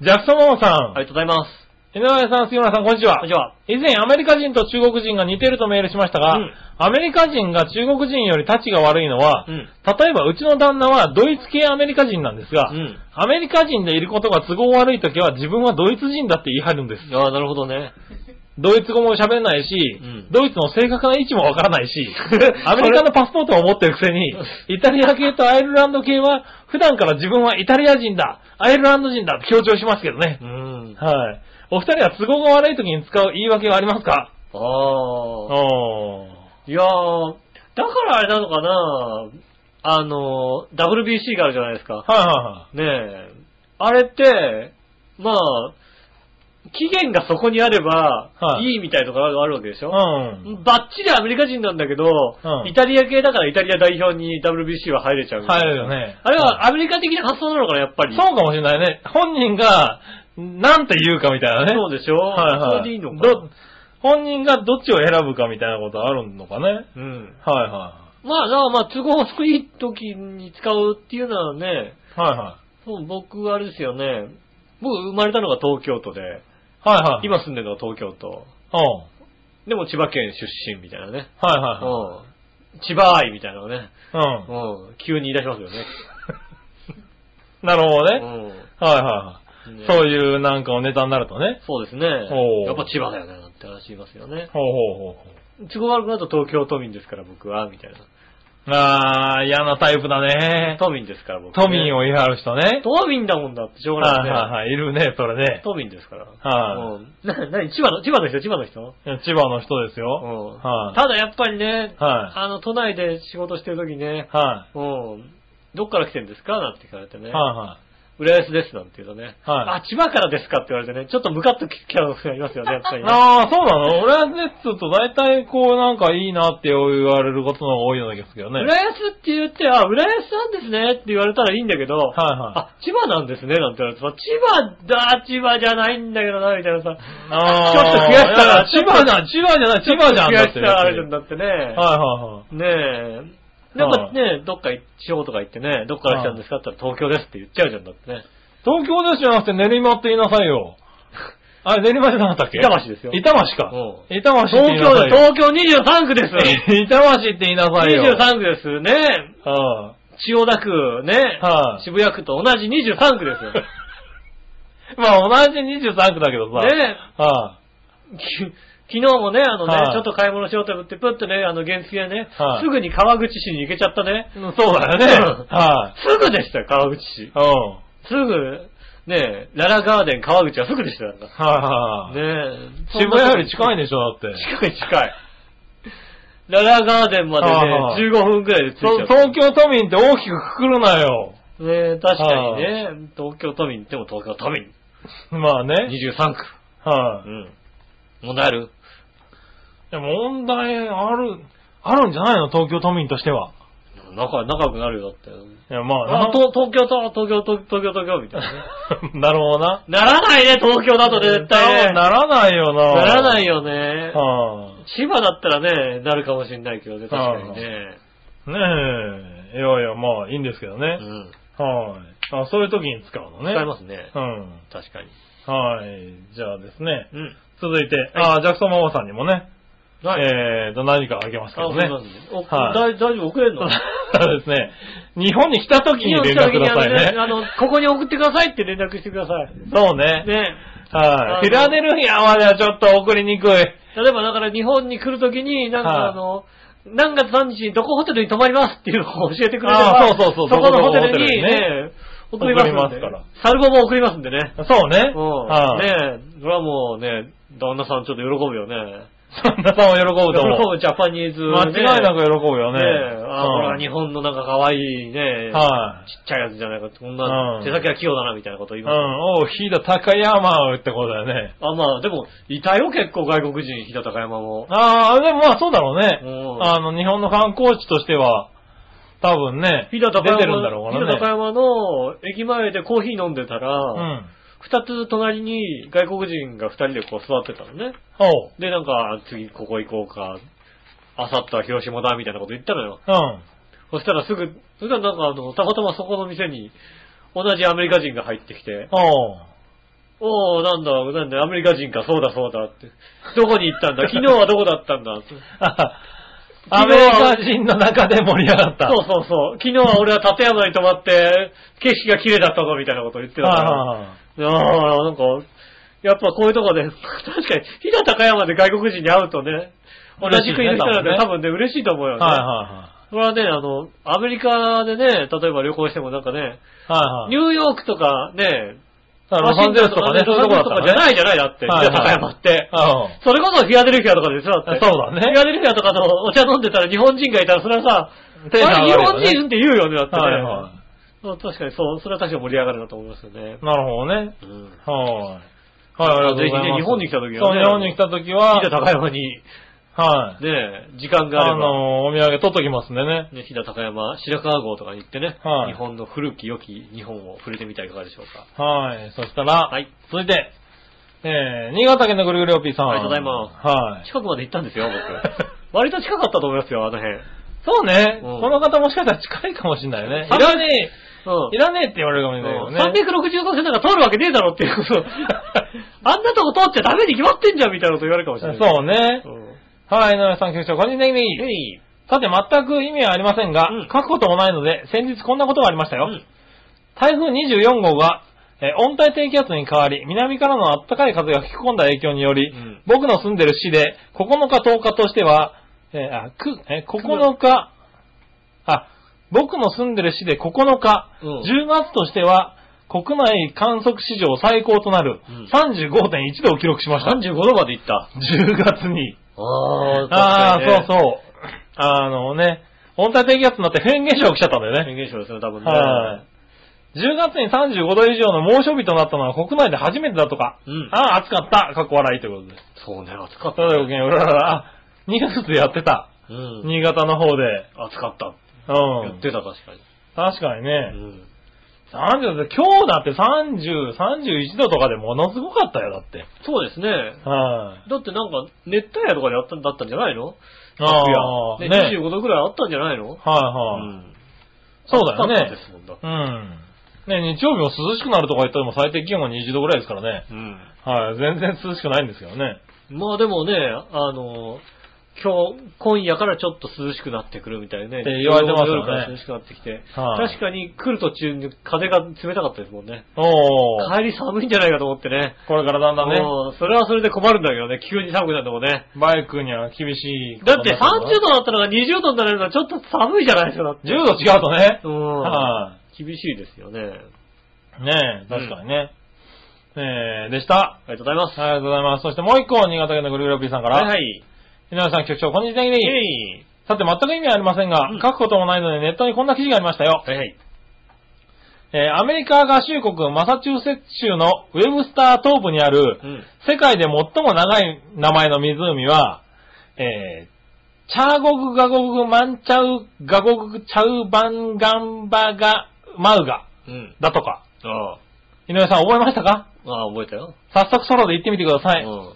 Speaker 3: ジャクソンモモさん。
Speaker 2: ありがとうございます。
Speaker 3: 井上さん、杉村さん、こんにちは。こんにちは。以前、アメリカ人と中国人が似てるとメールしましたが、
Speaker 2: うん
Speaker 3: アメリカ人が中国人より立ちが悪いのは、
Speaker 2: うん。
Speaker 3: 例えばうちの旦那はドイツ系アメリカ人なんですが、
Speaker 2: うん。
Speaker 3: アメリカ人でいることが都合悪い時は自分はドイツ人だって言い張るんです。
Speaker 2: ああ、なるほどね。
Speaker 3: ドイツ語も喋れないし、
Speaker 2: うん
Speaker 3: ドイツの正確な位置もわからな いし、アメリカのパスポートを持ってるくせに、イタリア系とアイルランド系は普段から自分はイタリア人だ、アイルランド人だって強調しますけどね
Speaker 2: う。ん。
Speaker 3: はい。お二人は都合が悪い時に使う言い訳はありますか
Speaker 2: ああ。
Speaker 3: おー。
Speaker 2: いやー、だからあれなのかなあの、WBC があるじゃないですか。
Speaker 3: はいは
Speaker 2: ねえ。あれって、まあ、期限がそこにあれば
Speaker 3: は、い
Speaker 2: いいみたいとかあるわけでし
Speaker 3: い
Speaker 2: ょ、
Speaker 3: はい。うん。
Speaker 2: バッチリアメリカ人なんだけど、
Speaker 3: ん
Speaker 2: イタリア系だからイタリア代表に WBC は入れちゃうみたいな
Speaker 3: 入れるよね
Speaker 2: あれはアメリカ的な発想なのかな、やっぱり。
Speaker 3: そうかもしれないね。本人が、なんて言うかみたいなね。
Speaker 2: そうでしょ
Speaker 3: はいはい。
Speaker 2: それでいいのか
Speaker 3: ど
Speaker 2: な。
Speaker 3: 本人がどっちを選ぶかみたいなことあるのかね。はい
Speaker 2: うん。
Speaker 3: は
Speaker 2: まあ、だからまあ、都合少い時に使うっていうのはね、
Speaker 3: い。はいは
Speaker 2: そう僕、あれですよね。僕、生まれたのが東京都で、
Speaker 3: い。はいはい。。
Speaker 2: 今住んでるのが東京都。
Speaker 3: うん。
Speaker 2: でも千葉県出身みたいなね。
Speaker 3: はいうは
Speaker 2: ん。千葉愛みたいなのね。
Speaker 3: いはい。
Speaker 2: うん。急に言い出しますよね。
Speaker 3: うん。なるほど
Speaker 2: う
Speaker 3: ね。はいは
Speaker 2: ん
Speaker 3: い
Speaker 2: ね
Speaker 3: はい。そういうなんかをネタになるとね。
Speaker 2: そうですね。
Speaker 3: おう
Speaker 2: やっぱ千葉だよね、なんて話言いますよね。
Speaker 3: ほうほうほ
Speaker 2: 都合悪くなると東京都民ですから、僕は、みたいな。
Speaker 3: う。あー、嫌なタイプだね。
Speaker 2: 都民ですから、僕、
Speaker 3: 都民
Speaker 2: を。
Speaker 3: を言い張る人ね。
Speaker 2: 都民だもんだって、しょうが
Speaker 3: はいはい
Speaker 2: ないね。
Speaker 3: はい。いるね、それね。
Speaker 2: 都民ですから。
Speaker 3: は
Speaker 2: うん。な、なに、千葉の、千葉の人、千葉の人
Speaker 3: 千葉の人で
Speaker 2: う
Speaker 3: すよ。
Speaker 2: ん。
Speaker 3: はい
Speaker 2: ただやっぱりね、
Speaker 3: はい
Speaker 2: あの、都内で仕事してるときね、
Speaker 3: は
Speaker 2: うん。どっから来てんですかなんて聞かれてね。
Speaker 3: い。は
Speaker 2: 浦安ですなんて言うとね。あ、
Speaker 3: はい
Speaker 2: 千葉からですかって言われてね。ちょっとムカッときキャラがいますよね、やっぱ
Speaker 3: い
Speaker 2: り ね。
Speaker 3: はい。ああ、そうなの俺はね、ちょっと大体こうなんかいいなって言われることの方が多いような気がするけどね。
Speaker 2: 浦安って言って、あ、浦安なんですねって言われたらいいんだけど、
Speaker 3: はいはい
Speaker 2: あ、千葉なんですねなんて言われてさ、千葉だ、千葉じゃないんだけどな、みたいなさ。
Speaker 3: あ
Speaker 2: ちょっと悔しさが
Speaker 3: いや千葉じゃん、千葉じゃない、千葉じゃん
Speaker 2: ちょっ
Speaker 3: だ
Speaker 2: と
Speaker 3: って。
Speaker 2: 悔しさあるんだってね。
Speaker 3: はいはいはい。
Speaker 2: ねえ。なんか
Speaker 3: はい
Speaker 2: ね、どっか行地方とか行ってね、どっから来たんですかって言ったら東京ですって言っちゃうじゃんだってね。
Speaker 3: 東京ですじゃなくて練馬って言いなさ いよ。あれ、練馬じゃなかったっけ
Speaker 2: 板橋ですよ
Speaker 3: 板橋か。
Speaker 2: う
Speaker 3: 板橋って
Speaker 2: 東
Speaker 3: 言い
Speaker 2: 京
Speaker 3: なさい
Speaker 2: で、
Speaker 3: よ。
Speaker 2: 東京23区です
Speaker 3: 板橋って言いなさいよ。
Speaker 2: 23区ですね。
Speaker 3: は
Speaker 2: 千代田区ね
Speaker 3: い、、はい、
Speaker 2: 渋谷区と同じ23区ですよ。
Speaker 3: まあ同じ23区だけどさ。
Speaker 2: ね
Speaker 3: は
Speaker 2: き昨日もね、あのね、
Speaker 3: はい
Speaker 2: ちょっと買い物しようと思って、プッとね、あの、原付でね、
Speaker 3: はい
Speaker 2: すぐに川口市に行けちゃったね。
Speaker 3: い、そうだよね。
Speaker 2: うん
Speaker 3: はい、
Speaker 2: すぐでしたよ、川口市。
Speaker 3: うん。はい、
Speaker 2: すぐ、ねララガーデン川口はすぐでしたよなんか。
Speaker 3: はい、
Speaker 2: ねえ。
Speaker 3: 渋谷より近いん
Speaker 2: ね。
Speaker 3: でしょ、だって。
Speaker 2: 近い近い。ララガーデンまで
Speaker 3: はい
Speaker 2: ね、15分くらいで着いち
Speaker 3: そ
Speaker 2: ゃう。
Speaker 3: 東京都民って大きくくくるなよ。
Speaker 2: ねえ確かにね、東京都民っても東京都民。
Speaker 3: まあね。
Speaker 2: 23区。
Speaker 3: は
Speaker 2: う
Speaker 3: い、
Speaker 2: ん。問題ある
Speaker 3: でも問題ある、あるんじゃないの東京都民としては。
Speaker 2: 仲、仲良くなるよ、だって。
Speaker 3: いや、まあな
Speaker 2: あ、東東京都、東京都、東京、東京、みたいなね。
Speaker 3: なるほどな。
Speaker 2: ならないね、東京だとね、絶対ね。
Speaker 3: ならないよな。
Speaker 2: ならない
Speaker 3: よ。
Speaker 2: よね。
Speaker 3: は
Speaker 2: 千葉だったらね、なるかもしれないけどね、確かにね。
Speaker 3: あ、ねえ。いやいや、まあ、いいんですけど
Speaker 2: う
Speaker 3: ね。
Speaker 2: ん。
Speaker 3: はい。あ、そういう時に使うのね。
Speaker 2: 使いますね。
Speaker 3: うん。
Speaker 2: 確かに。
Speaker 3: はい。じゃあですね。
Speaker 2: うん。
Speaker 3: 続いて、あ、ジャクソンママさんにもね、
Speaker 2: はい。
Speaker 3: えーと、何かあげますけ
Speaker 2: あ、
Speaker 3: ど
Speaker 2: す
Speaker 3: ね
Speaker 2: い。 ません。お
Speaker 3: はい
Speaker 2: 大大丈夫送れんの
Speaker 3: そうですね。日本に来た時に連絡ください
Speaker 2: いや来た時にあのあ
Speaker 3: ね。
Speaker 2: の、ここに送ってくださいって連絡してください。
Speaker 3: そうね。
Speaker 2: ね。あの
Speaker 3: はい。フィラデルフィアまではちょっと送りにくい。
Speaker 2: 例えばだから日本に来るときに、なんか
Speaker 3: はい
Speaker 2: あの、何月何日にどこホテルに泊まりますっていうのを教えてくれれば
Speaker 3: あ、そうそうそう
Speaker 2: そこのホテル
Speaker 3: どこのホテ
Speaker 2: に
Speaker 3: ルにね
Speaker 2: ね、送りますんで
Speaker 3: 送りますから
Speaker 2: サルゴも送りますんでね。
Speaker 3: そうね。
Speaker 2: うん。
Speaker 3: はい
Speaker 2: ねえ、それはもうね、旦那さんちょっと喜ぶよね。
Speaker 3: 旦那さんは喜ぶと思う。
Speaker 2: ジャパニーズ、ね。
Speaker 3: 間違いなく喜ぶよ
Speaker 2: ね
Speaker 3: ね。
Speaker 2: え、あ、ほ
Speaker 3: う
Speaker 2: ら、
Speaker 3: ん
Speaker 2: 日本のなんか可愛いね、
Speaker 3: はい。
Speaker 2: ちっちゃいやつじゃないかって、こんな、
Speaker 3: うん
Speaker 2: 手先が器用だな、みたいなこと言いうます。
Speaker 3: ん、おう、ひだ高山ってことだよね。
Speaker 2: あ、まあ、でも、いたよ、結構外国人、日高山も。
Speaker 3: ああ、でもまあそうだろうね。
Speaker 2: うん
Speaker 3: あの、日本の観光地としては、多分ね、
Speaker 2: 日高
Speaker 3: 出
Speaker 2: 山
Speaker 3: てるんだろうからね。
Speaker 2: 飛騨高山の駅前でコーヒー飲んでたら、
Speaker 3: うん。
Speaker 2: 二、つ隣に外国人が二人でこう座ってたのね。
Speaker 3: おう。
Speaker 2: で、なんか、次ここ行こうか、あさっては広島だ、みたいなこと言ったのよ。
Speaker 3: うん。
Speaker 2: そしたらすぐ、そしたらなんかあの、たまたまそこの店に、同じアメリカ人が入ってきて、
Speaker 3: おう。
Speaker 2: おー、なんだ、なんだ、アメリカ人か、そうだ、そうだって。どこに行ったんだ、昨日はどこだったんだって。
Speaker 3: アメリカ人の中で盛り上がった。
Speaker 2: そうそうそう。昨日は俺は立山に泊まって、景色が綺麗だったぞ、みたいなこと言ってたから。あ
Speaker 3: あ
Speaker 2: あ、なんか、やっぱこういうとこで、確 かに、日高山で外国人に会うとね、同じ国の人なんで
Speaker 3: 嬉しいね
Speaker 2: 多分ね、嬉しいと思うよ
Speaker 3: あ
Speaker 2: ね。
Speaker 3: は
Speaker 2: これはね、あの、アメリカでね、例えば旅行してもなんかね、
Speaker 3: いはいはい。はいはい。
Speaker 2: ニューヨークとかね、
Speaker 3: だからロサンゼルスとかね、そういうとこだった
Speaker 2: じゃ
Speaker 3: い。
Speaker 2: ないじゃない、だって、日
Speaker 3: はいはい
Speaker 2: 高山って。
Speaker 3: うん。
Speaker 2: それこそフィアデルフィアとかでしょだって。
Speaker 3: そうだね
Speaker 2: フィアデルフィアとかのお茶飲んでたら日本人がいたら、それはさ、
Speaker 3: テンション上がるよね
Speaker 2: あれ日本人って言うよね、だってね。
Speaker 3: はいは
Speaker 2: そう確かにそう、それは確かに盛り上がるなと思いますよね
Speaker 3: い。。なるほどね。
Speaker 2: うん。
Speaker 3: はい。はい、ありがとうございます。
Speaker 2: ぜひね日本に来た時はね
Speaker 3: そう、日本に来た時は、
Speaker 2: 飛騨高山に、
Speaker 3: はい。
Speaker 2: ね、時間があ
Speaker 3: あ
Speaker 2: れば、
Speaker 3: の、お土産取っときますんでね。
Speaker 2: ね、飛騨高山、白川郷とかに行ってね、
Speaker 3: はい
Speaker 2: 日本の古き良き日本を触れてみてはいかがでしょうか。
Speaker 3: はい。そしたら、
Speaker 2: はい。
Speaker 3: 続いて、えー、新潟県のぐるぐるおっぴーさん。
Speaker 2: ありがとうございます
Speaker 3: はい。
Speaker 2: 近くまで行ったんですよ、僕。 割と近かったと思いますよ、あの辺。
Speaker 3: そうね。
Speaker 2: うん
Speaker 3: この方もしかしたら近いかもしれないね。
Speaker 2: そう
Speaker 3: いらね
Speaker 2: うん
Speaker 3: え、いらねえって言われるかもしれ
Speaker 2: う
Speaker 3: ないけど
Speaker 2: ん
Speaker 3: ね。
Speaker 2: 365線なんか通るわけねえだろっていう こと。あんなとこ通っちゃダメに決まってんじゃんみたいなこと言われるかもしれない。
Speaker 3: そうね。
Speaker 2: うん。
Speaker 3: はい、井上さん、局長、こんにちは。
Speaker 2: えい。
Speaker 3: さて、全く意味はありませんが、
Speaker 2: うん
Speaker 3: 書くこともないので、先日こんなことがありましたよ。
Speaker 2: うん
Speaker 3: 台風24号が、えー温帯低気圧に変わり、南からの暖かい風が吹き込んだ影響により、
Speaker 2: うん
Speaker 3: 僕の住んでる市で、9日10日としては、えーあくえー9日、あ、僕の住んでる市で9日、
Speaker 2: うん
Speaker 3: 10月としては、国内観測史上最高となる
Speaker 2: うん
Speaker 3: 35.1度を記録しました。
Speaker 2: 35度まで行った。
Speaker 3: 10月に。
Speaker 2: あ
Speaker 3: ああー、そう
Speaker 2: う。
Speaker 3: そう。あのね、温帯低気圧になってフェーン現象が起きちゃったんだよね。
Speaker 2: 変現象ですね、多分ね。
Speaker 3: はい。10月に35度以上の猛暑日となったのは国内で初めてだとか。
Speaker 2: うん
Speaker 3: ああ、暑かった。かっこ笑いということです。
Speaker 2: そうね、暑かった
Speaker 3: ただよ、うららら、あニュースでやってた。
Speaker 2: うん。
Speaker 3: 新潟の方で。
Speaker 2: 暑かった。
Speaker 3: う
Speaker 2: 言っ
Speaker 3: ん。
Speaker 2: てた、確かに。
Speaker 3: 確かに
Speaker 2: う
Speaker 3: ね。
Speaker 2: ん。
Speaker 3: 30度、今日だって30、31度とかでものすごかったよ、だって。
Speaker 2: そうですね。
Speaker 3: はい。
Speaker 2: だってなんか、熱帯夜とかであったんだったんじゃないの
Speaker 3: ああ、
Speaker 2: 昨
Speaker 3: ね。
Speaker 2: 夜ね
Speaker 3: はい
Speaker 2: 25度ぐらいあったんじゃないのう
Speaker 3: はい。
Speaker 2: ん。
Speaker 3: そうだよね
Speaker 2: 暑かったですもんだ。
Speaker 3: うん。ね、日曜日も涼しくなるとか言っても最低気温が20度ぐらいですからね。
Speaker 2: うん。
Speaker 3: はい、全然涼しくないんですけどね。
Speaker 2: まあでもね、あの、今日、今夜からちょっと涼しくなってくるみたいね。
Speaker 3: って言われてます
Speaker 2: 夜
Speaker 3: よね
Speaker 2: から涼しくなってきて。
Speaker 3: はい
Speaker 2: 確かに来る途中に風が冷たかったですもんね。
Speaker 3: おー。
Speaker 2: 帰り寒いんじゃないかと思ってね。
Speaker 3: これからだんだんね、
Speaker 2: もうそれはそれで困るんだけどね、急に寒くなるのもね。
Speaker 3: バイクには厳しいこ
Speaker 2: だ
Speaker 3: と
Speaker 2: っ
Speaker 3: にな
Speaker 2: て
Speaker 3: るから。
Speaker 2: 30度だったのが20度になれるのはちょっと寒いじゃないですか、だって。
Speaker 3: 10度違うとね。
Speaker 2: うん。
Speaker 3: は
Speaker 2: 厳しいですよね。
Speaker 3: い。ねえ、確かにね。えー、でした。
Speaker 2: ありがとうございます。
Speaker 3: ありがとうございます。そしてもう一個、新潟県のぐるぐるピーさんから。
Speaker 2: はいはい。
Speaker 3: 皆さん局長、こんにちは。
Speaker 2: えい
Speaker 3: さて、全く意味はありませんが、
Speaker 2: うん
Speaker 3: 書くこともないのでネットにこんな記事がありましたよ。
Speaker 2: はいはい。
Speaker 3: えーアメリカ合衆国マサチューセッツ州のウェブスター東部にある、
Speaker 2: うん。
Speaker 3: 世界で最も長い名前の湖は、えー、チャーゴグガゴグマンチャウガゴグチャウバンガンバガマウガ
Speaker 2: うん。
Speaker 3: だとか。
Speaker 2: あ
Speaker 3: 井上さん覚えましたか
Speaker 2: あ、ああ、覚えたよ。
Speaker 3: 早速ソロで言ってみてください。
Speaker 2: うん。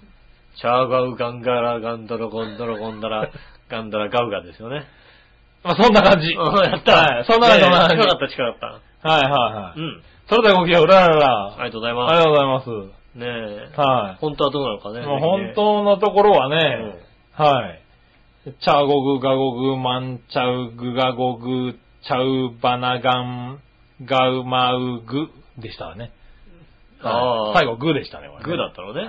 Speaker 2: チャーガウガンガラガンドロゴンドロゴンダ ラ、ガンダラガウガですよね。
Speaker 3: まあ、そんな感じ。
Speaker 2: うんやった。
Speaker 3: はいそんな感じそんな感じ
Speaker 2: ねえ近かった近かっ
Speaker 3: はいはいは
Speaker 2: た。う
Speaker 3: い。
Speaker 2: ん。
Speaker 3: それではごきげんよう、うらら
Speaker 2: あ
Speaker 3: ら。
Speaker 2: りがとうござい
Speaker 3: あ
Speaker 2: ま
Speaker 3: りがとうございます。
Speaker 2: す。ねえ。
Speaker 3: は
Speaker 2: 本当はどうなのか
Speaker 3: い。
Speaker 2: ね。
Speaker 3: もう本当のところは
Speaker 2: う
Speaker 3: ね
Speaker 2: ん、
Speaker 3: はい。チャーゴグガゴグマンチャウグガゴグチャウバナガンガウマウグでしたわね。
Speaker 2: ああ。
Speaker 3: 最後、グーでしたね、これね
Speaker 2: グーだったのね。
Speaker 3: はい。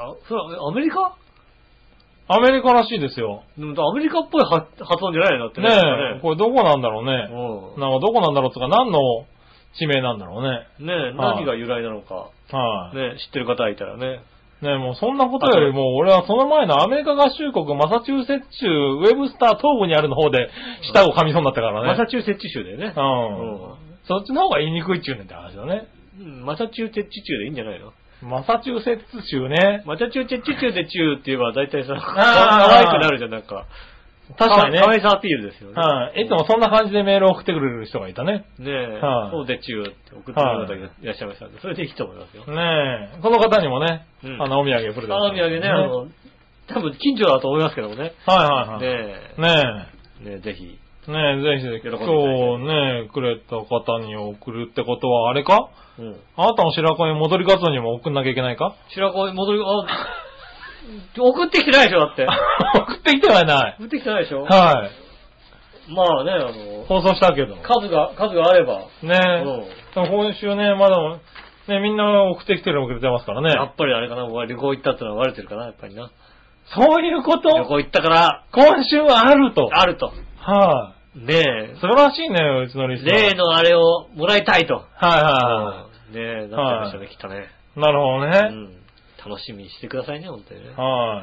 Speaker 2: あ、それはアメリカ
Speaker 3: アメリカらしいですよ。
Speaker 2: でもアメリカっぽい発発音じゃないのだって
Speaker 3: ねえ、これどこなんだろう
Speaker 2: う
Speaker 3: ね。
Speaker 2: ん。
Speaker 3: なんかどこなんだろうとか、何の地名なんだろうね。
Speaker 2: ねえ、何が由来なのか、
Speaker 3: はい。
Speaker 2: ねえ知ってる方いたらね。
Speaker 3: ねもうそんなことよりも、俺はその前のアメリカ合衆国マサチューセッチ州ウェブスター東部にあるの方で、舌を噛みそうになったからね。
Speaker 2: マサチューセッチ州だよね
Speaker 3: う。ん。そっちの方が言いにくいっちゅうねんって話だね。
Speaker 2: うん。マサチューセッチ州でいいんじゃないの
Speaker 3: マサチューセッツ州ね。
Speaker 2: マサチューセッチ州で州って言えば大体さ、可
Speaker 3: あー
Speaker 2: 愛くなるじゃん、なんか。
Speaker 3: 確かにね
Speaker 2: 可愛さアピールですよね。
Speaker 3: はい。いつもそんな感じでメールを送ってくれる人がいたね。
Speaker 2: ねえ
Speaker 3: はい、
Speaker 2: そうで中って送ってもらう方がいらっしゃいましたんで、それでいいと思いますよ。
Speaker 3: ねえ。この方にもね、
Speaker 2: うん
Speaker 3: あの、お土産プレゼント。
Speaker 2: あの、土産ね、あ
Speaker 3: はい
Speaker 2: の、多分近所だと思いますけどもね。
Speaker 3: はいはい。ね
Speaker 2: ねえ、ねえぜひ。
Speaker 3: え。ねえ、ぜひ
Speaker 2: 喜んでいただいて
Speaker 3: 今日ね、くれた方に送るってことは、あれか
Speaker 2: うん。
Speaker 3: あなたの白子に戻りガツオにも送んなきゃいけないか
Speaker 2: 白子に戻り、あ、送ってきてないでしょ、だって。
Speaker 3: 送ってきてはいない。
Speaker 2: 送ってきてないでしょ
Speaker 3: はい。
Speaker 2: まあね、あの、
Speaker 3: 放送したけど。
Speaker 2: 数が、数があれば。
Speaker 3: ねえ。でも今週ね、まだ、ね、みんな送ってきてるのくれてますから
Speaker 2: や
Speaker 3: ね。
Speaker 2: っぱりあれかな、俺旅行行ったってのはバレてるかな、やっぱりな。
Speaker 3: そういうこと
Speaker 2: 旅行行ったから、
Speaker 3: 今週はあると。はい、
Speaker 2: あると。ねえ、
Speaker 3: 素晴らしいね、うちのリスナー。
Speaker 2: 例のあれをもらいたいと。
Speaker 3: はいは
Speaker 2: ねえ、なっちゃいましたね、きっとね。
Speaker 3: いはい。なるほど
Speaker 2: う
Speaker 3: ね。
Speaker 2: ん。楽しみにしてくださいね、本当にね。あ
Speaker 3: はい。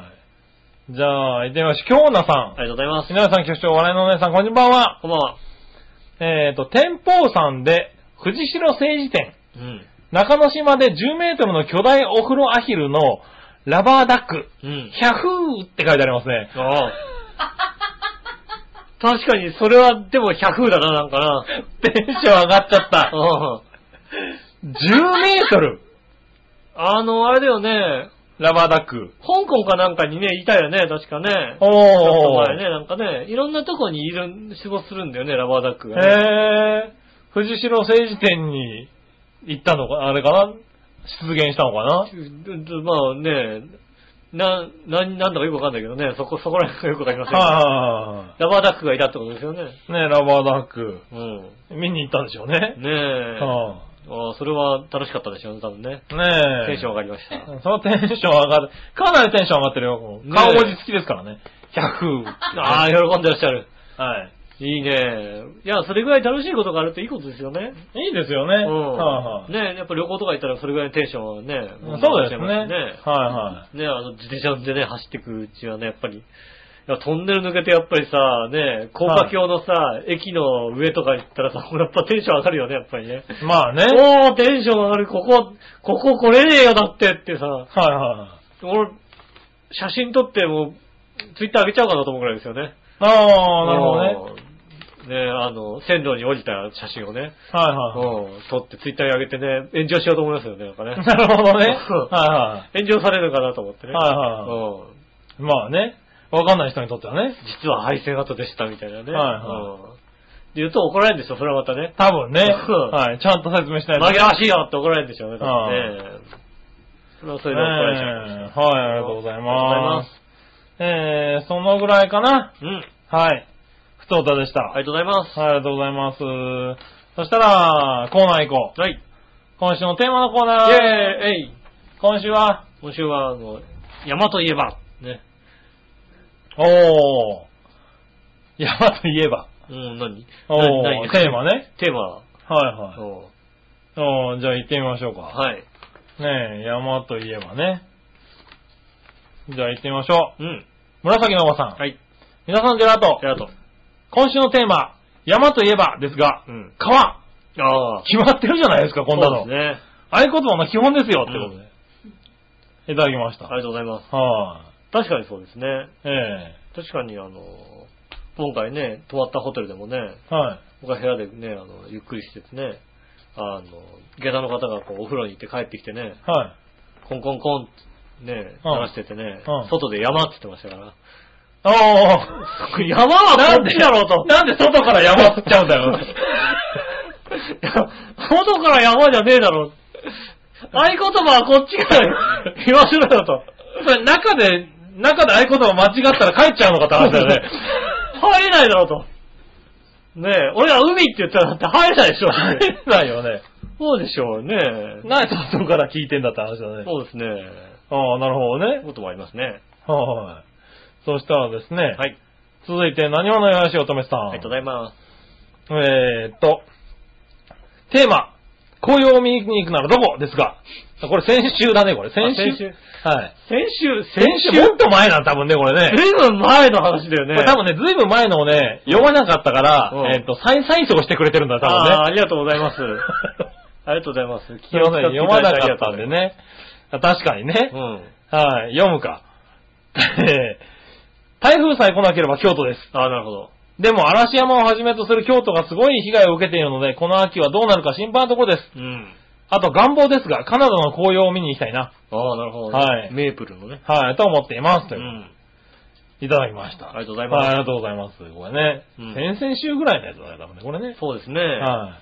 Speaker 3: じゃあ、行ってみましょう。京奈さん。
Speaker 2: りがとうございます。
Speaker 3: 皆さん、局長、笑いのお姉さん、こんばんは。
Speaker 2: こんばんは。
Speaker 3: えっ、と、天保山で、藤代政治店、
Speaker 2: うん。
Speaker 3: 中之島で10メートルの巨大お風呂アヒルのラバーダック、
Speaker 2: うん。
Speaker 3: ヒャフーって書いてありますね。
Speaker 2: ああ。確かに、それは、でも、百風だな、なんかな。
Speaker 3: テンション上がっちゃった。
Speaker 2: うん。
Speaker 3: 10メー トル
Speaker 2: あの、あれだよね、
Speaker 3: ラバーダック。
Speaker 2: 香港かなんかにね、いたよね、確かね。
Speaker 3: おー。
Speaker 2: ちょっと前ね、なんかね、いろんなとこにいる、死亡するんだよね、ラバーダックが、ね。
Speaker 3: へー。藤代政治店に行ったのか、あれかな出現したのかな
Speaker 2: うんうんまあね、な、な、なんだかよくわかんないけどね、そこ、そこら辺がよくわかりませんけど
Speaker 3: は
Speaker 2: ラバーダックがいたってことですよね。
Speaker 3: いはいはい。ね、ラバーダック。
Speaker 2: うん。
Speaker 3: 見に行ったんでしょうね。
Speaker 2: ねえ。
Speaker 3: は
Speaker 2: ああ、それは楽しかったでしょうね、多分ね。
Speaker 3: あ、ねえ。
Speaker 2: テンション上がりました。
Speaker 3: そのテンション上がる。かなりテンション上がってるよ。
Speaker 2: ねえ
Speaker 3: 顔文字好きですからね。100。
Speaker 2: ああ、喜んでらっしゃる。
Speaker 3: はい。
Speaker 2: いいね。いや、それぐらい楽しいことがあるっていいことですよね。
Speaker 3: いいですよね。
Speaker 2: うん。
Speaker 3: はいはい。
Speaker 2: ねやっぱ旅行とか行ったらそれぐらいのテンションはね。
Speaker 3: そうですね。
Speaker 2: 持ってます
Speaker 3: は
Speaker 2: ね。ね、あの、自転車でね、走ってくうちはね、やっぱり。いや、トンネル抜けてやっぱりさ、ね、高架橋のさ、駅の上とか行ったらさ、やっぱテンション上がるよね、やっぱりね。
Speaker 3: いはい。まあね。はい
Speaker 2: おー、テンション上がる、ここ、ここ来れねえよ、だってってさ、
Speaker 3: はい。
Speaker 2: 俺、写真撮ってもう、ツイッター上げちゃうかなと思うぐらいですよね。
Speaker 3: ああ、なるほどね。はい
Speaker 2: うん。ねあの、線路に降りた写真をね、う
Speaker 3: は
Speaker 2: ん、撮ってツイッターに上げてね、炎上しようと思いますよね、なんか
Speaker 3: いはい。
Speaker 2: ね。
Speaker 3: なるほどね。はい
Speaker 2: そう
Speaker 3: は
Speaker 2: 炎上されるのかなと思ってね。
Speaker 3: はいは
Speaker 2: うん。
Speaker 3: い。まあね。わかんない人にとってはね。
Speaker 2: 実は配線跡でしたみたいなね。
Speaker 3: はいは
Speaker 2: うん。言うと怒られるんでしょ、それはまたね。
Speaker 3: 多分ね。
Speaker 2: そう
Speaker 3: はい。ちゃんと説明しない
Speaker 2: 紛
Speaker 3: と。
Speaker 2: らわしいよって怒られるんでしょうね、多分
Speaker 3: う
Speaker 2: ね。それはそれで怒られちゃいました。
Speaker 3: ねえはい、ありがとうございます。えー、そのぐらいかな。
Speaker 2: ありがとうございます。うん。
Speaker 3: はい。ふとうたでした。
Speaker 2: ありがとうございます。
Speaker 3: はい、ありがとうございます。そしたら、コーナー行こう。
Speaker 2: はい。
Speaker 3: 今週のテーマのコーナ
Speaker 2: イ
Speaker 3: ー。
Speaker 2: ェーイえい
Speaker 3: 今週は、
Speaker 2: 今週は、あの、山といえば、ね。
Speaker 3: おー、山といえば。
Speaker 2: うん、何
Speaker 3: お
Speaker 2: 何何
Speaker 3: ー、テーマね。
Speaker 2: テーマ。
Speaker 3: はいはい。
Speaker 2: うん
Speaker 3: おー、じゃあ行ってみましょうか。
Speaker 2: はい。
Speaker 3: ねえ、山といえばね。じゃあ行ってみましょ
Speaker 2: うん。
Speaker 3: う。紫のおばさん。
Speaker 2: はい。
Speaker 3: 皆さん、ジェラート
Speaker 2: あり。がとう。
Speaker 3: 今週のテーマ、山といえばですが、
Speaker 2: うん。
Speaker 3: 川。
Speaker 2: ああ。
Speaker 3: 決まってるじゃないですか、こんな
Speaker 2: そ
Speaker 3: の。
Speaker 2: うですね。
Speaker 3: 合言葉の基本ですよ、ってことで。いただきました。
Speaker 2: ありがとうございます。
Speaker 3: はい、
Speaker 2: 確かにそうですね。
Speaker 3: え
Speaker 2: 確かに、あの、今回ね、泊まったホテルでもね、
Speaker 3: えはい。
Speaker 2: 僕は部屋でね、あの、ゆっくりしててね、あの、下駄の方がこう、お風呂に行って帰ってきてね、
Speaker 3: はい。
Speaker 2: コンコンコンってね、
Speaker 3: うん
Speaker 2: 鳴らしててね
Speaker 3: うん、
Speaker 2: 外で山って言ってましたから。
Speaker 3: おー
Speaker 2: 山は
Speaker 3: な
Speaker 2: なんん
Speaker 3: で
Speaker 2: でだろうと。
Speaker 3: なんで外から山っちゃうんだ
Speaker 2: い
Speaker 3: よ。
Speaker 2: や外から山じゃねえだろ。合言葉はこっちから言わせろよと。
Speaker 3: それ中で、中で合言葉間違ったら帰っちゃうのかって話だよね。
Speaker 2: 入れないだろうと。ねえ、俺は海って言ったらだって入れないでしょ。
Speaker 3: 帰れないよ ね。
Speaker 2: そうでしょうね。
Speaker 3: なんで外から聞いてんだって話だね。
Speaker 2: そうですね。
Speaker 3: ああ、なるほどね。
Speaker 2: こともありますね。
Speaker 3: はい。そしたらですね、
Speaker 2: はい。
Speaker 3: 続いて何者よしおとめさん。
Speaker 2: ありがとうございま
Speaker 3: えーっと、テーマ、紅葉を見に行くならどこですが、これ先週だね、これ。先
Speaker 2: あ
Speaker 3: 週。
Speaker 2: 先週
Speaker 3: はい。
Speaker 2: 先週、
Speaker 3: 先週もっと前なの、多分ね、これね。
Speaker 2: ずいぶん前の話だよ
Speaker 3: こ
Speaker 2: ね。
Speaker 3: れ多分ね、ずいぶん前のをね、読まなかったから、
Speaker 2: うん
Speaker 3: えっ、と、再再送してくれてるんだよ、多分
Speaker 2: ああー、
Speaker 3: ね。
Speaker 2: ありがとうござい ます。ありがとうございます。聞き
Speaker 3: すいません、読まなかったんで。ね。確かにね。
Speaker 2: うん。
Speaker 3: はい、読むか。 えー台風さえ来なければ京都です。
Speaker 2: ああ、なるほど。
Speaker 3: でも嵐山をはじめとする京都がすごい被害を受けているので、この秋はどうなるか心配なところです。
Speaker 2: うん。
Speaker 3: あと願望ですが、カナダの紅葉を見に行きたいな。
Speaker 2: ああ、なるほど、
Speaker 3: はい
Speaker 2: メープルのね。
Speaker 3: はい、と思っています。
Speaker 2: う
Speaker 3: という、
Speaker 2: ん。
Speaker 3: いただきました。
Speaker 2: ありがとうござい
Speaker 3: はい、あり
Speaker 2: ま
Speaker 3: がとうございます。これね、
Speaker 2: うん
Speaker 3: 先々週ぐらいのやつだね、多分ね、これね
Speaker 2: す。。そうですね。
Speaker 3: は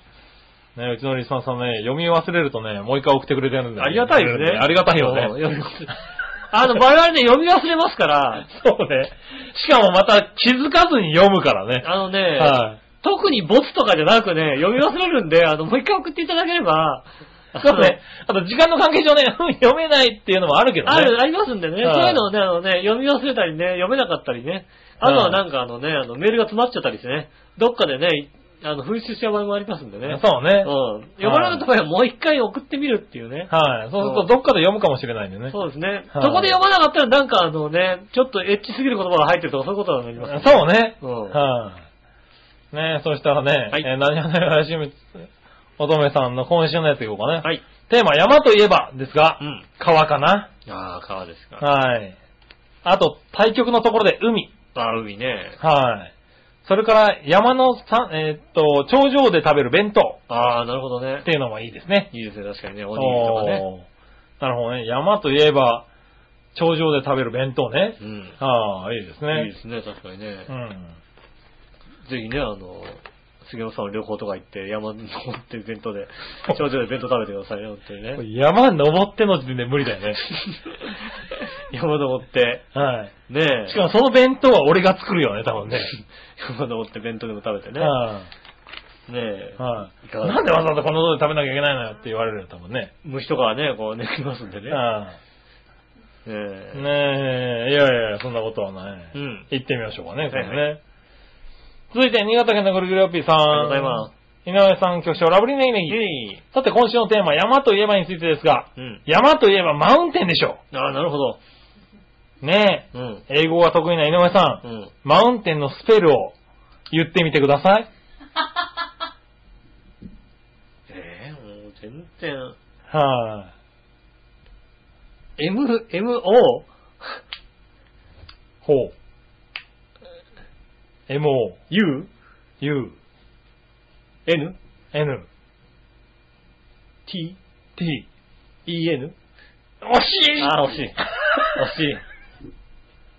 Speaker 3: い。ね、うちのリスナーさんね、読み忘れるとね、もう一回送ってくれてるんで、
Speaker 2: ありがたいですね。
Speaker 3: ありがたいよ
Speaker 2: うん
Speaker 3: ね。
Speaker 2: 読み忘れあの、我々ね、読み忘れますから、
Speaker 3: そうね。しかもまた気づかずに読むからね。
Speaker 2: あのね、
Speaker 3: はい。
Speaker 2: 特にボツとかじゃなくね、読み忘れるんで、あの、もう一回送っていただければ、
Speaker 3: そうね。あと時間の関係上ね、読めないっていうのもあるけどね。
Speaker 2: ある、ありますんでね。
Speaker 3: はい
Speaker 2: そういうのをね、あのね、読み忘れたりね、読めなかったりね。あと
Speaker 3: は
Speaker 2: はいなんかあのね、あの、メールが詰まっちゃったりしてね。どっかでね、いあの、紛失しちゃう場合もありますんでね。
Speaker 3: そうね。
Speaker 2: うん。読まなかった場合はもう一回送ってみるっていうね。
Speaker 3: はい。そうするとどっかで読むかもしれないんでね。そう
Speaker 2: そうですね。そ
Speaker 3: はい
Speaker 2: こで読まなかったらなんかあのね、ちょっとエッチすぎる言葉が入ってるとかそういうことになります。
Speaker 3: ね。
Speaker 2: うん
Speaker 3: はい。ねそしたらね、
Speaker 2: はい
Speaker 3: えー何話よしみ乙女さんの今週のやついこうかね。
Speaker 2: はい。
Speaker 3: テーマ、山といえばですが、
Speaker 2: うん。
Speaker 3: 川かな。
Speaker 2: ああ、川ですか。
Speaker 3: はい。あと、対局のところで海。
Speaker 2: ああ、海ね。
Speaker 3: はい。それから、山のさ、えーっと、頂上で食べる弁当
Speaker 2: ああ、なるほどね
Speaker 3: っ。ていうのもいいですね。
Speaker 2: いいですね、確かにね。おにぎりとかね。
Speaker 3: おーなるほどね。山といえば、頂上で食べる弁当ね。
Speaker 2: うん。
Speaker 3: ああ、いいですね。
Speaker 2: いいですね、確かにね。
Speaker 3: うん。
Speaker 2: ぜひね、あの、杉本さんの旅行とか行って、山に登って弁当 で、頂上で弁当食べてくださいね、本当にね。
Speaker 3: 山登っての時点で無理だよね。
Speaker 2: 山登って、
Speaker 3: はい。
Speaker 2: ねえ。
Speaker 3: しかもその弁当は俺が作るよね、多分ね。
Speaker 2: 山登って弁当でも食べてね。
Speaker 3: は
Speaker 2: ねえ
Speaker 3: い。。はい
Speaker 2: いかがですか
Speaker 3: なんでわざわざこの道で食べなきゃいけないのよって言われるよ、多分ね。
Speaker 2: 虫とかはね、こうね、来ますんでね。
Speaker 3: は
Speaker 2: ね
Speaker 3: い。
Speaker 2: え
Speaker 3: ねえ、いやいや、そんなことはない。
Speaker 2: うん。
Speaker 3: 行ってみましょうかね、これね。
Speaker 2: は
Speaker 3: 続いて、新潟県のぐるぐるおっぴーさん。。
Speaker 2: ありがとうございます
Speaker 3: 井上さん、局長、ラブリーネギネギ。
Speaker 2: イェイ
Speaker 3: さて、今週のテーマ、山といえばについてですが、
Speaker 2: うん。
Speaker 3: 山といえばマウンテンでしょ
Speaker 2: ああ、なるほど。
Speaker 3: う。ね
Speaker 2: うん。
Speaker 3: え、英語が得意な井上さん、
Speaker 2: うん。
Speaker 3: マウンテンのスペルを言ってみてください。
Speaker 2: ええもう全然。
Speaker 3: はい、
Speaker 2: M、M、O、
Speaker 3: ほう。MO、
Speaker 2: U、
Speaker 3: U、
Speaker 2: N、
Speaker 3: N、
Speaker 2: T、
Speaker 3: T。
Speaker 2: E、N。
Speaker 3: 惜しい
Speaker 2: ああ、惜しい。惜しい。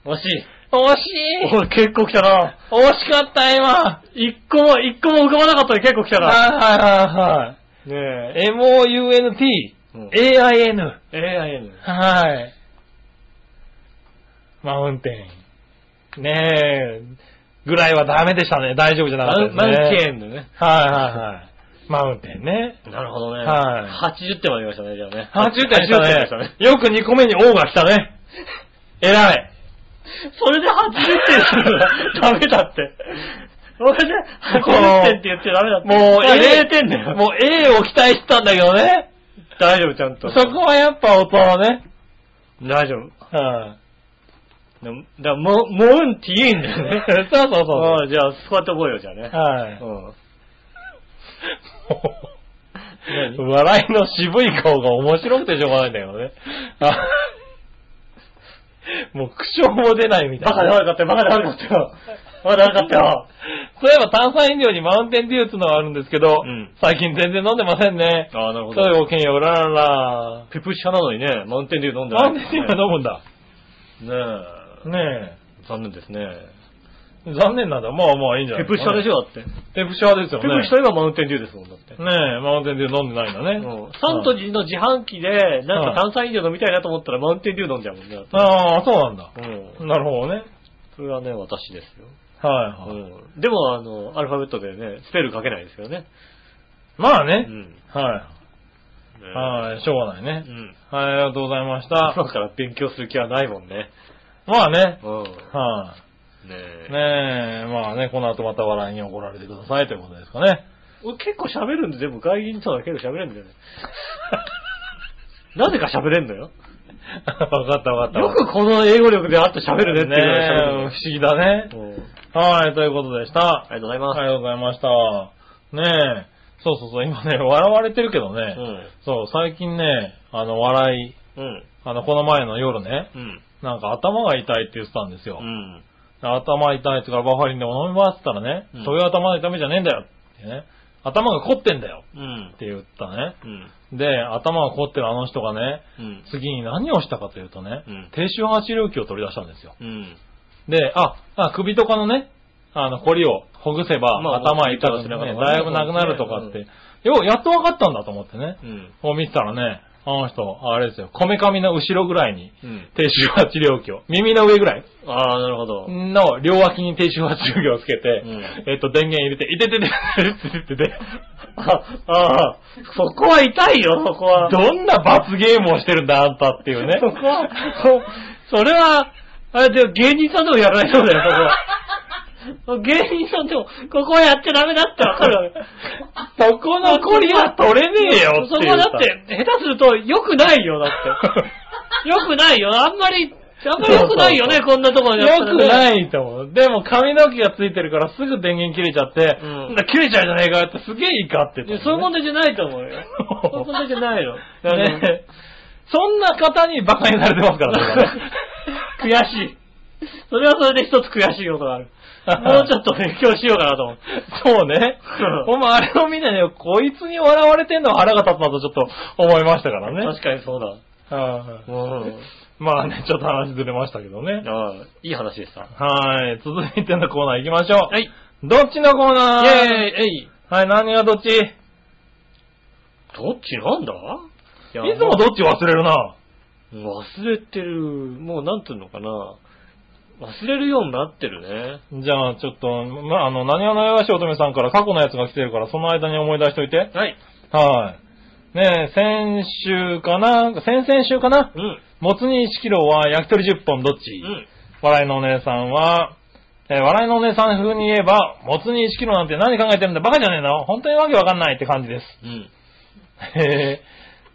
Speaker 2: 惜しい。
Speaker 3: 惜しい
Speaker 2: おい結構来たな。
Speaker 3: 惜しかった、今
Speaker 2: 一個も、一個も浮かばなかったね、結構来たな。
Speaker 3: は
Speaker 2: ね
Speaker 3: いはいはいはい。MOUNT、AIN。
Speaker 2: え。AIN。
Speaker 3: はい。マウンテン。ねえ、ぐらいはダメでしたね。大丈夫じゃな
Speaker 2: マ
Speaker 3: か
Speaker 2: ウ
Speaker 3: っ
Speaker 2: ン
Speaker 3: た
Speaker 2: マウン
Speaker 3: ですね。
Speaker 2: テンのね。
Speaker 3: はいはいはい。マウンテンね。
Speaker 2: なるほどね。
Speaker 3: は
Speaker 2: 80点までりましたね、じゃあね。
Speaker 3: 80点でし
Speaker 2: 80
Speaker 3: たね。よく2個目に O が来たね。偉い。
Speaker 2: それで80点するのダメだって。それで80点って言っちゃダメだって。
Speaker 3: もう
Speaker 2: まあ
Speaker 3: A
Speaker 2: 0点だ よ。
Speaker 3: もう A を期待してたんだけどね。
Speaker 2: 大丈夫、ちゃんと。
Speaker 3: そこはやっぱ音のね。
Speaker 2: 大丈夫。
Speaker 3: はい
Speaker 2: でもだから、も、もうんって言うんだよね。
Speaker 3: そうそうそうそう。
Speaker 2: うんじゃあ、そうやって覚えよう、じゃあね。
Speaker 3: はい。
Speaker 2: う何
Speaker 3: 笑いの渋い顔が面白くてしょうがないんだけど ね。あもう苦笑も出ないみ
Speaker 2: ん。
Speaker 3: た
Speaker 2: バ
Speaker 3: い
Speaker 2: カで。
Speaker 3: な
Speaker 2: 悪かったよ、バカで悪かったよ。バカで悪かったよ。
Speaker 3: そういえば炭酸飲料にマウンテンデューっていうのがあるんですけど、
Speaker 2: うん
Speaker 3: 最近全然飲んでませんね。
Speaker 2: ああ、なるほ
Speaker 3: そういうごきげんよう、うららら。
Speaker 2: ペプシ派なのにね、マウンテンデュー飲んで
Speaker 3: マ
Speaker 2: ない、
Speaker 3: ウンテンデューは飲むんだ。
Speaker 2: ね
Speaker 3: ね
Speaker 2: え。残念ですね。
Speaker 3: え。残念なんだ。まあまあいいんじゃな
Speaker 2: ペプ
Speaker 3: い
Speaker 2: シ派でし
Speaker 3: ょ。
Speaker 2: ょ、だって。ペ
Speaker 3: ペプシ派ですよ
Speaker 2: プ
Speaker 3: ね。
Speaker 2: シといえばマウンテンデューですもん、だって。
Speaker 3: ねえ、マウンテンデュー飲んでないんだね。
Speaker 2: うんサントリーの自販機で、なんか炭酸飲料飲みたいなと思ったらマウンテンデュー飲んじゃうもんね。だって
Speaker 3: ああ、そうなんだ。
Speaker 2: うん。
Speaker 3: なるほどね。
Speaker 2: それはね、私ですよ。
Speaker 3: はいはい。
Speaker 2: うん。でも、あの、アルファベットでね、スペル書けないですよね。
Speaker 3: まあ
Speaker 2: う
Speaker 3: ね。
Speaker 2: ん。
Speaker 3: は
Speaker 2: ね
Speaker 3: い。はい、しょうがないうね。
Speaker 2: ん。
Speaker 3: はい、ありがとうございました。
Speaker 2: 今から勉強する気はないもんね。
Speaker 3: まあね。
Speaker 2: うん。
Speaker 3: は
Speaker 2: ね
Speaker 3: い。
Speaker 2: え。
Speaker 3: ねえ、まあね、この後また笑いに怒られてくださいということですかね。
Speaker 2: 俺結構喋るんで、でも外人とは結構喋れんだよね。なぜか喋れんのよ。
Speaker 3: わかったわかった。
Speaker 2: よくこの英語力であって喋るねって
Speaker 3: ね
Speaker 2: いうぐ
Speaker 3: え
Speaker 2: らい
Speaker 3: 不
Speaker 2: 喋る
Speaker 3: 思議だね。
Speaker 2: のよ。うん
Speaker 3: はい、ということでした。
Speaker 2: ありがとうござい
Speaker 3: あ
Speaker 2: ま
Speaker 3: りがとうございました。ねえ、そうそうそう、今ね、笑われてるけどね
Speaker 2: す。う、ん。
Speaker 3: そう、最近ね、あの、笑い、
Speaker 2: うん。
Speaker 3: あの、この前の夜ね、
Speaker 2: うん。
Speaker 3: なんか頭が痛いって言ってたんですよ。
Speaker 2: うん。
Speaker 3: 頭痛いってからバファリンでも飲みますって言ったらね、
Speaker 2: うん
Speaker 3: そういう頭の痛みじゃねえんだよってね、頭が凝ってんだよ
Speaker 2: うん
Speaker 3: っ。て言ったね。
Speaker 2: うん。
Speaker 3: で、頭が凝ってるあの人がね、
Speaker 2: うん。
Speaker 3: 次に何をしたかというとね、
Speaker 2: うん
Speaker 3: 低周波治療器を取り出したんですよ。
Speaker 2: うん。
Speaker 3: で、あ、あ首とかのね、あの、コリをほぐせば、
Speaker 2: まあ
Speaker 3: 頭痛くしなが
Speaker 2: まあ
Speaker 3: だいぶなくなるとかって、
Speaker 2: うん
Speaker 3: よう、やっと分かったんだと思ってね。
Speaker 2: うん。
Speaker 3: こう見てたらね、あの人、あれですよ、こめかみの後ろぐらいに、
Speaker 2: うん。
Speaker 3: 低周波治療器を、耳の上ぐらい
Speaker 2: ああ、なるほど。
Speaker 3: の両脇に低周波治療器をつけて、
Speaker 2: うん
Speaker 3: えっと、電源入れて、いててててててて、
Speaker 2: ああ、そこは痛いよ、そこは。
Speaker 3: どんな罰ゲームをしてるんだ、あんたっていうね。
Speaker 2: そこは、そそれは、あれでも芸人さんでもやらないそうだよ、そこ は。芸人さんでも、ここはやっちゃダメだってわかるわ
Speaker 3: そこのコリは取れねえよって
Speaker 2: そ
Speaker 3: い
Speaker 2: こ
Speaker 3: うさ
Speaker 2: だって、下手すると良くないよ、だ って。良くないよ、あんまり、あんまり良くないよね、こんなところでやったら
Speaker 3: よ
Speaker 2: ね。
Speaker 3: くないと思う。でも髪の毛がついてるからすぐ電源切れちゃって、
Speaker 2: うん
Speaker 3: な切れちゃうじゃねえかよってすげえ怒ってた、
Speaker 2: いやそういう問題じゃないと思うよ。そういう問題じゃないよ。
Speaker 3: ね。そんな方にバカにされてますからね。
Speaker 2: 悔しい。それはそれで一つ悔しいことがある。もうちょっと勉強しようかなと思う。
Speaker 3: そうね
Speaker 2: うん。
Speaker 3: お前あれを見てね、こいつに笑われてんのは腹が立つなとちょっと思いましたから ね。
Speaker 2: 確かにそうだ。
Speaker 3: はい
Speaker 2: うん。
Speaker 3: まあね、ちょっと話ずれましたけどね。
Speaker 2: ああ、いい話でした。
Speaker 3: はい。続いてのコーナー行きましょう。
Speaker 2: はい。イ
Speaker 3: どっちのコー
Speaker 2: ェー
Speaker 3: ナー
Speaker 2: イえい
Speaker 3: はい、何がどっちい
Speaker 2: どっちなんだい
Speaker 3: つ
Speaker 2: や
Speaker 3: もどっち忘れるな。
Speaker 2: もう忘れてる。もうなんていうのかな。忘れるようになってるね。
Speaker 3: じゃあ、ちょっと、まあ、あの、何話のよしおとめさんから過去のやつが来てるから、その間に思い出しといて。
Speaker 2: はい。
Speaker 3: はい。ねえ、先週かな先々週かな
Speaker 2: うん。
Speaker 3: もつ煮1キロは焼き鳥10本どっち、
Speaker 2: うん。
Speaker 3: 笑いのお姉さんは、えー笑いのお姉さん風に言えば、もつ煮1キロなんて何考えてるんだバカじゃねえの本当にわけわかんないって感じです。
Speaker 2: うん。
Speaker 3: へ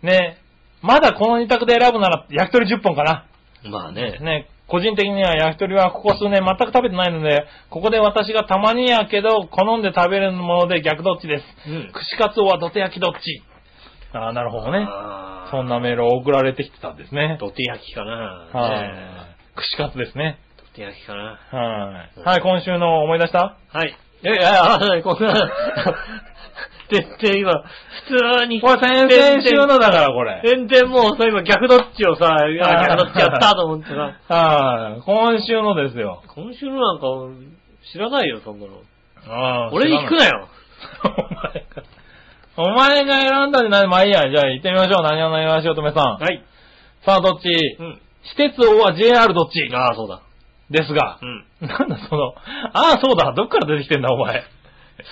Speaker 3: え。ねえ、まだこの2択で選ぶなら焼き鳥10本かな
Speaker 2: まあね。
Speaker 3: ね、個人的には焼き鳥はここ数年全く食べてないので、ここで私がたまにやけど好んで食べるもので逆どっちです。
Speaker 2: うん。
Speaker 3: 串カツオはどて焼きどっちああ、なるほどね。
Speaker 2: あー
Speaker 3: そんなメールを送られてきてたんですね。
Speaker 2: 土手焼きかな。
Speaker 3: はい。串カツですね。
Speaker 2: い。土手焼きかな。
Speaker 3: はい。はい、今週の思い出した
Speaker 2: はい。いやいや、あーこんな、 全然今、普通に。
Speaker 3: これ先々週のだから、これ。
Speaker 2: 全然もう、そう今逆どっちをさ、あー逆どっちやったと思ってさ。
Speaker 3: はい。今週のですよ。
Speaker 2: 今週のなんか、知らないよ、そんなの。
Speaker 3: あー
Speaker 2: 俺に聞くなよ。
Speaker 3: お前が。お前が選んだんじゃないまあいいや。じゃあ行ってみましょう。何を何わしおとめさん。
Speaker 2: はい。
Speaker 3: さあ、どっち
Speaker 2: うん。
Speaker 3: 私鉄王は JR どっち
Speaker 2: ああ、そうだ。
Speaker 3: ですが
Speaker 2: う。ん。
Speaker 3: なんだその、ああ、そうだ。どっから出てきてんだ、お前。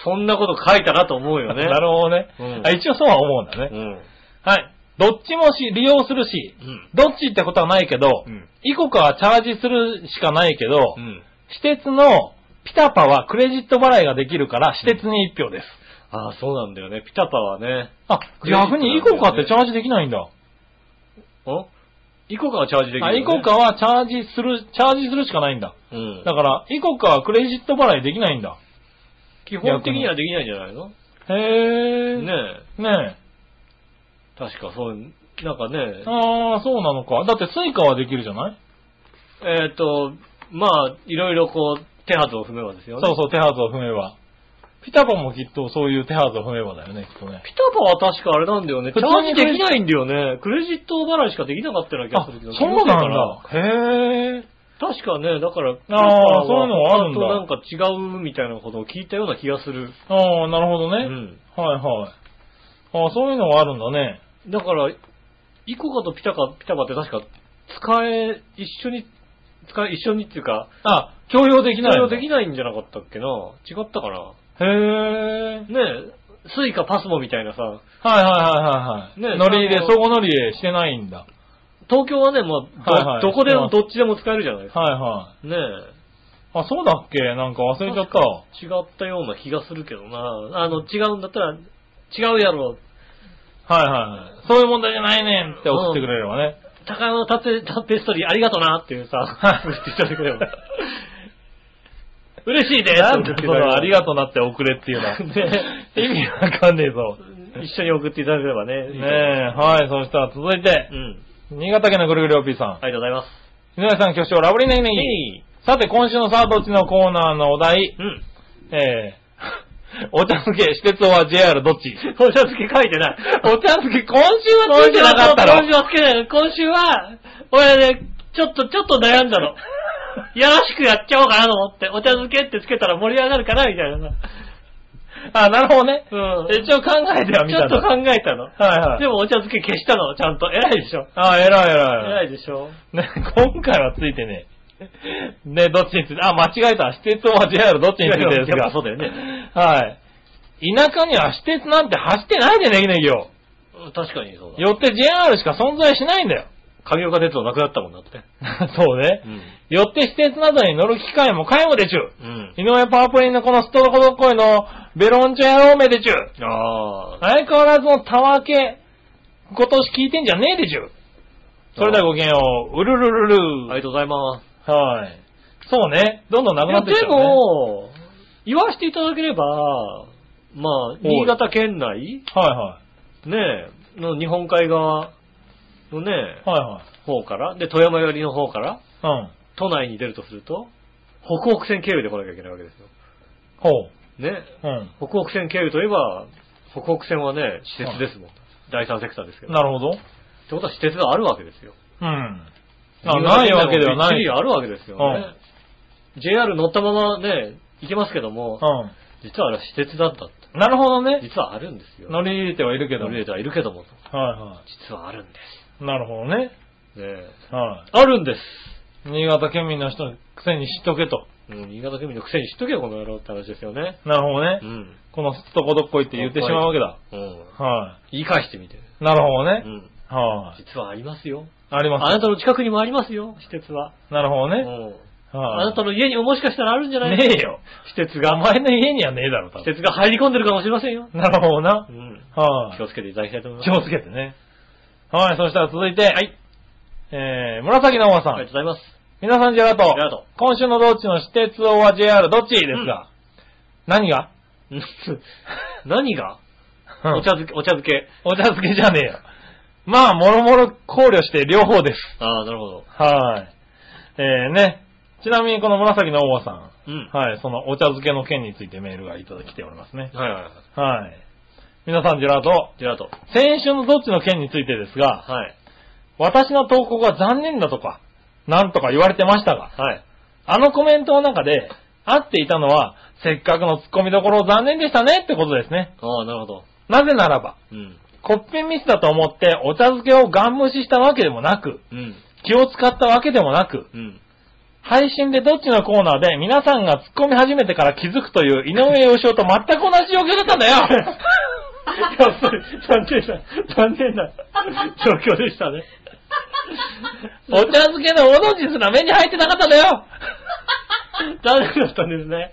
Speaker 2: そんなこと書いたなと思うよね。
Speaker 3: なるほどね
Speaker 2: うん。
Speaker 3: あ一応そうは思うんだ
Speaker 2: う
Speaker 3: ね。
Speaker 2: ん。
Speaker 3: はい。どっちもし利用するし、
Speaker 2: うん。
Speaker 3: どっちってことはないけど
Speaker 2: うん、
Speaker 3: いくかはチャージするしかないけど
Speaker 2: う、ん。
Speaker 3: 私鉄のピタパはクレジット払いができるから、私鉄に1票です。
Speaker 2: ああ、そうなんだよね。ピタパはね。
Speaker 3: あ、
Speaker 2: クレジットなんだよね
Speaker 3: 逆にイコカってチャージできないんだ。
Speaker 2: おイコカはチャージできる、
Speaker 3: あ、
Speaker 2: ね。
Speaker 3: イコカ。はチャージする、チャージするしかないんだ。
Speaker 2: うん。
Speaker 3: だから、イコカはクレジット払いできないんだ。
Speaker 2: 基本的にはできないんじゃないの
Speaker 3: へえ。
Speaker 2: ね
Speaker 3: え。ね
Speaker 2: え。確かそう、なんか
Speaker 3: え。
Speaker 2: ね、
Speaker 3: ああ、そうなのか。だってスイカはできるじゃない
Speaker 2: えっ、と、まあ、いろいろこう、手はずを踏めばですよね。
Speaker 3: そうそう、手はずを踏めば。ピタパもきっとそういう手はずを踏めばだよね、きっとね。
Speaker 2: ピタパは確かあれなんだよね。チ
Speaker 3: 普
Speaker 2: ャ
Speaker 3: 通
Speaker 2: ー
Speaker 3: に
Speaker 2: ジできないんだよね。クレジット払いしかできなかったような気が
Speaker 3: あ、
Speaker 2: す
Speaker 3: そ
Speaker 2: るけど。
Speaker 3: うなんだ。へえ。
Speaker 2: 確かね、だから、
Speaker 3: あーそういうのがあるんだ
Speaker 2: なんか違うみたいなことを聞いたような気がする。
Speaker 3: ああ、なるほど
Speaker 2: う
Speaker 3: ね。
Speaker 2: ん。
Speaker 3: はいはい。ああ、そういうのがあるんだね。
Speaker 2: だから、イコカとピタカ、ピタカって確か、使え、一緒に、使え、一緒にっていうか、
Speaker 3: あ、共用できない
Speaker 2: 対
Speaker 3: の。
Speaker 2: 応できないんじゃなかったっけな違ったかな
Speaker 3: へえ。
Speaker 2: ねえ、スイカパスモみたいなさ、
Speaker 3: はいはいはいは
Speaker 2: ね
Speaker 3: いはい。乗り入れ、
Speaker 2: その
Speaker 3: 相互乗り入れしてないんだ。
Speaker 2: 東京はね、まあ、ど,、
Speaker 3: はいはい
Speaker 2: こで
Speaker 3: ま
Speaker 2: も
Speaker 3: あ
Speaker 2: どっちでも使えるじゃないですか。
Speaker 3: はいは
Speaker 2: ねえ。
Speaker 3: い。あ、そうだっけなんか忘れちゃった。
Speaker 2: 違ったような気がするけどな。あの、違うんだったら、違うやろ。
Speaker 3: はいはいはい。そういう問題じゃないねんって送ってくれればね。
Speaker 2: 高山のタペタペストリーありがとなっていうさ、送っていただけ れば。嬉しいです
Speaker 3: なんでそのありが
Speaker 2: と
Speaker 3: とうなって送れっていうのは。
Speaker 2: ね
Speaker 3: 意味わかんねえぞ。
Speaker 2: 一緒に送っていただければね。
Speaker 3: ねえ、はい、そしたら続いて
Speaker 2: う、ん。
Speaker 3: 新潟県のぐるぐるおっぴーさん。
Speaker 2: ありがとうございます。
Speaker 3: 井上さん、挙手をラブリーネギネギ。
Speaker 2: いい。
Speaker 3: さて、今週のサードっちのコーナーのお題、
Speaker 2: うん。
Speaker 3: えー、 お茶漬け、私鉄は JR どっち
Speaker 2: お茶漬け書いてない。
Speaker 3: お茶漬け、今週はついてなかったろ
Speaker 2: 今週はつけない今週は、俺ね、ちょっと、ちょっと悩んだ の。やらしくやっちゃおうかなと思って、お茶漬けってつけたら盛り上がるかな、みたいなさ。
Speaker 3: あ、なるほどね。
Speaker 2: うん。
Speaker 3: 一応考えてはみ
Speaker 2: ちょ
Speaker 3: たん
Speaker 2: っと
Speaker 3: だ。
Speaker 2: 考えたの。
Speaker 3: はいはい
Speaker 2: でもお茶漬け消したの、ちゃんと。偉いでしょ。
Speaker 3: あ、偉い偉
Speaker 2: 偉
Speaker 3: い。
Speaker 2: いでしょ。
Speaker 3: ね、 今回はついてね。ね、どっちについて、あ、間違えた。私鉄は JR どっちについてです
Speaker 2: やっ
Speaker 3: が。
Speaker 2: ぱそうだよね。
Speaker 3: はい。田舎には私鉄なんて走ってないでね、ネギネギを。
Speaker 2: うん確かにそうだ。
Speaker 3: よって JR しか存在しない んだよ。
Speaker 2: 神岡鉄道なくなったもんだって。
Speaker 3: そうね。よって私鉄などに乗る機会も皆無でちゅ。
Speaker 2: うん。
Speaker 3: 井上パープリンのこのストロコどっこいのベロンチョ野郎めでちゅ。
Speaker 2: ああ。
Speaker 3: 相変わらずのたわけ、今年聞いてんじゃねえでちゅ。それではごきげんよう。うるるるる
Speaker 2: ありがとうございます。
Speaker 3: はい。そうね。どんどんなくなってきち
Speaker 2: で
Speaker 3: ゃう、ね。
Speaker 2: も、言わせていただければ、まあ、新潟県内
Speaker 3: はいは
Speaker 2: ねえ、の日本海側のね、
Speaker 3: い。は
Speaker 2: 方から、で、富山寄りの方から、
Speaker 3: いはい。うん。
Speaker 2: 都内に出るとすると、北北線経由で来なきゃいけないわけですよ。
Speaker 3: ほ
Speaker 2: ね。
Speaker 3: う。うん。
Speaker 2: 北北線経由といえば、北北線はね、私鉄ですもん。第三セクターですけど。っ
Speaker 3: なるほど。
Speaker 2: てことは私鉄があるわけですよ。
Speaker 3: うん。あないわけではな
Speaker 2: びっち
Speaker 3: い。
Speaker 2: り
Speaker 3: う
Speaker 2: あるわけですよね。JR 乗ったままね、行けますけども、
Speaker 3: ん。
Speaker 2: 実はあれは私鉄だったって。
Speaker 3: なるほどね。
Speaker 2: 実はあるんですよ。
Speaker 3: 乗り入れてはいるけど。
Speaker 2: 乗り入れ
Speaker 3: は
Speaker 2: てはいるけども、
Speaker 3: いは
Speaker 2: 実はあるんで
Speaker 3: い。なるほどね。
Speaker 2: す。ねえ
Speaker 3: は
Speaker 2: あるんです。
Speaker 3: い。新潟県民の人のくせに知っとけと。
Speaker 2: うん、新潟県民のくせに知っとけよ、この野郎って話ですよね。
Speaker 3: なるほどね
Speaker 2: う。ん。
Speaker 3: このすっとこどっこいって言ってしまうわけだ。
Speaker 2: うん。
Speaker 3: は
Speaker 2: 言い返してみて。
Speaker 3: い。なるほど
Speaker 2: う
Speaker 3: ね。
Speaker 2: ん。
Speaker 3: はい。
Speaker 2: 実はありますよ。
Speaker 3: あり
Speaker 2: あ
Speaker 3: ます。
Speaker 2: なたの近くにもありますよ、私鉄は。
Speaker 3: なるほど
Speaker 2: う
Speaker 3: ね。
Speaker 2: ん。あ
Speaker 3: は
Speaker 2: なたの家にももしかしたらあるんじゃない
Speaker 3: い。ねえよ。
Speaker 2: 私鉄
Speaker 3: 名
Speaker 2: が、
Speaker 3: 前の家にはねえだろ、多
Speaker 2: 私
Speaker 3: 分。
Speaker 2: 鉄が入り込んでるかもしれませんよ。
Speaker 3: なるほどな
Speaker 2: う。ん。
Speaker 3: はい
Speaker 2: 気。をつけていただきたいと思います。
Speaker 3: 気をつけてね。はい、そしたら続いて、はい。えー、紫のおばさ
Speaker 2: ありがとうんご。ざいます。
Speaker 3: 皆さん、ジェラート。
Speaker 2: ジェラート
Speaker 3: 今週の道中の私鉄王は JR どっちですが、何が
Speaker 2: うん 何がお茶漬け、お茶漬け。
Speaker 3: お茶漬けじゃねえよ。まあ、もろもろ考慮して両方です。
Speaker 2: ああ、なるほど。
Speaker 3: はい。えー、ね。ちなみにこの紫のおばさん。
Speaker 2: うん。
Speaker 3: はい、そのお茶漬けの件についてメールがいただきておりますね。
Speaker 2: はいはいはい。
Speaker 3: はい。皆さん、ジェラート。
Speaker 2: ジェラート。
Speaker 3: 先週のどっちの件についてですが、
Speaker 2: はい。
Speaker 3: 私の投稿が残念だとか、なんとか言われてましたが、
Speaker 2: はい。
Speaker 3: あのコメントの中で、合っていたのは、せっかくのツッコミどころを残念でしたねってことですね。
Speaker 2: ああ、なるほど。
Speaker 3: なぜならば、
Speaker 2: うん。
Speaker 3: コッペミスだと思ってお茶漬けをガン無視したわけでもなく、
Speaker 2: うん。
Speaker 3: 気を使ったわけでもなく、
Speaker 2: うん。
Speaker 3: 配信でどっちのコーナーで皆さんが突っ込み始めてから気づくという井上洋雄と全く同じ状況だったんだよ
Speaker 2: やっぱり、残念な、残念な状況でしたね。
Speaker 3: お茶漬けのおのじすら目に入ってなかったんだよ
Speaker 2: 残念だったんですね。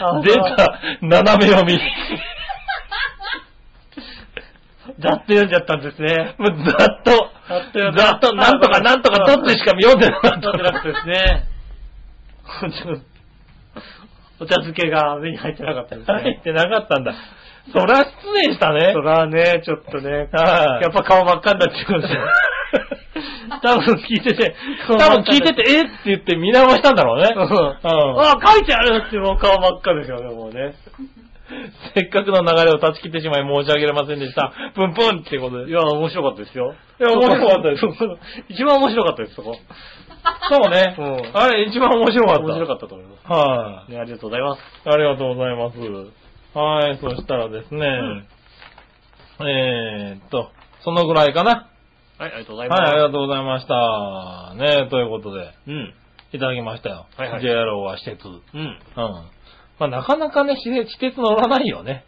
Speaker 2: あ
Speaker 3: 出。た、斜め読み。
Speaker 2: だって読んじゃったんですね。
Speaker 3: もうざっと、
Speaker 2: ざっとや
Speaker 3: ざっと、なんとかなんとかどっちしか読んでなか
Speaker 2: だ
Speaker 3: っ
Speaker 2: ってなくて
Speaker 3: た。
Speaker 2: ですね。 お茶漬けが目に入ってなかったですね。
Speaker 3: 入ってなかったんだ。そりゃ失礼したね
Speaker 2: そ。らね、ちょっとね、
Speaker 3: はい
Speaker 2: やっぱ顔真っ赤になっちゃうんですよ。 多分聞いてて、
Speaker 3: 多分聞いてて、えって言って見直したんだろうね。
Speaker 2: うんあ、書いてあるってもう顔真っ赤ですよね、もうね。
Speaker 3: せっかくの流れを断ち切ってしまい申し訳ありませんでした。プンプンってこと
Speaker 2: い
Speaker 3: で。
Speaker 2: や、面白かったですよ。
Speaker 3: いや面白かったです
Speaker 2: そこ。そこ一番面白かったです、そこ。
Speaker 3: そうね
Speaker 2: うん。
Speaker 3: あれ一番面白かった。
Speaker 2: 面白かったと思いま
Speaker 3: は
Speaker 2: す。ね、ありがとうございます。
Speaker 3: い。ありがとうございます。はい、そしたらですね、えーっと、そのぐらいかな。
Speaker 2: はい、ありがとうござ
Speaker 3: はいい、
Speaker 2: ます。
Speaker 3: ありがとうございました。ねということで、
Speaker 2: うん。
Speaker 3: いただきましたよ。
Speaker 2: はいはい
Speaker 3: JR は施設。うん。
Speaker 2: うん。
Speaker 3: まあ、なかなかね、施設施設乗らないよね。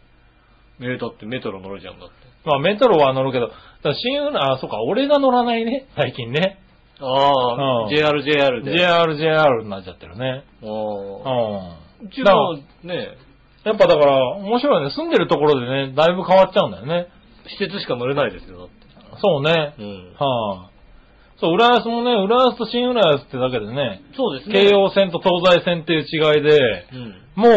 Speaker 2: メーターってメトロ乗るじゃんだって。
Speaker 3: まあ、メトロは乗るけど、だから新浦、あ、そうか、俺が乗らないね、最近ね。
Speaker 2: あ
Speaker 3: う
Speaker 2: あ、
Speaker 3: ん
Speaker 2: JR、JR で。。
Speaker 3: JR、JR になっちゃってるね。う
Speaker 2: ああ。
Speaker 3: ん。
Speaker 2: うち
Speaker 3: だ
Speaker 2: もね、
Speaker 3: やっぱだから、面白いね。住んでるところでね、だいぶ変わっちゃうんだよね。
Speaker 2: 施設しか乗れないですよ、だっ
Speaker 3: そうね
Speaker 2: て。。うん。
Speaker 3: はあ。そう、浦安もね、浦安と新浦安ってだけでね、
Speaker 2: そうですね。
Speaker 3: 京。葉線と東西線っていう違いで、
Speaker 2: うん。
Speaker 3: もう、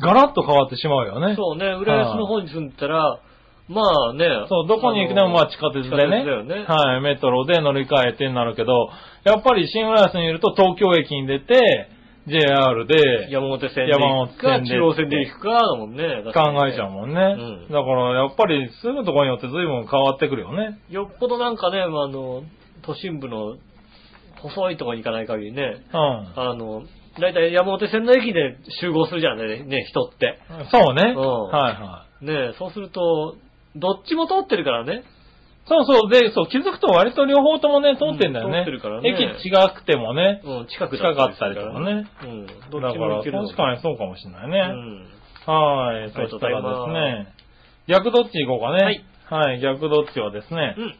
Speaker 3: ガラッと変わってしまうよね。
Speaker 2: そうね、浦安の方に住んでたら、まあね。
Speaker 3: そう、どこに行くでもまあ地下鉄で
Speaker 2: 地
Speaker 3: ね
Speaker 2: 下鉄だよね。
Speaker 3: はい、メトロで乗り換えてになるけど、やっぱり新浦安にいると東京駅に出て、JR で
Speaker 2: 山手線で
Speaker 3: 山
Speaker 2: 行
Speaker 3: 手
Speaker 2: くか、
Speaker 3: 線で
Speaker 2: 中央線で行くか、だもんね。だってね
Speaker 3: 考えちゃうもんね。
Speaker 2: うん
Speaker 3: だからやっぱり住むところによって随分変わってくるよね。
Speaker 2: よっぽどなんかね、まああの、都心部の細いとこに行かない限りね、
Speaker 3: うん。
Speaker 2: あの、だいたい山手線の駅で集合するじゃんね、ね、人って。
Speaker 3: そうね。
Speaker 2: うん
Speaker 3: はいはい。
Speaker 2: ねそうすると、どっちも通ってるからね。
Speaker 3: そうそう。で、そう、気づくと割と両方ともね、通ってんだよね。
Speaker 2: うん通ってるからね
Speaker 3: 駅違くてもね。
Speaker 2: うん、近く
Speaker 3: 近かったりとか。ね。
Speaker 2: うん、ど
Speaker 3: だ
Speaker 2: っ
Speaker 3: か
Speaker 2: ちも
Speaker 3: ら、
Speaker 2: 行けるの
Speaker 3: 確かにそうかもしれないね。
Speaker 2: うん。
Speaker 3: はい。そ
Speaker 2: ありがと
Speaker 3: し
Speaker 2: うご
Speaker 3: た
Speaker 2: ざい
Speaker 3: ら
Speaker 2: ます
Speaker 3: ですね、逆どっち行こうかね。
Speaker 2: はい。
Speaker 3: はい、逆どっちはですね
Speaker 2: う、ん。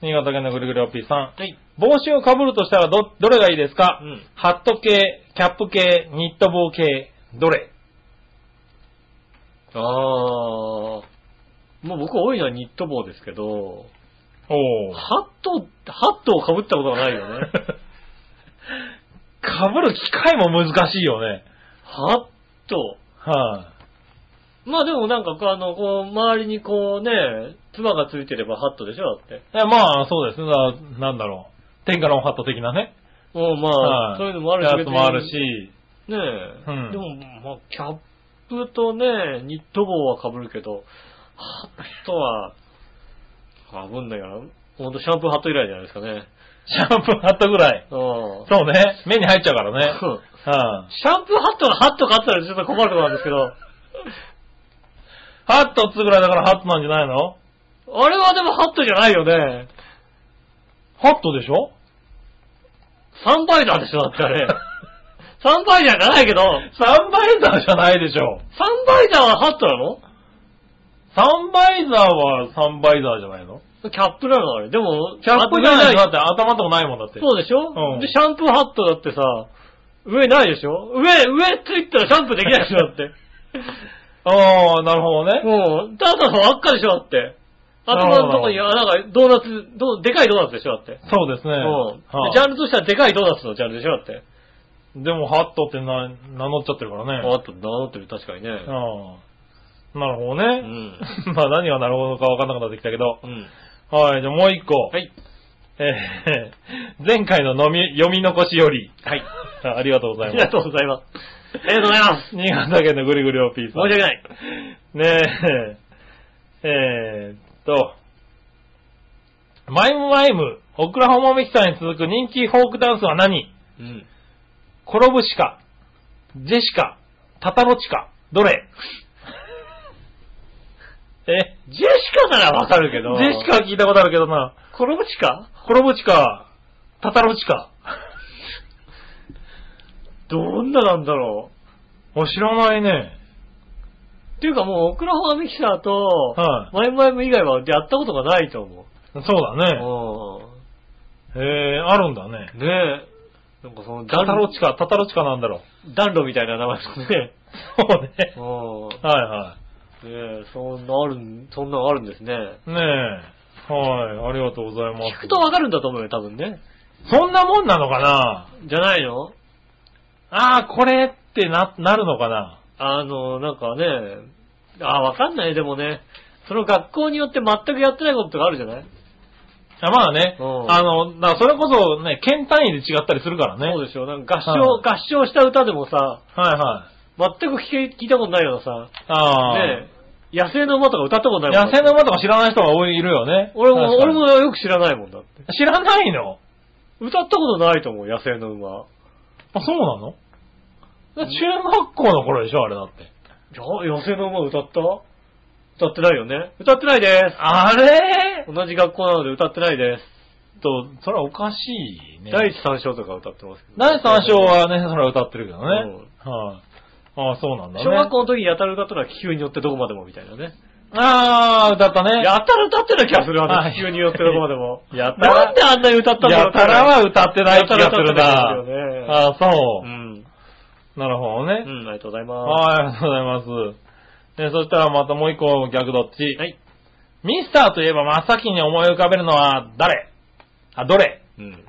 Speaker 3: 新潟県のぐるぐるおっぴーさん。
Speaker 2: はい。
Speaker 3: 帽子をかぶるとしたらど、どれがいいですか、
Speaker 2: うん
Speaker 3: ハット系、キャップ系、ニット帽系、どれ
Speaker 2: あー。もう僕多いのはニット帽ですけど、
Speaker 3: おお。
Speaker 2: ハット、ハットを被ったことがないよ ね。
Speaker 3: かぶる機会も難しいよね。
Speaker 2: ハット。
Speaker 3: はい、
Speaker 2: まあでもなんかこう、あの、こう、周りにこうね、つばがついてればハットでしょだって。
Speaker 3: えまあ、そうですね。だなんだろう。天下のハット的なね。
Speaker 2: もうまあ、
Speaker 3: はい
Speaker 2: そういうのもあるし、
Speaker 3: やつもある
Speaker 2: 別に
Speaker 3: し。
Speaker 2: ねえ。
Speaker 3: うん
Speaker 2: でも、まあ、キャップとね、ニット帽は被るけど、ハットは、被んないから、ほんとシャンプーハット以来じゃないですかね。
Speaker 3: シャンプーハットぐらい。
Speaker 2: うん。
Speaker 3: そうね。目に入っちゃうからね。
Speaker 2: そう
Speaker 3: は い、
Speaker 2: シャンプーハットがハットかあったらちょっと困るとこなんですけど、
Speaker 3: ハットっつうぐらいだからハットなんじゃないの
Speaker 2: あれはでもハットじゃないよね。
Speaker 3: ハットでしょ
Speaker 2: サンバイザーでしょだってあ れ。サンバイザーじゃないけど、
Speaker 3: サンバイザーじゃないでしょ。
Speaker 2: サンバイザーはハットなの
Speaker 3: サンバイザーはサンバイザーじゃないの
Speaker 2: キャップなのあれ。でも、
Speaker 3: キャップじゃないでしょだ
Speaker 2: ハット
Speaker 3: って頭とかないもんだって。
Speaker 2: そうでしょ、
Speaker 3: うん
Speaker 2: で、シャンプーハットだってさ、上ないでしょ上、上ついたらシャンプーできないでしょだって。
Speaker 3: ああ、なるほどね。
Speaker 2: もう、ただの輪っかでしょだって。頭のとこに穴が、ドーナツ、どうでかいドーナツでしょだって。
Speaker 3: そうですね。
Speaker 2: うん
Speaker 3: は
Speaker 2: でジャンルとしてはでかいドーナツのジャンルでしょだって。
Speaker 3: いでも、ハットってな名乗っちゃってるからね。
Speaker 2: あと、名乗ってる、確かにね。
Speaker 3: うんなるほど
Speaker 2: う
Speaker 3: ね。
Speaker 2: ん。
Speaker 3: まあ何がなるほどかわかんなくなってきたけど。
Speaker 2: うん。
Speaker 3: はい、じゃあもう一個。
Speaker 2: はい。
Speaker 3: えー前回の飲み読み残しより。
Speaker 2: はい。
Speaker 3: あありがとうご
Speaker 2: あ
Speaker 3: ざい
Speaker 2: り
Speaker 3: ま
Speaker 2: が
Speaker 3: す。
Speaker 2: とうございます。ありがとうございます。
Speaker 3: 新潟県のぐりぐりおっぴー
Speaker 2: 申し
Speaker 3: さん。
Speaker 2: 訳ない。
Speaker 3: ねえ、えーっと、マイムマイム、オクラホモミキさんに続く人気フォークダンスは何
Speaker 2: うん。
Speaker 3: 転ぶしか、ジェシカ、タタロチカ、どれえ
Speaker 2: ジェシカならわかるけ
Speaker 3: ジ
Speaker 2: ど。
Speaker 3: ェシカは聞いたことあるけどな、
Speaker 2: コロブチカ
Speaker 3: 転ぶしか、タタロチカ。
Speaker 2: どんななんだろ
Speaker 3: お、知らないね。
Speaker 2: う。っていうかもう、オクラホマミキサーと、
Speaker 3: は
Speaker 2: マイマイム以外はやったことがないと思
Speaker 3: そうだね。
Speaker 2: う。
Speaker 3: えー、あるんだね。
Speaker 2: うん。ねえ。なんかその、
Speaker 3: タタ
Speaker 2: 暖
Speaker 3: ロ
Speaker 2: 炉、
Speaker 3: チカ、タタロチカなんだろう。
Speaker 2: 暖炉みたいな名前ですね。
Speaker 3: そうね
Speaker 2: う。ん。
Speaker 3: はいはい。
Speaker 2: ねえ、そんなあるん、そんなのあるんですね。
Speaker 3: ねえ。はい、ありがとうございます。
Speaker 2: 聞くとわかるんだと思うよ、多分ね。
Speaker 3: そんなもんなのかな
Speaker 2: じゃないの
Speaker 3: ああ、これってな、なるのかな
Speaker 2: あの、なんかね、あ、わかんない、でもね。その学校によって全くやってないこととかあるじゃない
Speaker 3: あまあね、
Speaker 2: うん
Speaker 3: あの、だからそれこそね、県単位で違ったりするからね。
Speaker 2: そうでしょ。なんか合
Speaker 3: は
Speaker 2: 唱、
Speaker 3: い
Speaker 2: 合唱した歌でもさ、
Speaker 3: はいはい。
Speaker 2: 全く聞け聞いたことないようなさ、
Speaker 3: ああ、
Speaker 2: ねえ、野生の馬とか歌ったことないもん。
Speaker 3: 野生の馬とか知らない人が多いいるよね。
Speaker 2: 俺も、
Speaker 3: 確か
Speaker 2: 俺
Speaker 3: に
Speaker 2: も。よく知らないもんだって。
Speaker 3: 知らないの
Speaker 2: 歌ったことないと思う、野生の馬。
Speaker 3: あ、そうなのだから中学校の頃でしょ、あれだって。
Speaker 2: いや野生の馬歌った歌ってないよね。歌ってないです。
Speaker 3: あれ
Speaker 2: 同じ学校なので歌ってないです。
Speaker 3: と、それはおかしいね。
Speaker 2: 第一三章とか歌ってますけど。
Speaker 3: 第三章はね、それは歌ってるけどね。はい、あ。あそうなんだね。
Speaker 2: 小学校の時にやたら歌ったのは気球によってどこまでもみたいなね。
Speaker 3: あー、歌ったね。
Speaker 2: やたら歌ってた気がする、あ
Speaker 3: は
Speaker 2: の、
Speaker 3: い
Speaker 2: 地球に寄ってるまでも。
Speaker 3: やたら
Speaker 2: なんであんなに歌ったんだろ
Speaker 3: や
Speaker 2: う
Speaker 3: たらは歌ってない気がするな。
Speaker 2: やたら歌ってないですよね
Speaker 3: あー、そうう、
Speaker 2: ん。
Speaker 3: なるほど
Speaker 2: う
Speaker 3: ね。
Speaker 2: ん、ありがとうございます。
Speaker 3: はい、ありがとうございます。ね、そしたらまたもう一個逆どっち。
Speaker 2: はい。
Speaker 3: ミスターといえば真っ先に思い浮かべるのは誰あ、どれ
Speaker 2: うん。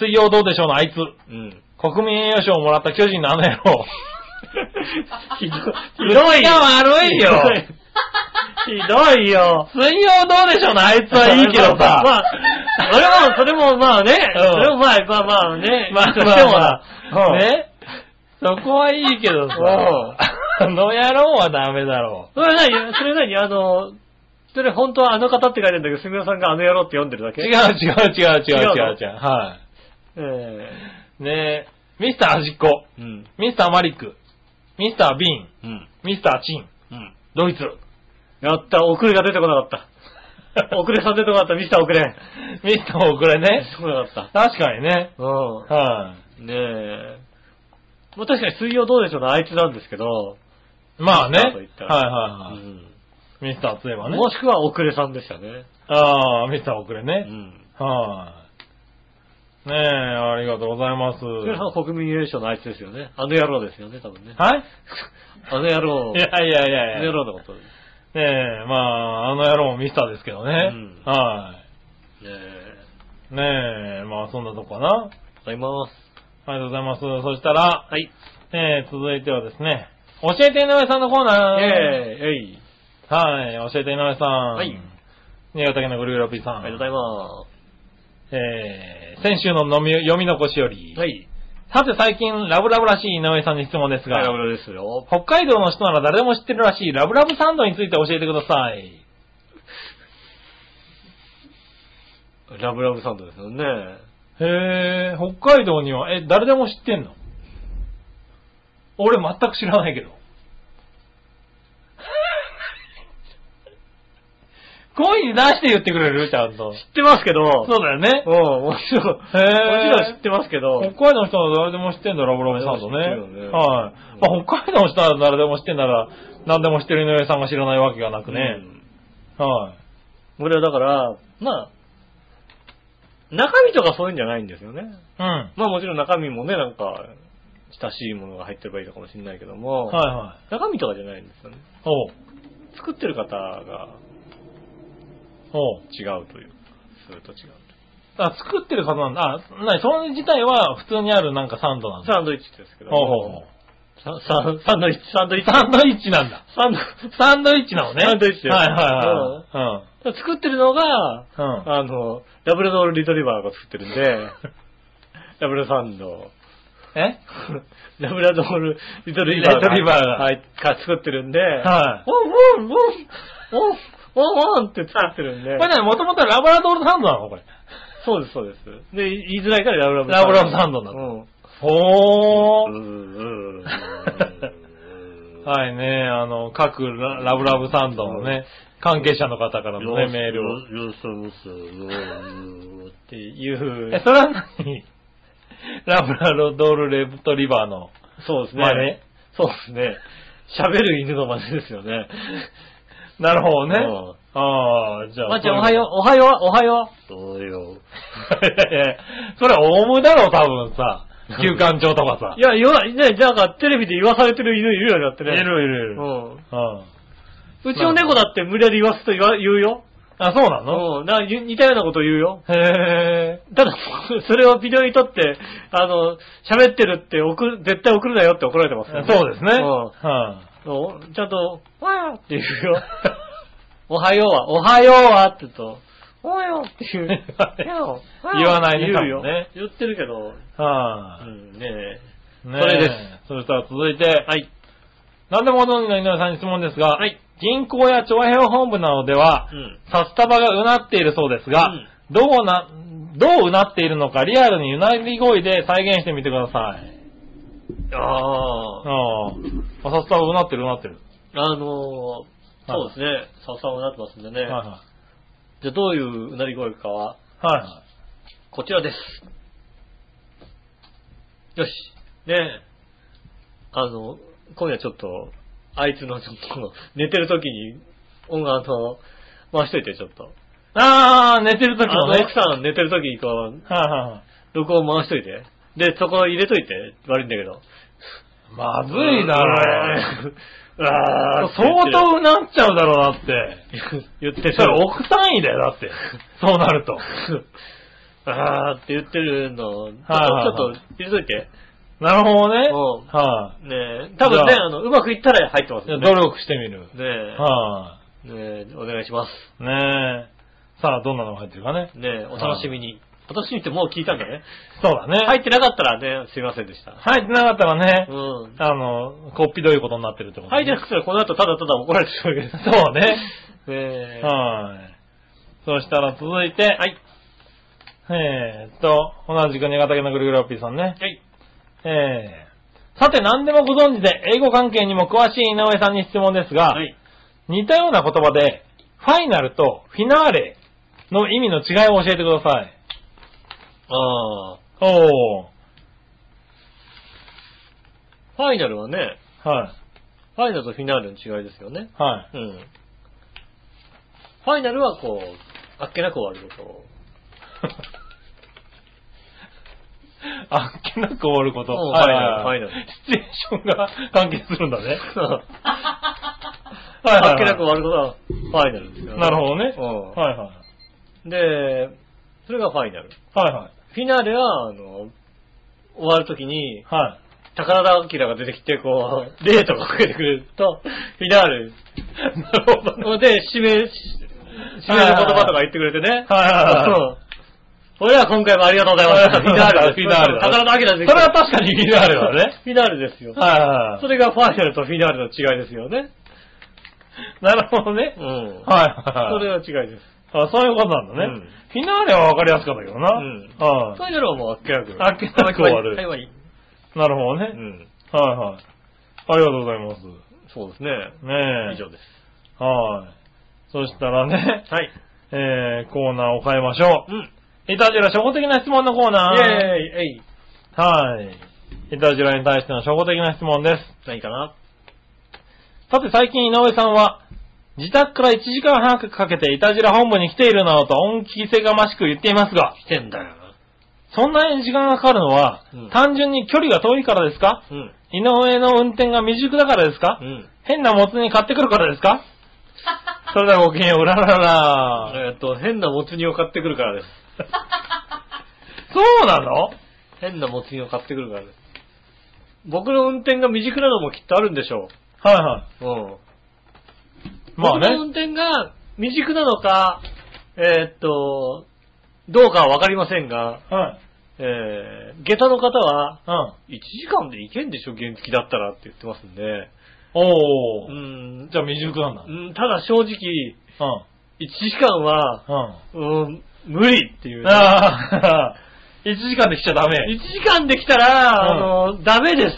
Speaker 3: 水曜どうでしょうのあいつ。
Speaker 2: うん。
Speaker 3: 国民栄誉賞をもらった巨人のあの野郎。
Speaker 2: ひど
Speaker 3: ひどい
Speaker 2: ひど
Speaker 3: 悪いよ。
Speaker 2: ひどいよ。
Speaker 3: 水曜どうでしょうのあいつはいいけどさ。
Speaker 2: まあ、それも、それもまあね、
Speaker 3: うん
Speaker 2: それもまあ、まあまあ ね、
Speaker 3: まあ
Speaker 2: いつ
Speaker 3: ま
Speaker 2: でも
Speaker 3: あまあ、
Speaker 2: うん
Speaker 3: ね。そこはいいけどさ、
Speaker 2: う
Speaker 3: あの野郎はダメだろ
Speaker 2: それ何それ何あの、それ本当はあの方って書いてるんだけど、すみさんがあの野郎って読んでるだ
Speaker 3: う。
Speaker 2: け
Speaker 3: 違う違う違う違う違う違う。は
Speaker 2: え
Speaker 3: い。ねえ、ミスター端っこ、
Speaker 2: えうん。
Speaker 3: ミスターマリック、ミスタービーン、
Speaker 2: うん。
Speaker 3: ミスターチン、
Speaker 2: うん。
Speaker 3: ドイツ、
Speaker 2: やった、遅れが出てこなか った。遅れさん出てこなかった、見せた遅れ。
Speaker 3: ミスター遅れね。
Speaker 2: 出てこなかっ
Speaker 3: 確かにね。
Speaker 2: た。う
Speaker 3: は
Speaker 2: ん。ねえ。まあ確かに水曜どうでしょうのあいつなんですけど、
Speaker 3: い。まあ
Speaker 2: ミ
Speaker 3: ね。
Speaker 2: ス
Speaker 3: は
Speaker 2: ター
Speaker 3: い
Speaker 2: と言ったら
Speaker 3: はいはい。
Speaker 2: ん。
Speaker 3: ミスターつえばね。
Speaker 2: もしくは遅れさんでしたね。
Speaker 3: ああ、ミスター遅れ
Speaker 2: う
Speaker 3: ね。
Speaker 2: ん。
Speaker 3: はい。ねえ、ありがとうございます。
Speaker 2: 遅れさんは国民優勝のあいつですよね。あの野郎ですよね、多分ね。
Speaker 3: はい
Speaker 2: あの野郎。
Speaker 3: いやいやい
Speaker 2: あ
Speaker 3: や
Speaker 2: の
Speaker 3: い
Speaker 2: 野。
Speaker 3: や
Speaker 2: 郎のことです。
Speaker 3: ねえ、まあ、あの野郎もミスターですけどね。
Speaker 2: うん
Speaker 3: は
Speaker 2: ねえ。
Speaker 3: い。ねえ、まあそんなとこかな。
Speaker 2: ありがとうございます。
Speaker 3: ありがとうございます。そしたら、
Speaker 2: はい。
Speaker 3: えー、続いてはですね、教えて井上さんのコーナー。
Speaker 2: ええ、えい。
Speaker 3: はい、教えて井上さん。
Speaker 2: はい。
Speaker 3: 新潟県のぐるぐるピーさん。
Speaker 2: ありがとうご
Speaker 3: えー、先週の飲み読み残しより、
Speaker 2: ざいます。はい。
Speaker 3: さて最近、ラブラブらしい井上さんに質問ですが、
Speaker 2: ガイラブラですよ。
Speaker 3: 北海道の人なら誰でも知ってるらしいラブラブサンドについて教えてください。
Speaker 2: ラブラブサンドですよね。
Speaker 3: へえ、北海道には、え、誰でも知ってんの俺全く知らないけど。 声に出して言ってくれるちゃんと。
Speaker 2: 知ってますけど、
Speaker 3: そうだよね
Speaker 2: う。ん、もちろん、もち
Speaker 3: へえ。
Speaker 2: ろん知ってますけど、
Speaker 3: 北海道の人なら誰でも知ってんだ、ラブラブサンドね。
Speaker 2: 誰でも知ってるよね
Speaker 3: はい。まあ、北海道の人なら誰でも知ってんなら、何でも知ってる井上さんが知らないわけがなく
Speaker 2: ね
Speaker 3: ね。、はい。
Speaker 2: 俺はだから、まあ、中身とかそういうんじゃないんですよね。
Speaker 3: うん。は
Speaker 2: まあもちろん中身もね、なんか、親しいものが入ってればいいのかもしれないけども、
Speaker 3: いは
Speaker 2: 中身とかじゃないんですよね。
Speaker 3: い。おう。
Speaker 2: 作ってる方が
Speaker 3: おう。
Speaker 2: 違うという、それと違う
Speaker 3: あ、作ってる方なんだ。あ、なに、それ自体は普通にあるなんかサンドなん
Speaker 2: と。
Speaker 3: だ。
Speaker 2: サンドイッチですけど
Speaker 3: ほう
Speaker 2: も、
Speaker 3: ほうほう。
Speaker 2: サササンドイッチ、サンドイッチ。
Speaker 3: サンドイッチなんだ。
Speaker 2: サンド
Speaker 3: サンドイッチなのね。
Speaker 2: サンドイッチだよ
Speaker 3: はいはいは
Speaker 2: 作ってるのが、
Speaker 3: い。うん。うん。
Speaker 2: あの、ラブラドールリトリバーが作ってるんで、 ラブラサンド、
Speaker 3: え
Speaker 2: ラブラドールリトリバーが、
Speaker 3: リトリバーが
Speaker 2: はい、か作ってるんで、
Speaker 3: はい。
Speaker 2: ワンワンワン、ワン、ワンワンって作ってるんで
Speaker 3: これ、ね、もともとラブラドールサンドなのこれ。
Speaker 2: そうです、そうです。で、言いづらいからラブラブ
Speaker 3: ラブラブサンドな
Speaker 2: の。
Speaker 3: ほ
Speaker 2: う
Speaker 3: ー。
Speaker 2: ん。うーんうーんうーん
Speaker 3: はいね、あの、各ララブラブサンドのね、関係者の方からのね、メールを。
Speaker 2: よそよそよーっていう
Speaker 3: え、。それは何 ラブラドールレプトリバーの。
Speaker 2: そうですね。
Speaker 3: まあね
Speaker 2: そうですね。喋る犬の真似ですよ ね。
Speaker 3: なるほどね
Speaker 2: うん。
Speaker 3: ああ、じゃあ。
Speaker 2: まあ、じゃあおはよう、
Speaker 3: う。
Speaker 2: おはよう、おはよう。おはよ
Speaker 3: それ、オウムだろ、多分 さ。休館長とかさ
Speaker 2: い。や、言わ、ね、なんかテレビで言わされてる犬いるよね、だって
Speaker 3: い
Speaker 2: ね。
Speaker 3: るいるいうる。
Speaker 2: ん。
Speaker 3: うん。
Speaker 2: うちの猫だって無理やり言わすと言わ言うよ。
Speaker 3: あ、そうなの
Speaker 2: うん。なんか似たようなこと言うよ。
Speaker 3: へえ。
Speaker 2: ただ、 それをビデオに撮って、あの、喋ってるって送る、絶対送るなよって怒られてます
Speaker 3: そ
Speaker 2: から
Speaker 3: うですね。
Speaker 2: ん
Speaker 3: は
Speaker 2: おちゃんと、わーって言う よ。おはようは、おはようはって言うと、おはようって 言う。
Speaker 3: 言わないね
Speaker 2: 言うよ
Speaker 3: 多分ね。
Speaker 2: 言ってるけど、
Speaker 3: い。は
Speaker 2: う
Speaker 3: い。
Speaker 2: ん、ね
Speaker 3: そ。
Speaker 2: それです
Speaker 3: そしたら続いて、
Speaker 2: はい。
Speaker 3: 何でもご存知の井上さんに質問ですが、
Speaker 2: はい
Speaker 3: 銀行や徴兵本部などでは、
Speaker 2: うん
Speaker 3: 札束がうなっているそうです
Speaker 2: う
Speaker 3: が、
Speaker 2: ん
Speaker 3: どうな、どううなっているのかリアルにうなり声で再現してみてください。
Speaker 2: え。ああ、
Speaker 3: ああ。札束うなってるうなってる。
Speaker 2: あのー、そうですね。ささになってますんでね。
Speaker 3: はいは
Speaker 2: じゃあどういううなり声かは、
Speaker 3: い。はいは
Speaker 2: こちらです。よし。ねえ。あの、今夜ちょっと、あいつのちょっと、寝てる時に、音楽の、回しといて、ちょっと。
Speaker 3: あー、寝てる
Speaker 2: あ
Speaker 3: 時の
Speaker 2: の、
Speaker 3: ね。
Speaker 2: 奥さん寝てる時にこう、
Speaker 3: はいはいはい
Speaker 2: 録音回しといて。で、そこ入れといて。悪いんだけど。
Speaker 3: まずいな、あれ。
Speaker 2: うわー。
Speaker 3: 相当うなっちゃうだろう、だ って。
Speaker 2: 言ってる。
Speaker 3: それ億単位だよ、だって。そうなると。
Speaker 2: あーって言ってるの、ちょっと、ち
Speaker 3: はいは
Speaker 2: ょ
Speaker 3: いはい
Speaker 2: っと入れといて。
Speaker 3: なるほどね。
Speaker 2: うん
Speaker 3: は
Speaker 2: ねえ、多分ね、
Speaker 3: じゃあ
Speaker 2: あの、うまくいったら入ってます
Speaker 3: い。じゃ
Speaker 2: よ
Speaker 3: あ
Speaker 2: ね。
Speaker 3: 努力してみる。
Speaker 2: ねえ、
Speaker 3: は
Speaker 2: ねえ、お願いしま
Speaker 3: い。ねえ。さあ、どんなのが入ってるかね
Speaker 2: す。。ねえ、お楽しみに。お楽しみってもう聞いたんだね。
Speaker 3: そうだね。
Speaker 2: 入ってなかったらね、すいませんでした。
Speaker 3: 入ってなかったらね
Speaker 2: う、ん。
Speaker 3: あの、こっぴどいことになってるってことね。
Speaker 2: 入ってなくたらこの後ただただ怒られてしまうわけです。
Speaker 3: そうね。
Speaker 2: ねえ。
Speaker 3: はい。そしたら続いて、はい。えーっと、同じく新潟県のぐるぐるおっぴーさんね。
Speaker 2: はい。
Speaker 3: えー、さて何でもご存知で英語関係にも詳しい井上さんに質問ですが、
Speaker 2: はい。
Speaker 3: 似たような言葉で、ファイナルとフィナーレの意味の違いを教えてください。
Speaker 2: ああ。
Speaker 3: おー。
Speaker 2: ファイナルはね、
Speaker 3: はい。
Speaker 2: ファイナルとフィナーレの違いですよね。
Speaker 3: はい。
Speaker 2: うん。ファイナルはこう、あっけなく終わるこ
Speaker 3: あっけなく終わること。
Speaker 2: うん
Speaker 3: はい
Speaker 2: ファイナル
Speaker 3: は
Speaker 2: ファイナ
Speaker 3: いシチュエーションが関係するんだね。
Speaker 2: と。
Speaker 3: はいはいはい
Speaker 2: あっけなく終わることはファイナルですよね。
Speaker 3: なるほどね。
Speaker 2: うん
Speaker 3: はいはい。
Speaker 2: で、それがファイナル。
Speaker 3: はいはい。
Speaker 2: フィナーレは、あの、終わるときに、
Speaker 3: はい。
Speaker 2: 宝田明が出てきて、こう、 デートをかけてくれると、フィナーレ。 なるほど。で、指名し、指名の言葉とか言ってくれてね。
Speaker 3: はいはいはい
Speaker 2: そう。俺は今回もありがとうございました。 フィナーレです。
Speaker 3: フィナーレだ
Speaker 2: 宝田明です。
Speaker 3: それは確かにフィナーレだね。
Speaker 2: フィナーレですよ。
Speaker 3: はいはいは
Speaker 2: それがファイナルとフィナーレの違いですよね。
Speaker 3: い。なるほどね
Speaker 2: う。ん。
Speaker 3: はいはい
Speaker 2: そ
Speaker 3: はい
Speaker 2: れ。は違いです。
Speaker 3: あそういうことなんだね。
Speaker 2: うん
Speaker 3: フィナーレはわかりやすかったけどな。
Speaker 2: うん
Speaker 3: は
Speaker 2: ファイナルはもうあっけなく。
Speaker 3: あっけなく終わる
Speaker 2: はい、はい。
Speaker 3: い。なるほどね。
Speaker 2: うん。
Speaker 3: はいはい。ありがとうございます。
Speaker 2: そうですね。
Speaker 3: ねえ。
Speaker 2: 以上です。
Speaker 3: はい。そしたらね、
Speaker 2: はい。
Speaker 3: えー、コーナーを変えましょ
Speaker 2: うん。
Speaker 3: う。いたじら初歩的な質問のコーナー。
Speaker 2: イェーイ、えい。
Speaker 3: はい。いたじらに対しての初歩的な質問です。
Speaker 2: 何かな
Speaker 3: さて最近井上さんは、自宅から1時間半かけていたじら本部に来ているなどと恩気せがましく言っていますが、
Speaker 2: 来てんだよ。
Speaker 3: そんなに時間がかかるのは、
Speaker 2: うん
Speaker 3: 単純に距離が遠いからですか
Speaker 2: うん。
Speaker 3: 井上の運転が未熟だからですか、
Speaker 2: うん。
Speaker 3: 変なもつに買ってくるからで すかそれではごきげんよう、うらららら。
Speaker 2: えっと、変なもつ煮を買ってくるからです。
Speaker 3: そうなの
Speaker 2: 変なもつ煮を買ってくるからです。僕の運転が未熟なのもきっとあるんでしょ
Speaker 3: はいは
Speaker 2: う。うん。
Speaker 3: い。まあ
Speaker 2: 僕の運
Speaker 3: ね。
Speaker 2: 転が未熟なのか、えーっと、どうかはわかりませんが、
Speaker 3: はい。
Speaker 2: えー、下駄の方は、
Speaker 3: うん。
Speaker 2: 1時間で行けんでしょ、原付だったらって言ってますんで。
Speaker 3: お
Speaker 2: う
Speaker 3: ー。
Speaker 2: ん、
Speaker 3: じゃあ未熟なんだ。う
Speaker 2: うんただ正直、
Speaker 3: ん。
Speaker 2: 1時間は、
Speaker 3: うん。
Speaker 2: うん、無理っていうね、
Speaker 3: ああ、1時 間で来ちゃダメ。
Speaker 2: 1時間できたら、あの、ダメです。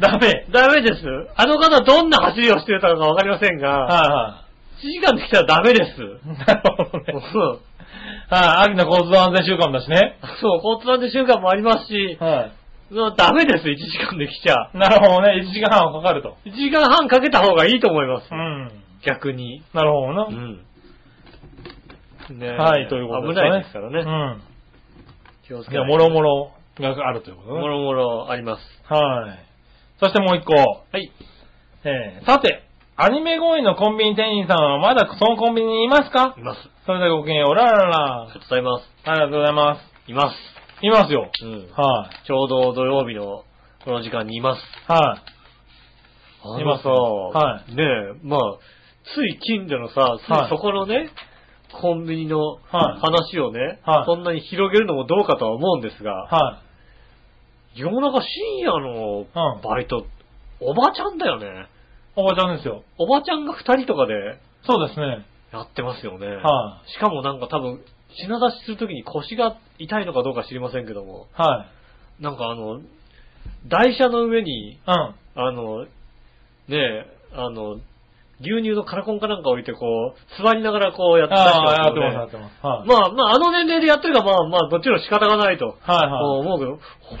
Speaker 3: ダメ。
Speaker 2: ダメです。あの方どんな走りをしてたのかわかりませんが、
Speaker 3: は
Speaker 2: 1時間できたらダメです。
Speaker 3: いはい。なるほどね。
Speaker 2: そう
Speaker 3: はい、秋の交通安全週間だしね。
Speaker 2: そう、交通安全週間もありますし、
Speaker 3: は
Speaker 2: そうダメです、1時間できちゃ。
Speaker 3: い。なるほどね、1時間半はかかると。
Speaker 2: 1時間半かけた方がいいと思います
Speaker 3: う。ん。
Speaker 2: 逆に。
Speaker 3: なるほどな。
Speaker 2: ん。ねえ
Speaker 3: はい、ということ
Speaker 2: 危ないですからね。
Speaker 3: ね。
Speaker 2: 気をつ
Speaker 3: うん。
Speaker 2: け
Speaker 3: い
Speaker 2: な
Speaker 3: や、
Speaker 2: いと
Speaker 3: もろもろがあるということ
Speaker 2: も
Speaker 3: ね。
Speaker 2: ろもろあります。
Speaker 3: はい。そしてもう一個。
Speaker 2: はい。
Speaker 3: えー、さて、アニメ声のコンビニ店員さんはまだそのコンビニにいますか
Speaker 2: います。
Speaker 3: それではごきげんよう、ララ
Speaker 2: ありが
Speaker 3: ラ。
Speaker 2: とうございます。
Speaker 3: ありがとうございま。
Speaker 2: います
Speaker 3: いますよ。
Speaker 2: す。うん。
Speaker 3: はい。
Speaker 2: ちょうど土曜日のこの時間にいます。
Speaker 3: はい。
Speaker 2: あ
Speaker 3: 今
Speaker 2: のさ、
Speaker 3: は
Speaker 2: ねえ、まあ、つい近所のさ、つ
Speaker 3: はい
Speaker 2: いそこのね、コンビニの
Speaker 3: はい
Speaker 2: 話をね、
Speaker 3: はい
Speaker 2: そんなに広げるのもどうかとは思うんですが、
Speaker 3: はい。
Speaker 2: 世の中深夜の
Speaker 3: うん
Speaker 2: バイト、おばちゃんだよね。
Speaker 3: おばちゃんですよ。
Speaker 2: おばちゃんが二人とかで
Speaker 3: そうですね。
Speaker 2: やってますよね。
Speaker 3: は
Speaker 2: しかもなんか多分、品出しするときに腰が痛いのかどうか知りませんけども、
Speaker 3: はい。
Speaker 2: なんかあの、台車の上に、
Speaker 3: うん。
Speaker 2: あの、ねえ、あの、牛乳のカラコンかなんか置いてこう、座りながらこうやって
Speaker 3: ああ、やってます、や
Speaker 2: ま
Speaker 3: っ
Speaker 2: す
Speaker 3: てます。はい。
Speaker 2: まあまあ、あの年齢でやってるからまあまあ、どっちの仕方がないと。
Speaker 3: はいは
Speaker 2: 思うけど、お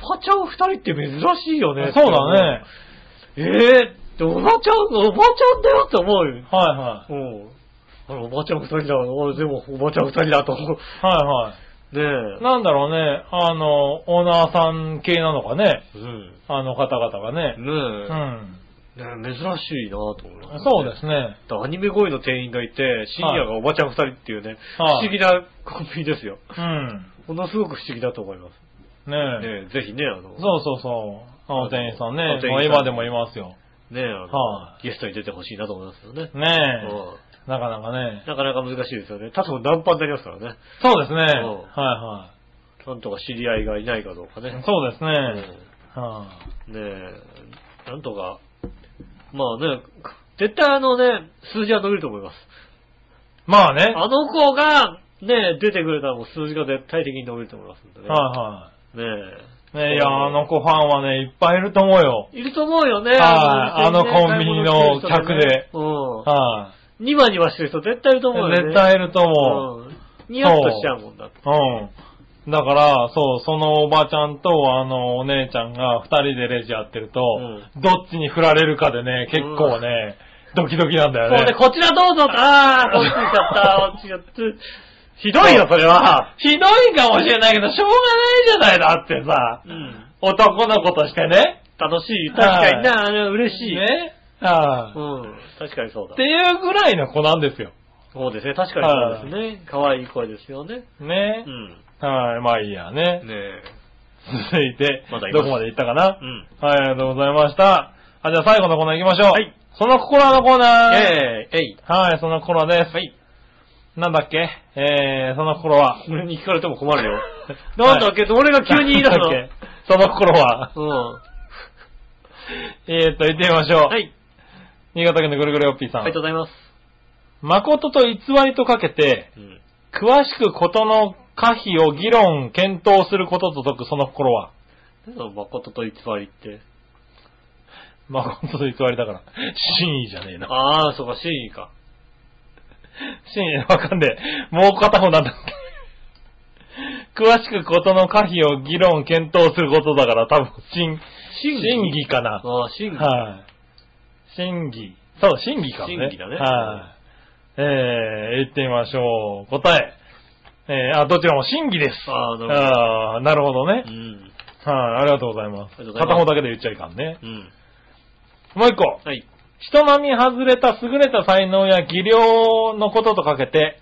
Speaker 2: ばちゃん二人って珍しいよね。
Speaker 3: い。そうだね。。
Speaker 2: ええっておばちゃん、おばちゃんだよって思うよ。
Speaker 3: は
Speaker 2: うん。あれおばちゃん二人だ。俺でもおばちゃん二人だと思う。
Speaker 3: はいはい。
Speaker 2: ねえ。
Speaker 3: なんだろうね、あの、オーナーさん系なのかね、
Speaker 2: うん。
Speaker 3: あの方々がね。う
Speaker 2: ね
Speaker 3: ん。
Speaker 2: え。ねえ珍しいなと思うな。
Speaker 3: そうですね。
Speaker 2: だからアニメ声の店員がいて、深夜がおばちゃん二人っていうね、不
Speaker 3: はい
Speaker 2: 思議なコンビニですよ。
Speaker 3: うん。
Speaker 2: ものすごく不思議だと思います。
Speaker 3: ねえ。
Speaker 2: ねえ、ぜひね、あの、
Speaker 3: そうそうそう。あの店員さんね
Speaker 2: あの店員さん。
Speaker 3: もう今でもいますよ。
Speaker 2: ねえ、あの
Speaker 3: は
Speaker 2: ゲストに出てほしいなと思いますよね。
Speaker 3: ね
Speaker 2: うん
Speaker 3: え。なかなかね。
Speaker 2: なかなか難しいですよね。多分ナンパになりますからね。
Speaker 3: そうですね。はい
Speaker 2: ん
Speaker 3: は
Speaker 2: なんとか知り合いがいないかどうかね
Speaker 3: い。。そうですね。は
Speaker 2: うんねえ、なんとか、まあね、絶対あのね、数字は伸びると思います。
Speaker 3: いまあね。は
Speaker 2: あの子が、ね、出てくれたらもう数字が絶対的に伸びると思いますんで
Speaker 3: い
Speaker 2: ね。
Speaker 3: は
Speaker 2: ね
Speaker 3: い。ねえ、いや、あの子ファンはね、いっぱいいると思うよ。
Speaker 2: え。いると思うよね。
Speaker 3: はい
Speaker 2: の店にね
Speaker 3: あのコンビニの
Speaker 2: 買い物してる人ね
Speaker 3: は
Speaker 2: うん。ニマニマしてる人絶対いると
Speaker 3: い
Speaker 2: 思うよね。
Speaker 3: 絶対いると思う。
Speaker 2: うん。ニヤッとしちゃうもんだって。
Speaker 3: うん。だから、そう、そのおばちゃんとあのお姉ちゃんが二人でレジやってると、
Speaker 2: う
Speaker 3: どっちに振られるかでね、結構ね、ドキドキなんだよね。
Speaker 2: そうね、こちらど うぞああ、こっち行っちゃった、こっちやって。ひどいよ、それは。
Speaker 3: ひどいかもしれないけど、しょうがないじゃないだってさ、
Speaker 2: うん。
Speaker 3: 男の子としてね。
Speaker 2: 楽しい。確かにな、あれは嬉しい。
Speaker 3: ね。は
Speaker 2: う
Speaker 3: い、
Speaker 2: ん。確かにそうだ
Speaker 3: って。いうぐらいの子なんですよ。
Speaker 2: そうですね、確かにそうですね。可愛い声ですよね。
Speaker 3: ね
Speaker 2: う。ん。
Speaker 3: はい、まあいいやね。
Speaker 2: ねえ。
Speaker 3: 続いて、
Speaker 2: まだいます
Speaker 3: どこまで行ったかな、
Speaker 2: うん。
Speaker 3: はい、ありがとうございました。あ、じゃあ最後のコーナー行きましょう。
Speaker 2: はい。
Speaker 3: その心のコーナー。
Speaker 2: ええ、えい。
Speaker 3: はい、その心です。
Speaker 2: はい。
Speaker 3: なんだっけえー、その心は。
Speaker 2: 俺に聞かれても困 るよ。なんだっけ、俺が急に言い出す
Speaker 3: なん
Speaker 2: の。
Speaker 3: だっけ その心は。
Speaker 2: うん。
Speaker 3: えーっと、言ってみましょう。
Speaker 2: はい。
Speaker 3: 新潟県のぐるぐるおっぴーさ
Speaker 2: あ
Speaker 3: ん。
Speaker 2: りがとうございます。
Speaker 3: 誠と偽りとかけて、
Speaker 2: うん。
Speaker 3: 詳しくことの可否を議論、検討することと解くその心は。
Speaker 2: その誠と偽りって。
Speaker 3: 誠と偽りだから。真意じゃねえな。
Speaker 2: ああ、そうか、真意か。
Speaker 3: 真意わかんねえ。もう片方なんだっけ詳しくことの可否を議論、検討することだから、多分、真、
Speaker 2: 真
Speaker 3: 真偽かな。
Speaker 2: ああ、真偽。
Speaker 3: はい。審議。そう、審議かね。
Speaker 2: 審議だね
Speaker 3: はい。えー、行ってみましょう。答え。えー、あ、どちらも審議です。
Speaker 2: ああ、なるほど。
Speaker 3: あーなるほどね
Speaker 2: う。ん。
Speaker 3: はい、ありがとうございます
Speaker 2: ありがとうございます。
Speaker 3: 片方だけで言っちゃいかんね。
Speaker 2: うん。
Speaker 3: もう一個。
Speaker 2: はい。
Speaker 3: 人並み外れた優れた才能や技量のこととかけて、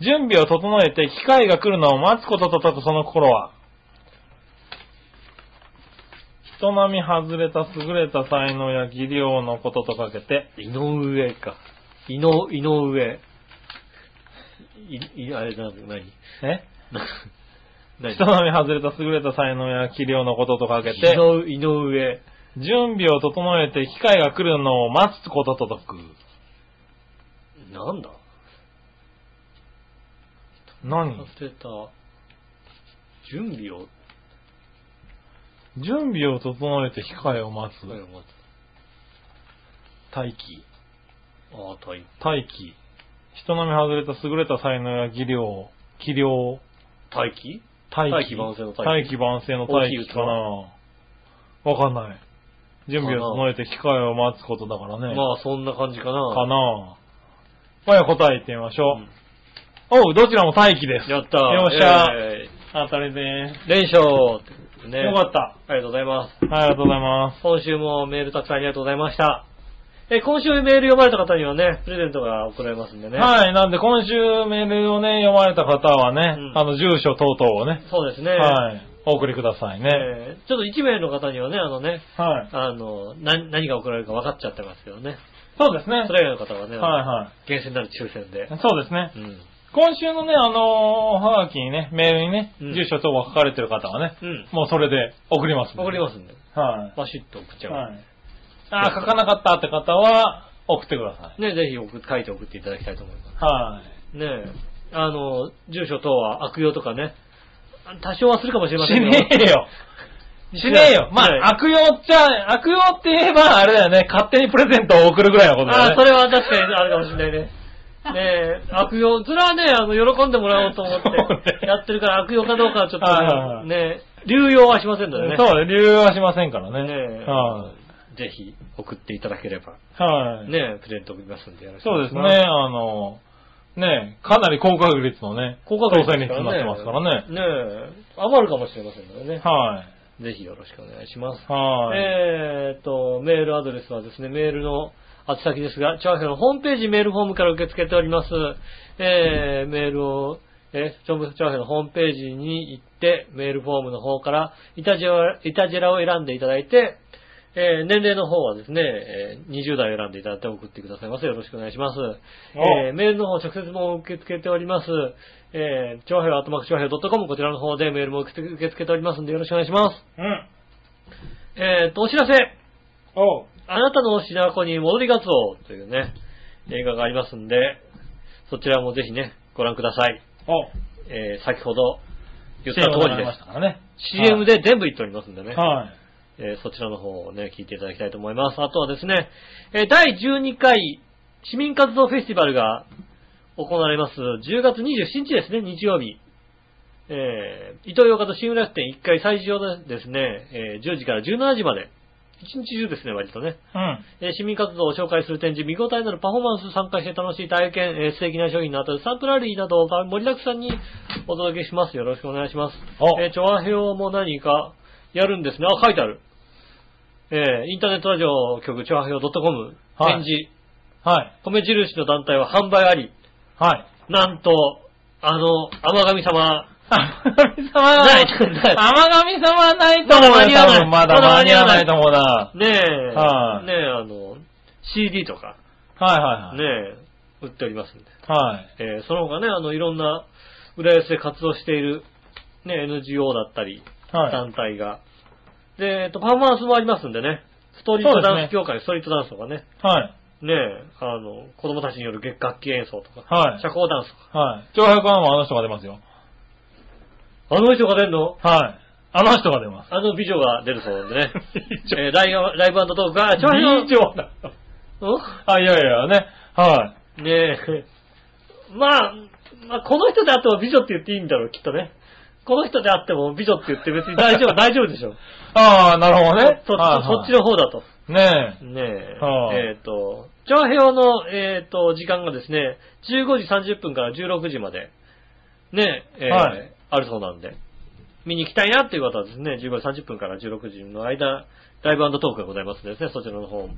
Speaker 3: 準備を整えて機会が来るのを待つことと解くその心は、人並み外れた優れた才能や技量のこととかけて、
Speaker 2: 井上か。井の、井上。い、い、あれ、な、なに
Speaker 3: え
Speaker 2: な、な
Speaker 3: 人並み外れた優れた才能や技量のこととかけて、
Speaker 2: 井の、井上。
Speaker 3: 準備を整えて機会が来るのを待つことと解く。
Speaker 2: なんだ
Speaker 3: 何
Speaker 2: 忘れた。準備を、
Speaker 3: 準備を整えて機会を待つ。
Speaker 2: あ待つ
Speaker 3: 待機。
Speaker 2: ああ、体、
Speaker 3: 大気。人並み外れた優れた才能や技量、技量、
Speaker 2: 大気
Speaker 3: 大
Speaker 2: 大器晩成の大器
Speaker 3: 大器万世の大気かなわかんない。準備を整えて機会を待つことだからね。
Speaker 2: まあ、そんな感じかな。
Speaker 3: かなまあいいや答え言ってみましょう。
Speaker 2: うん
Speaker 3: おう、どちらも大気です。
Speaker 2: やった
Speaker 3: よっしゃ
Speaker 2: え
Speaker 3: 当たりで
Speaker 2: ー連勝ね。
Speaker 3: よかった。
Speaker 2: ありがとうございます。
Speaker 3: す。はい、ありがとうございま。
Speaker 2: 今週もメールたくさんありがとうございました。え、今週メール読まれた方にはね、プレゼントが送られますんですね。
Speaker 3: はい、なんで今週メールをね、読まれた方はね、
Speaker 2: うん
Speaker 3: あの、住所等々をね、
Speaker 2: そうですね。
Speaker 3: はい、お送りくださいね。
Speaker 2: えーちょっと1名の方にはね、あのね、
Speaker 3: はい。
Speaker 2: あの、な、何が送られるか分かっちゃってますけどね。
Speaker 3: そうですね。
Speaker 2: それ以外の方はね、
Speaker 3: はいはい。
Speaker 2: 厳選なる抽選で。
Speaker 3: そうですね
Speaker 2: う。ん。
Speaker 3: 今週のね、あのー、はがきにね、メールにね、
Speaker 2: うん
Speaker 3: 住所等が書かれてる方はね、
Speaker 2: うん。
Speaker 3: もうそれで送りますんで、
Speaker 2: 送りますんで。
Speaker 3: す。は
Speaker 2: バシッと送っち
Speaker 3: い。
Speaker 2: ゃう。
Speaker 3: はい。あー書かなかったって方は、送ってください。
Speaker 2: ね、ぜひ送っ書いて送っていただきたいと思いま
Speaker 3: は
Speaker 2: す。ねえあの、住所等は悪用とかね、多少はするかもしれま
Speaker 3: い。
Speaker 2: せ
Speaker 3: し
Speaker 2: ん
Speaker 3: ねえよ。
Speaker 2: し
Speaker 3: し
Speaker 2: ない
Speaker 3: ねえよ。ま
Speaker 2: はい
Speaker 3: あ、悪用っちゃ、悪用って言えば、あれだよね、勝手にプレゼントを送るぐらいのことだ
Speaker 2: あ
Speaker 3: よ
Speaker 2: あ、そ
Speaker 3: ね。
Speaker 2: れは確かにあるかもしれないね。ねえ、悪用、それはね、あの、喜んでもらおうと思っ
Speaker 3: そう
Speaker 2: て、
Speaker 3: ね
Speaker 2: やってるから悪用かどうかはちょ
Speaker 3: はいはい
Speaker 2: っ
Speaker 3: は
Speaker 2: と
Speaker 3: い
Speaker 2: ね、流用はしませんのでね。
Speaker 3: そうだね、理由はしませんからね。
Speaker 2: ね
Speaker 3: は
Speaker 2: え、ぜひ送っていただければ、
Speaker 3: い。はい。
Speaker 2: ねえ、プレゼント送りますんでよろしくお
Speaker 3: そう
Speaker 2: 願い
Speaker 3: で
Speaker 2: し
Speaker 3: すね、
Speaker 2: ます。
Speaker 3: あの、ねえ、かなり高確率のね、
Speaker 2: 高確率
Speaker 3: 当選率になってますからね。
Speaker 2: ねえ、余るかもしれませんのでね。
Speaker 3: は
Speaker 2: ぜひよろしくお願いします。
Speaker 3: い。はい。
Speaker 2: えーっと、メールアドレスはですね、メールの宛先ですが、チャーハンのホームページメールフォームから受け付けております。えーメールを、えー、チョブチャーハンのホームページに行って、メールフォームの方から、イタジェラ、イタジェラを選んでいただいて、えー年齢の方はですね、えー20代を選んでいただいて送ってくださいませ。よろしくお願いします。えーメールの方直接も受け付けております。えー、長平アットマーク長平 .com こちらの方でメールも受け付けておりますんでよろしくお願いします。
Speaker 3: うん。
Speaker 2: えー、と、お知らせ。
Speaker 3: おう。
Speaker 2: あなたの白子に戻りがつおというね、映画がありますんで、そちらもぜひね、ご覧ください。
Speaker 3: おう。
Speaker 2: えー、先ほど言った
Speaker 3: CM
Speaker 2: 通り
Speaker 3: 流れ
Speaker 2: で
Speaker 3: ますし。たからね。
Speaker 2: CM で全部言っておりますんでね、
Speaker 3: は
Speaker 2: え
Speaker 3: い。
Speaker 2: ーそちらの方をね、聞いていただきたいと思います。あとはですね、えー第12回市民活動フェスティバルが行われます10月27日ですね、日曜日。えー、伊東洋華と新浦安店1階最上でですね、えー10時から17時まで。一日中ですね、割とね。
Speaker 3: うん。
Speaker 2: えー市民活動を紹介する展示、見応えのあるパフォーマンス参加して楽しい体験、えー素敵な商品のあたり、サンプラリーなどを盛りだくさんにお届けします。よろしくお願いします。
Speaker 3: お
Speaker 2: えー、調和表も何かやるんですね。あ、書いてある。えーインターネットラジオ局、調和表 .com、
Speaker 3: はい
Speaker 2: 展示、
Speaker 3: はい。
Speaker 2: 米印の団体は販売あり、
Speaker 3: はい。
Speaker 2: なんと、あの、天神様、
Speaker 3: 甘 神様は
Speaker 2: ないない
Speaker 3: 甘神様はないと思うよ
Speaker 2: まだ間に合わない
Speaker 3: 多分まだ
Speaker 2: まだ間
Speaker 3: 間
Speaker 2: に
Speaker 3: に
Speaker 2: 合
Speaker 3: 合
Speaker 2: わな
Speaker 3: わないいと思うな。は
Speaker 2: ねえ、
Speaker 3: はい
Speaker 2: ねえ、あの、CD とか、
Speaker 3: いはいはい。
Speaker 2: ねえ、売っておりますんで。
Speaker 3: はい。
Speaker 2: えーその他ね、あの、いろんな、浦安で活動している、ね、NGO だったり、
Speaker 3: はい。
Speaker 2: 団体が。で、えっと、パフォーマンスもありますんでね、ストリート
Speaker 3: そうです
Speaker 2: ダ
Speaker 3: ね
Speaker 2: ンス協会、ストリートダンスとかね、
Speaker 3: はい。
Speaker 2: ね、あの、子供たちによる月楽器演奏とか、
Speaker 3: はい
Speaker 2: 社交ダンスとか。
Speaker 3: はい。長白はもうあの人が出ますよ。
Speaker 2: あの人が出るの
Speaker 3: はい。あの人が出ます。
Speaker 2: あの美女が出るそうなんでね
Speaker 3: 美。女
Speaker 2: えーライブライブトークが、ちょいの
Speaker 3: 以上だ。あ、いやいやいや、ね。は
Speaker 2: うんねえ、まあ、まあ、この人であっても美女って言っていいんだろう、きっとね。この人であっても美女って言って別に大丈夫、 大丈夫でしょ。
Speaker 3: い。ああ、なるほどね。
Speaker 2: そ
Speaker 3: はい
Speaker 2: そ
Speaker 3: は
Speaker 2: っ
Speaker 3: い
Speaker 2: ちの方だと。
Speaker 3: ねえ。
Speaker 2: ねえ。
Speaker 3: はあ
Speaker 2: えっ、と、長編の、えっ、と、時間がですね、15時30分から16時まで、ねえ、えー
Speaker 3: はい
Speaker 2: あるそうなんで、見に行きたいなっていう方はですね、15時30分から16時の間、ライブトークがございますのでですね、そちらの方、
Speaker 3: はい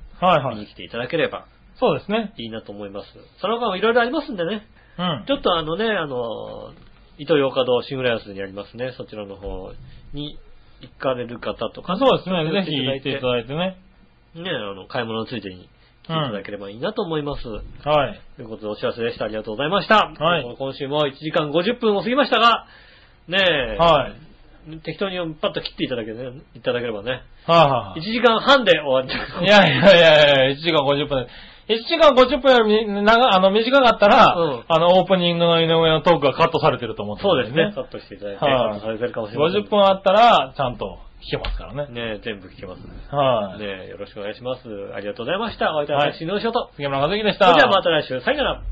Speaker 3: は
Speaker 2: 見に
Speaker 3: い。
Speaker 2: 来ていただければ
Speaker 3: そうですね。
Speaker 2: いいなと思います。その他もいろいろありますんでね、
Speaker 3: うん。
Speaker 2: ちょっとあのね、あの、糸洋華堂新浦安にありますね、そちらの方に行かれる方とか、
Speaker 3: そうですね。ぜひ
Speaker 2: 行
Speaker 3: 行
Speaker 2: っ
Speaker 3: ってて
Speaker 2: い
Speaker 3: い
Speaker 2: た
Speaker 3: た
Speaker 2: だ
Speaker 3: だいてね。
Speaker 2: ね、あの、買い物のついでに来ていただければいいなと思います。
Speaker 3: はい。
Speaker 2: ということでお知らせでした。ありがとうございました。
Speaker 3: はい
Speaker 2: 今週も1時間50分を過ぎましたが、ねえ、
Speaker 3: はい。
Speaker 2: 適当にパッと切っていただけ,、ね、いただければね、
Speaker 3: はいは
Speaker 2: 1。
Speaker 3: い
Speaker 2: 時間半で終わり
Speaker 3: いやいやいやいや、1時間50分で。1時間50分よりみ長、あの、短かったら、
Speaker 2: うん
Speaker 3: あの、オープニングの井上のトークがカットされてると思って
Speaker 2: そうですね。カ
Speaker 3: ね。
Speaker 2: ットしていただいて、
Speaker 3: はい
Speaker 2: カットされてるかもしれません。
Speaker 3: 50分あったら、ちゃんと聞けますからね。
Speaker 2: ねえ、全部聞けますね。
Speaker 3: はい、
Speaker 2: ねえ、よろしくお願いします。ありがとうございました。お相手は私、井上翔と。
Speaker 3: 杉村和樹でし
Speaker 2: そ
Speaker 3: た。
Speaker 2: れではまた来週、さよなら。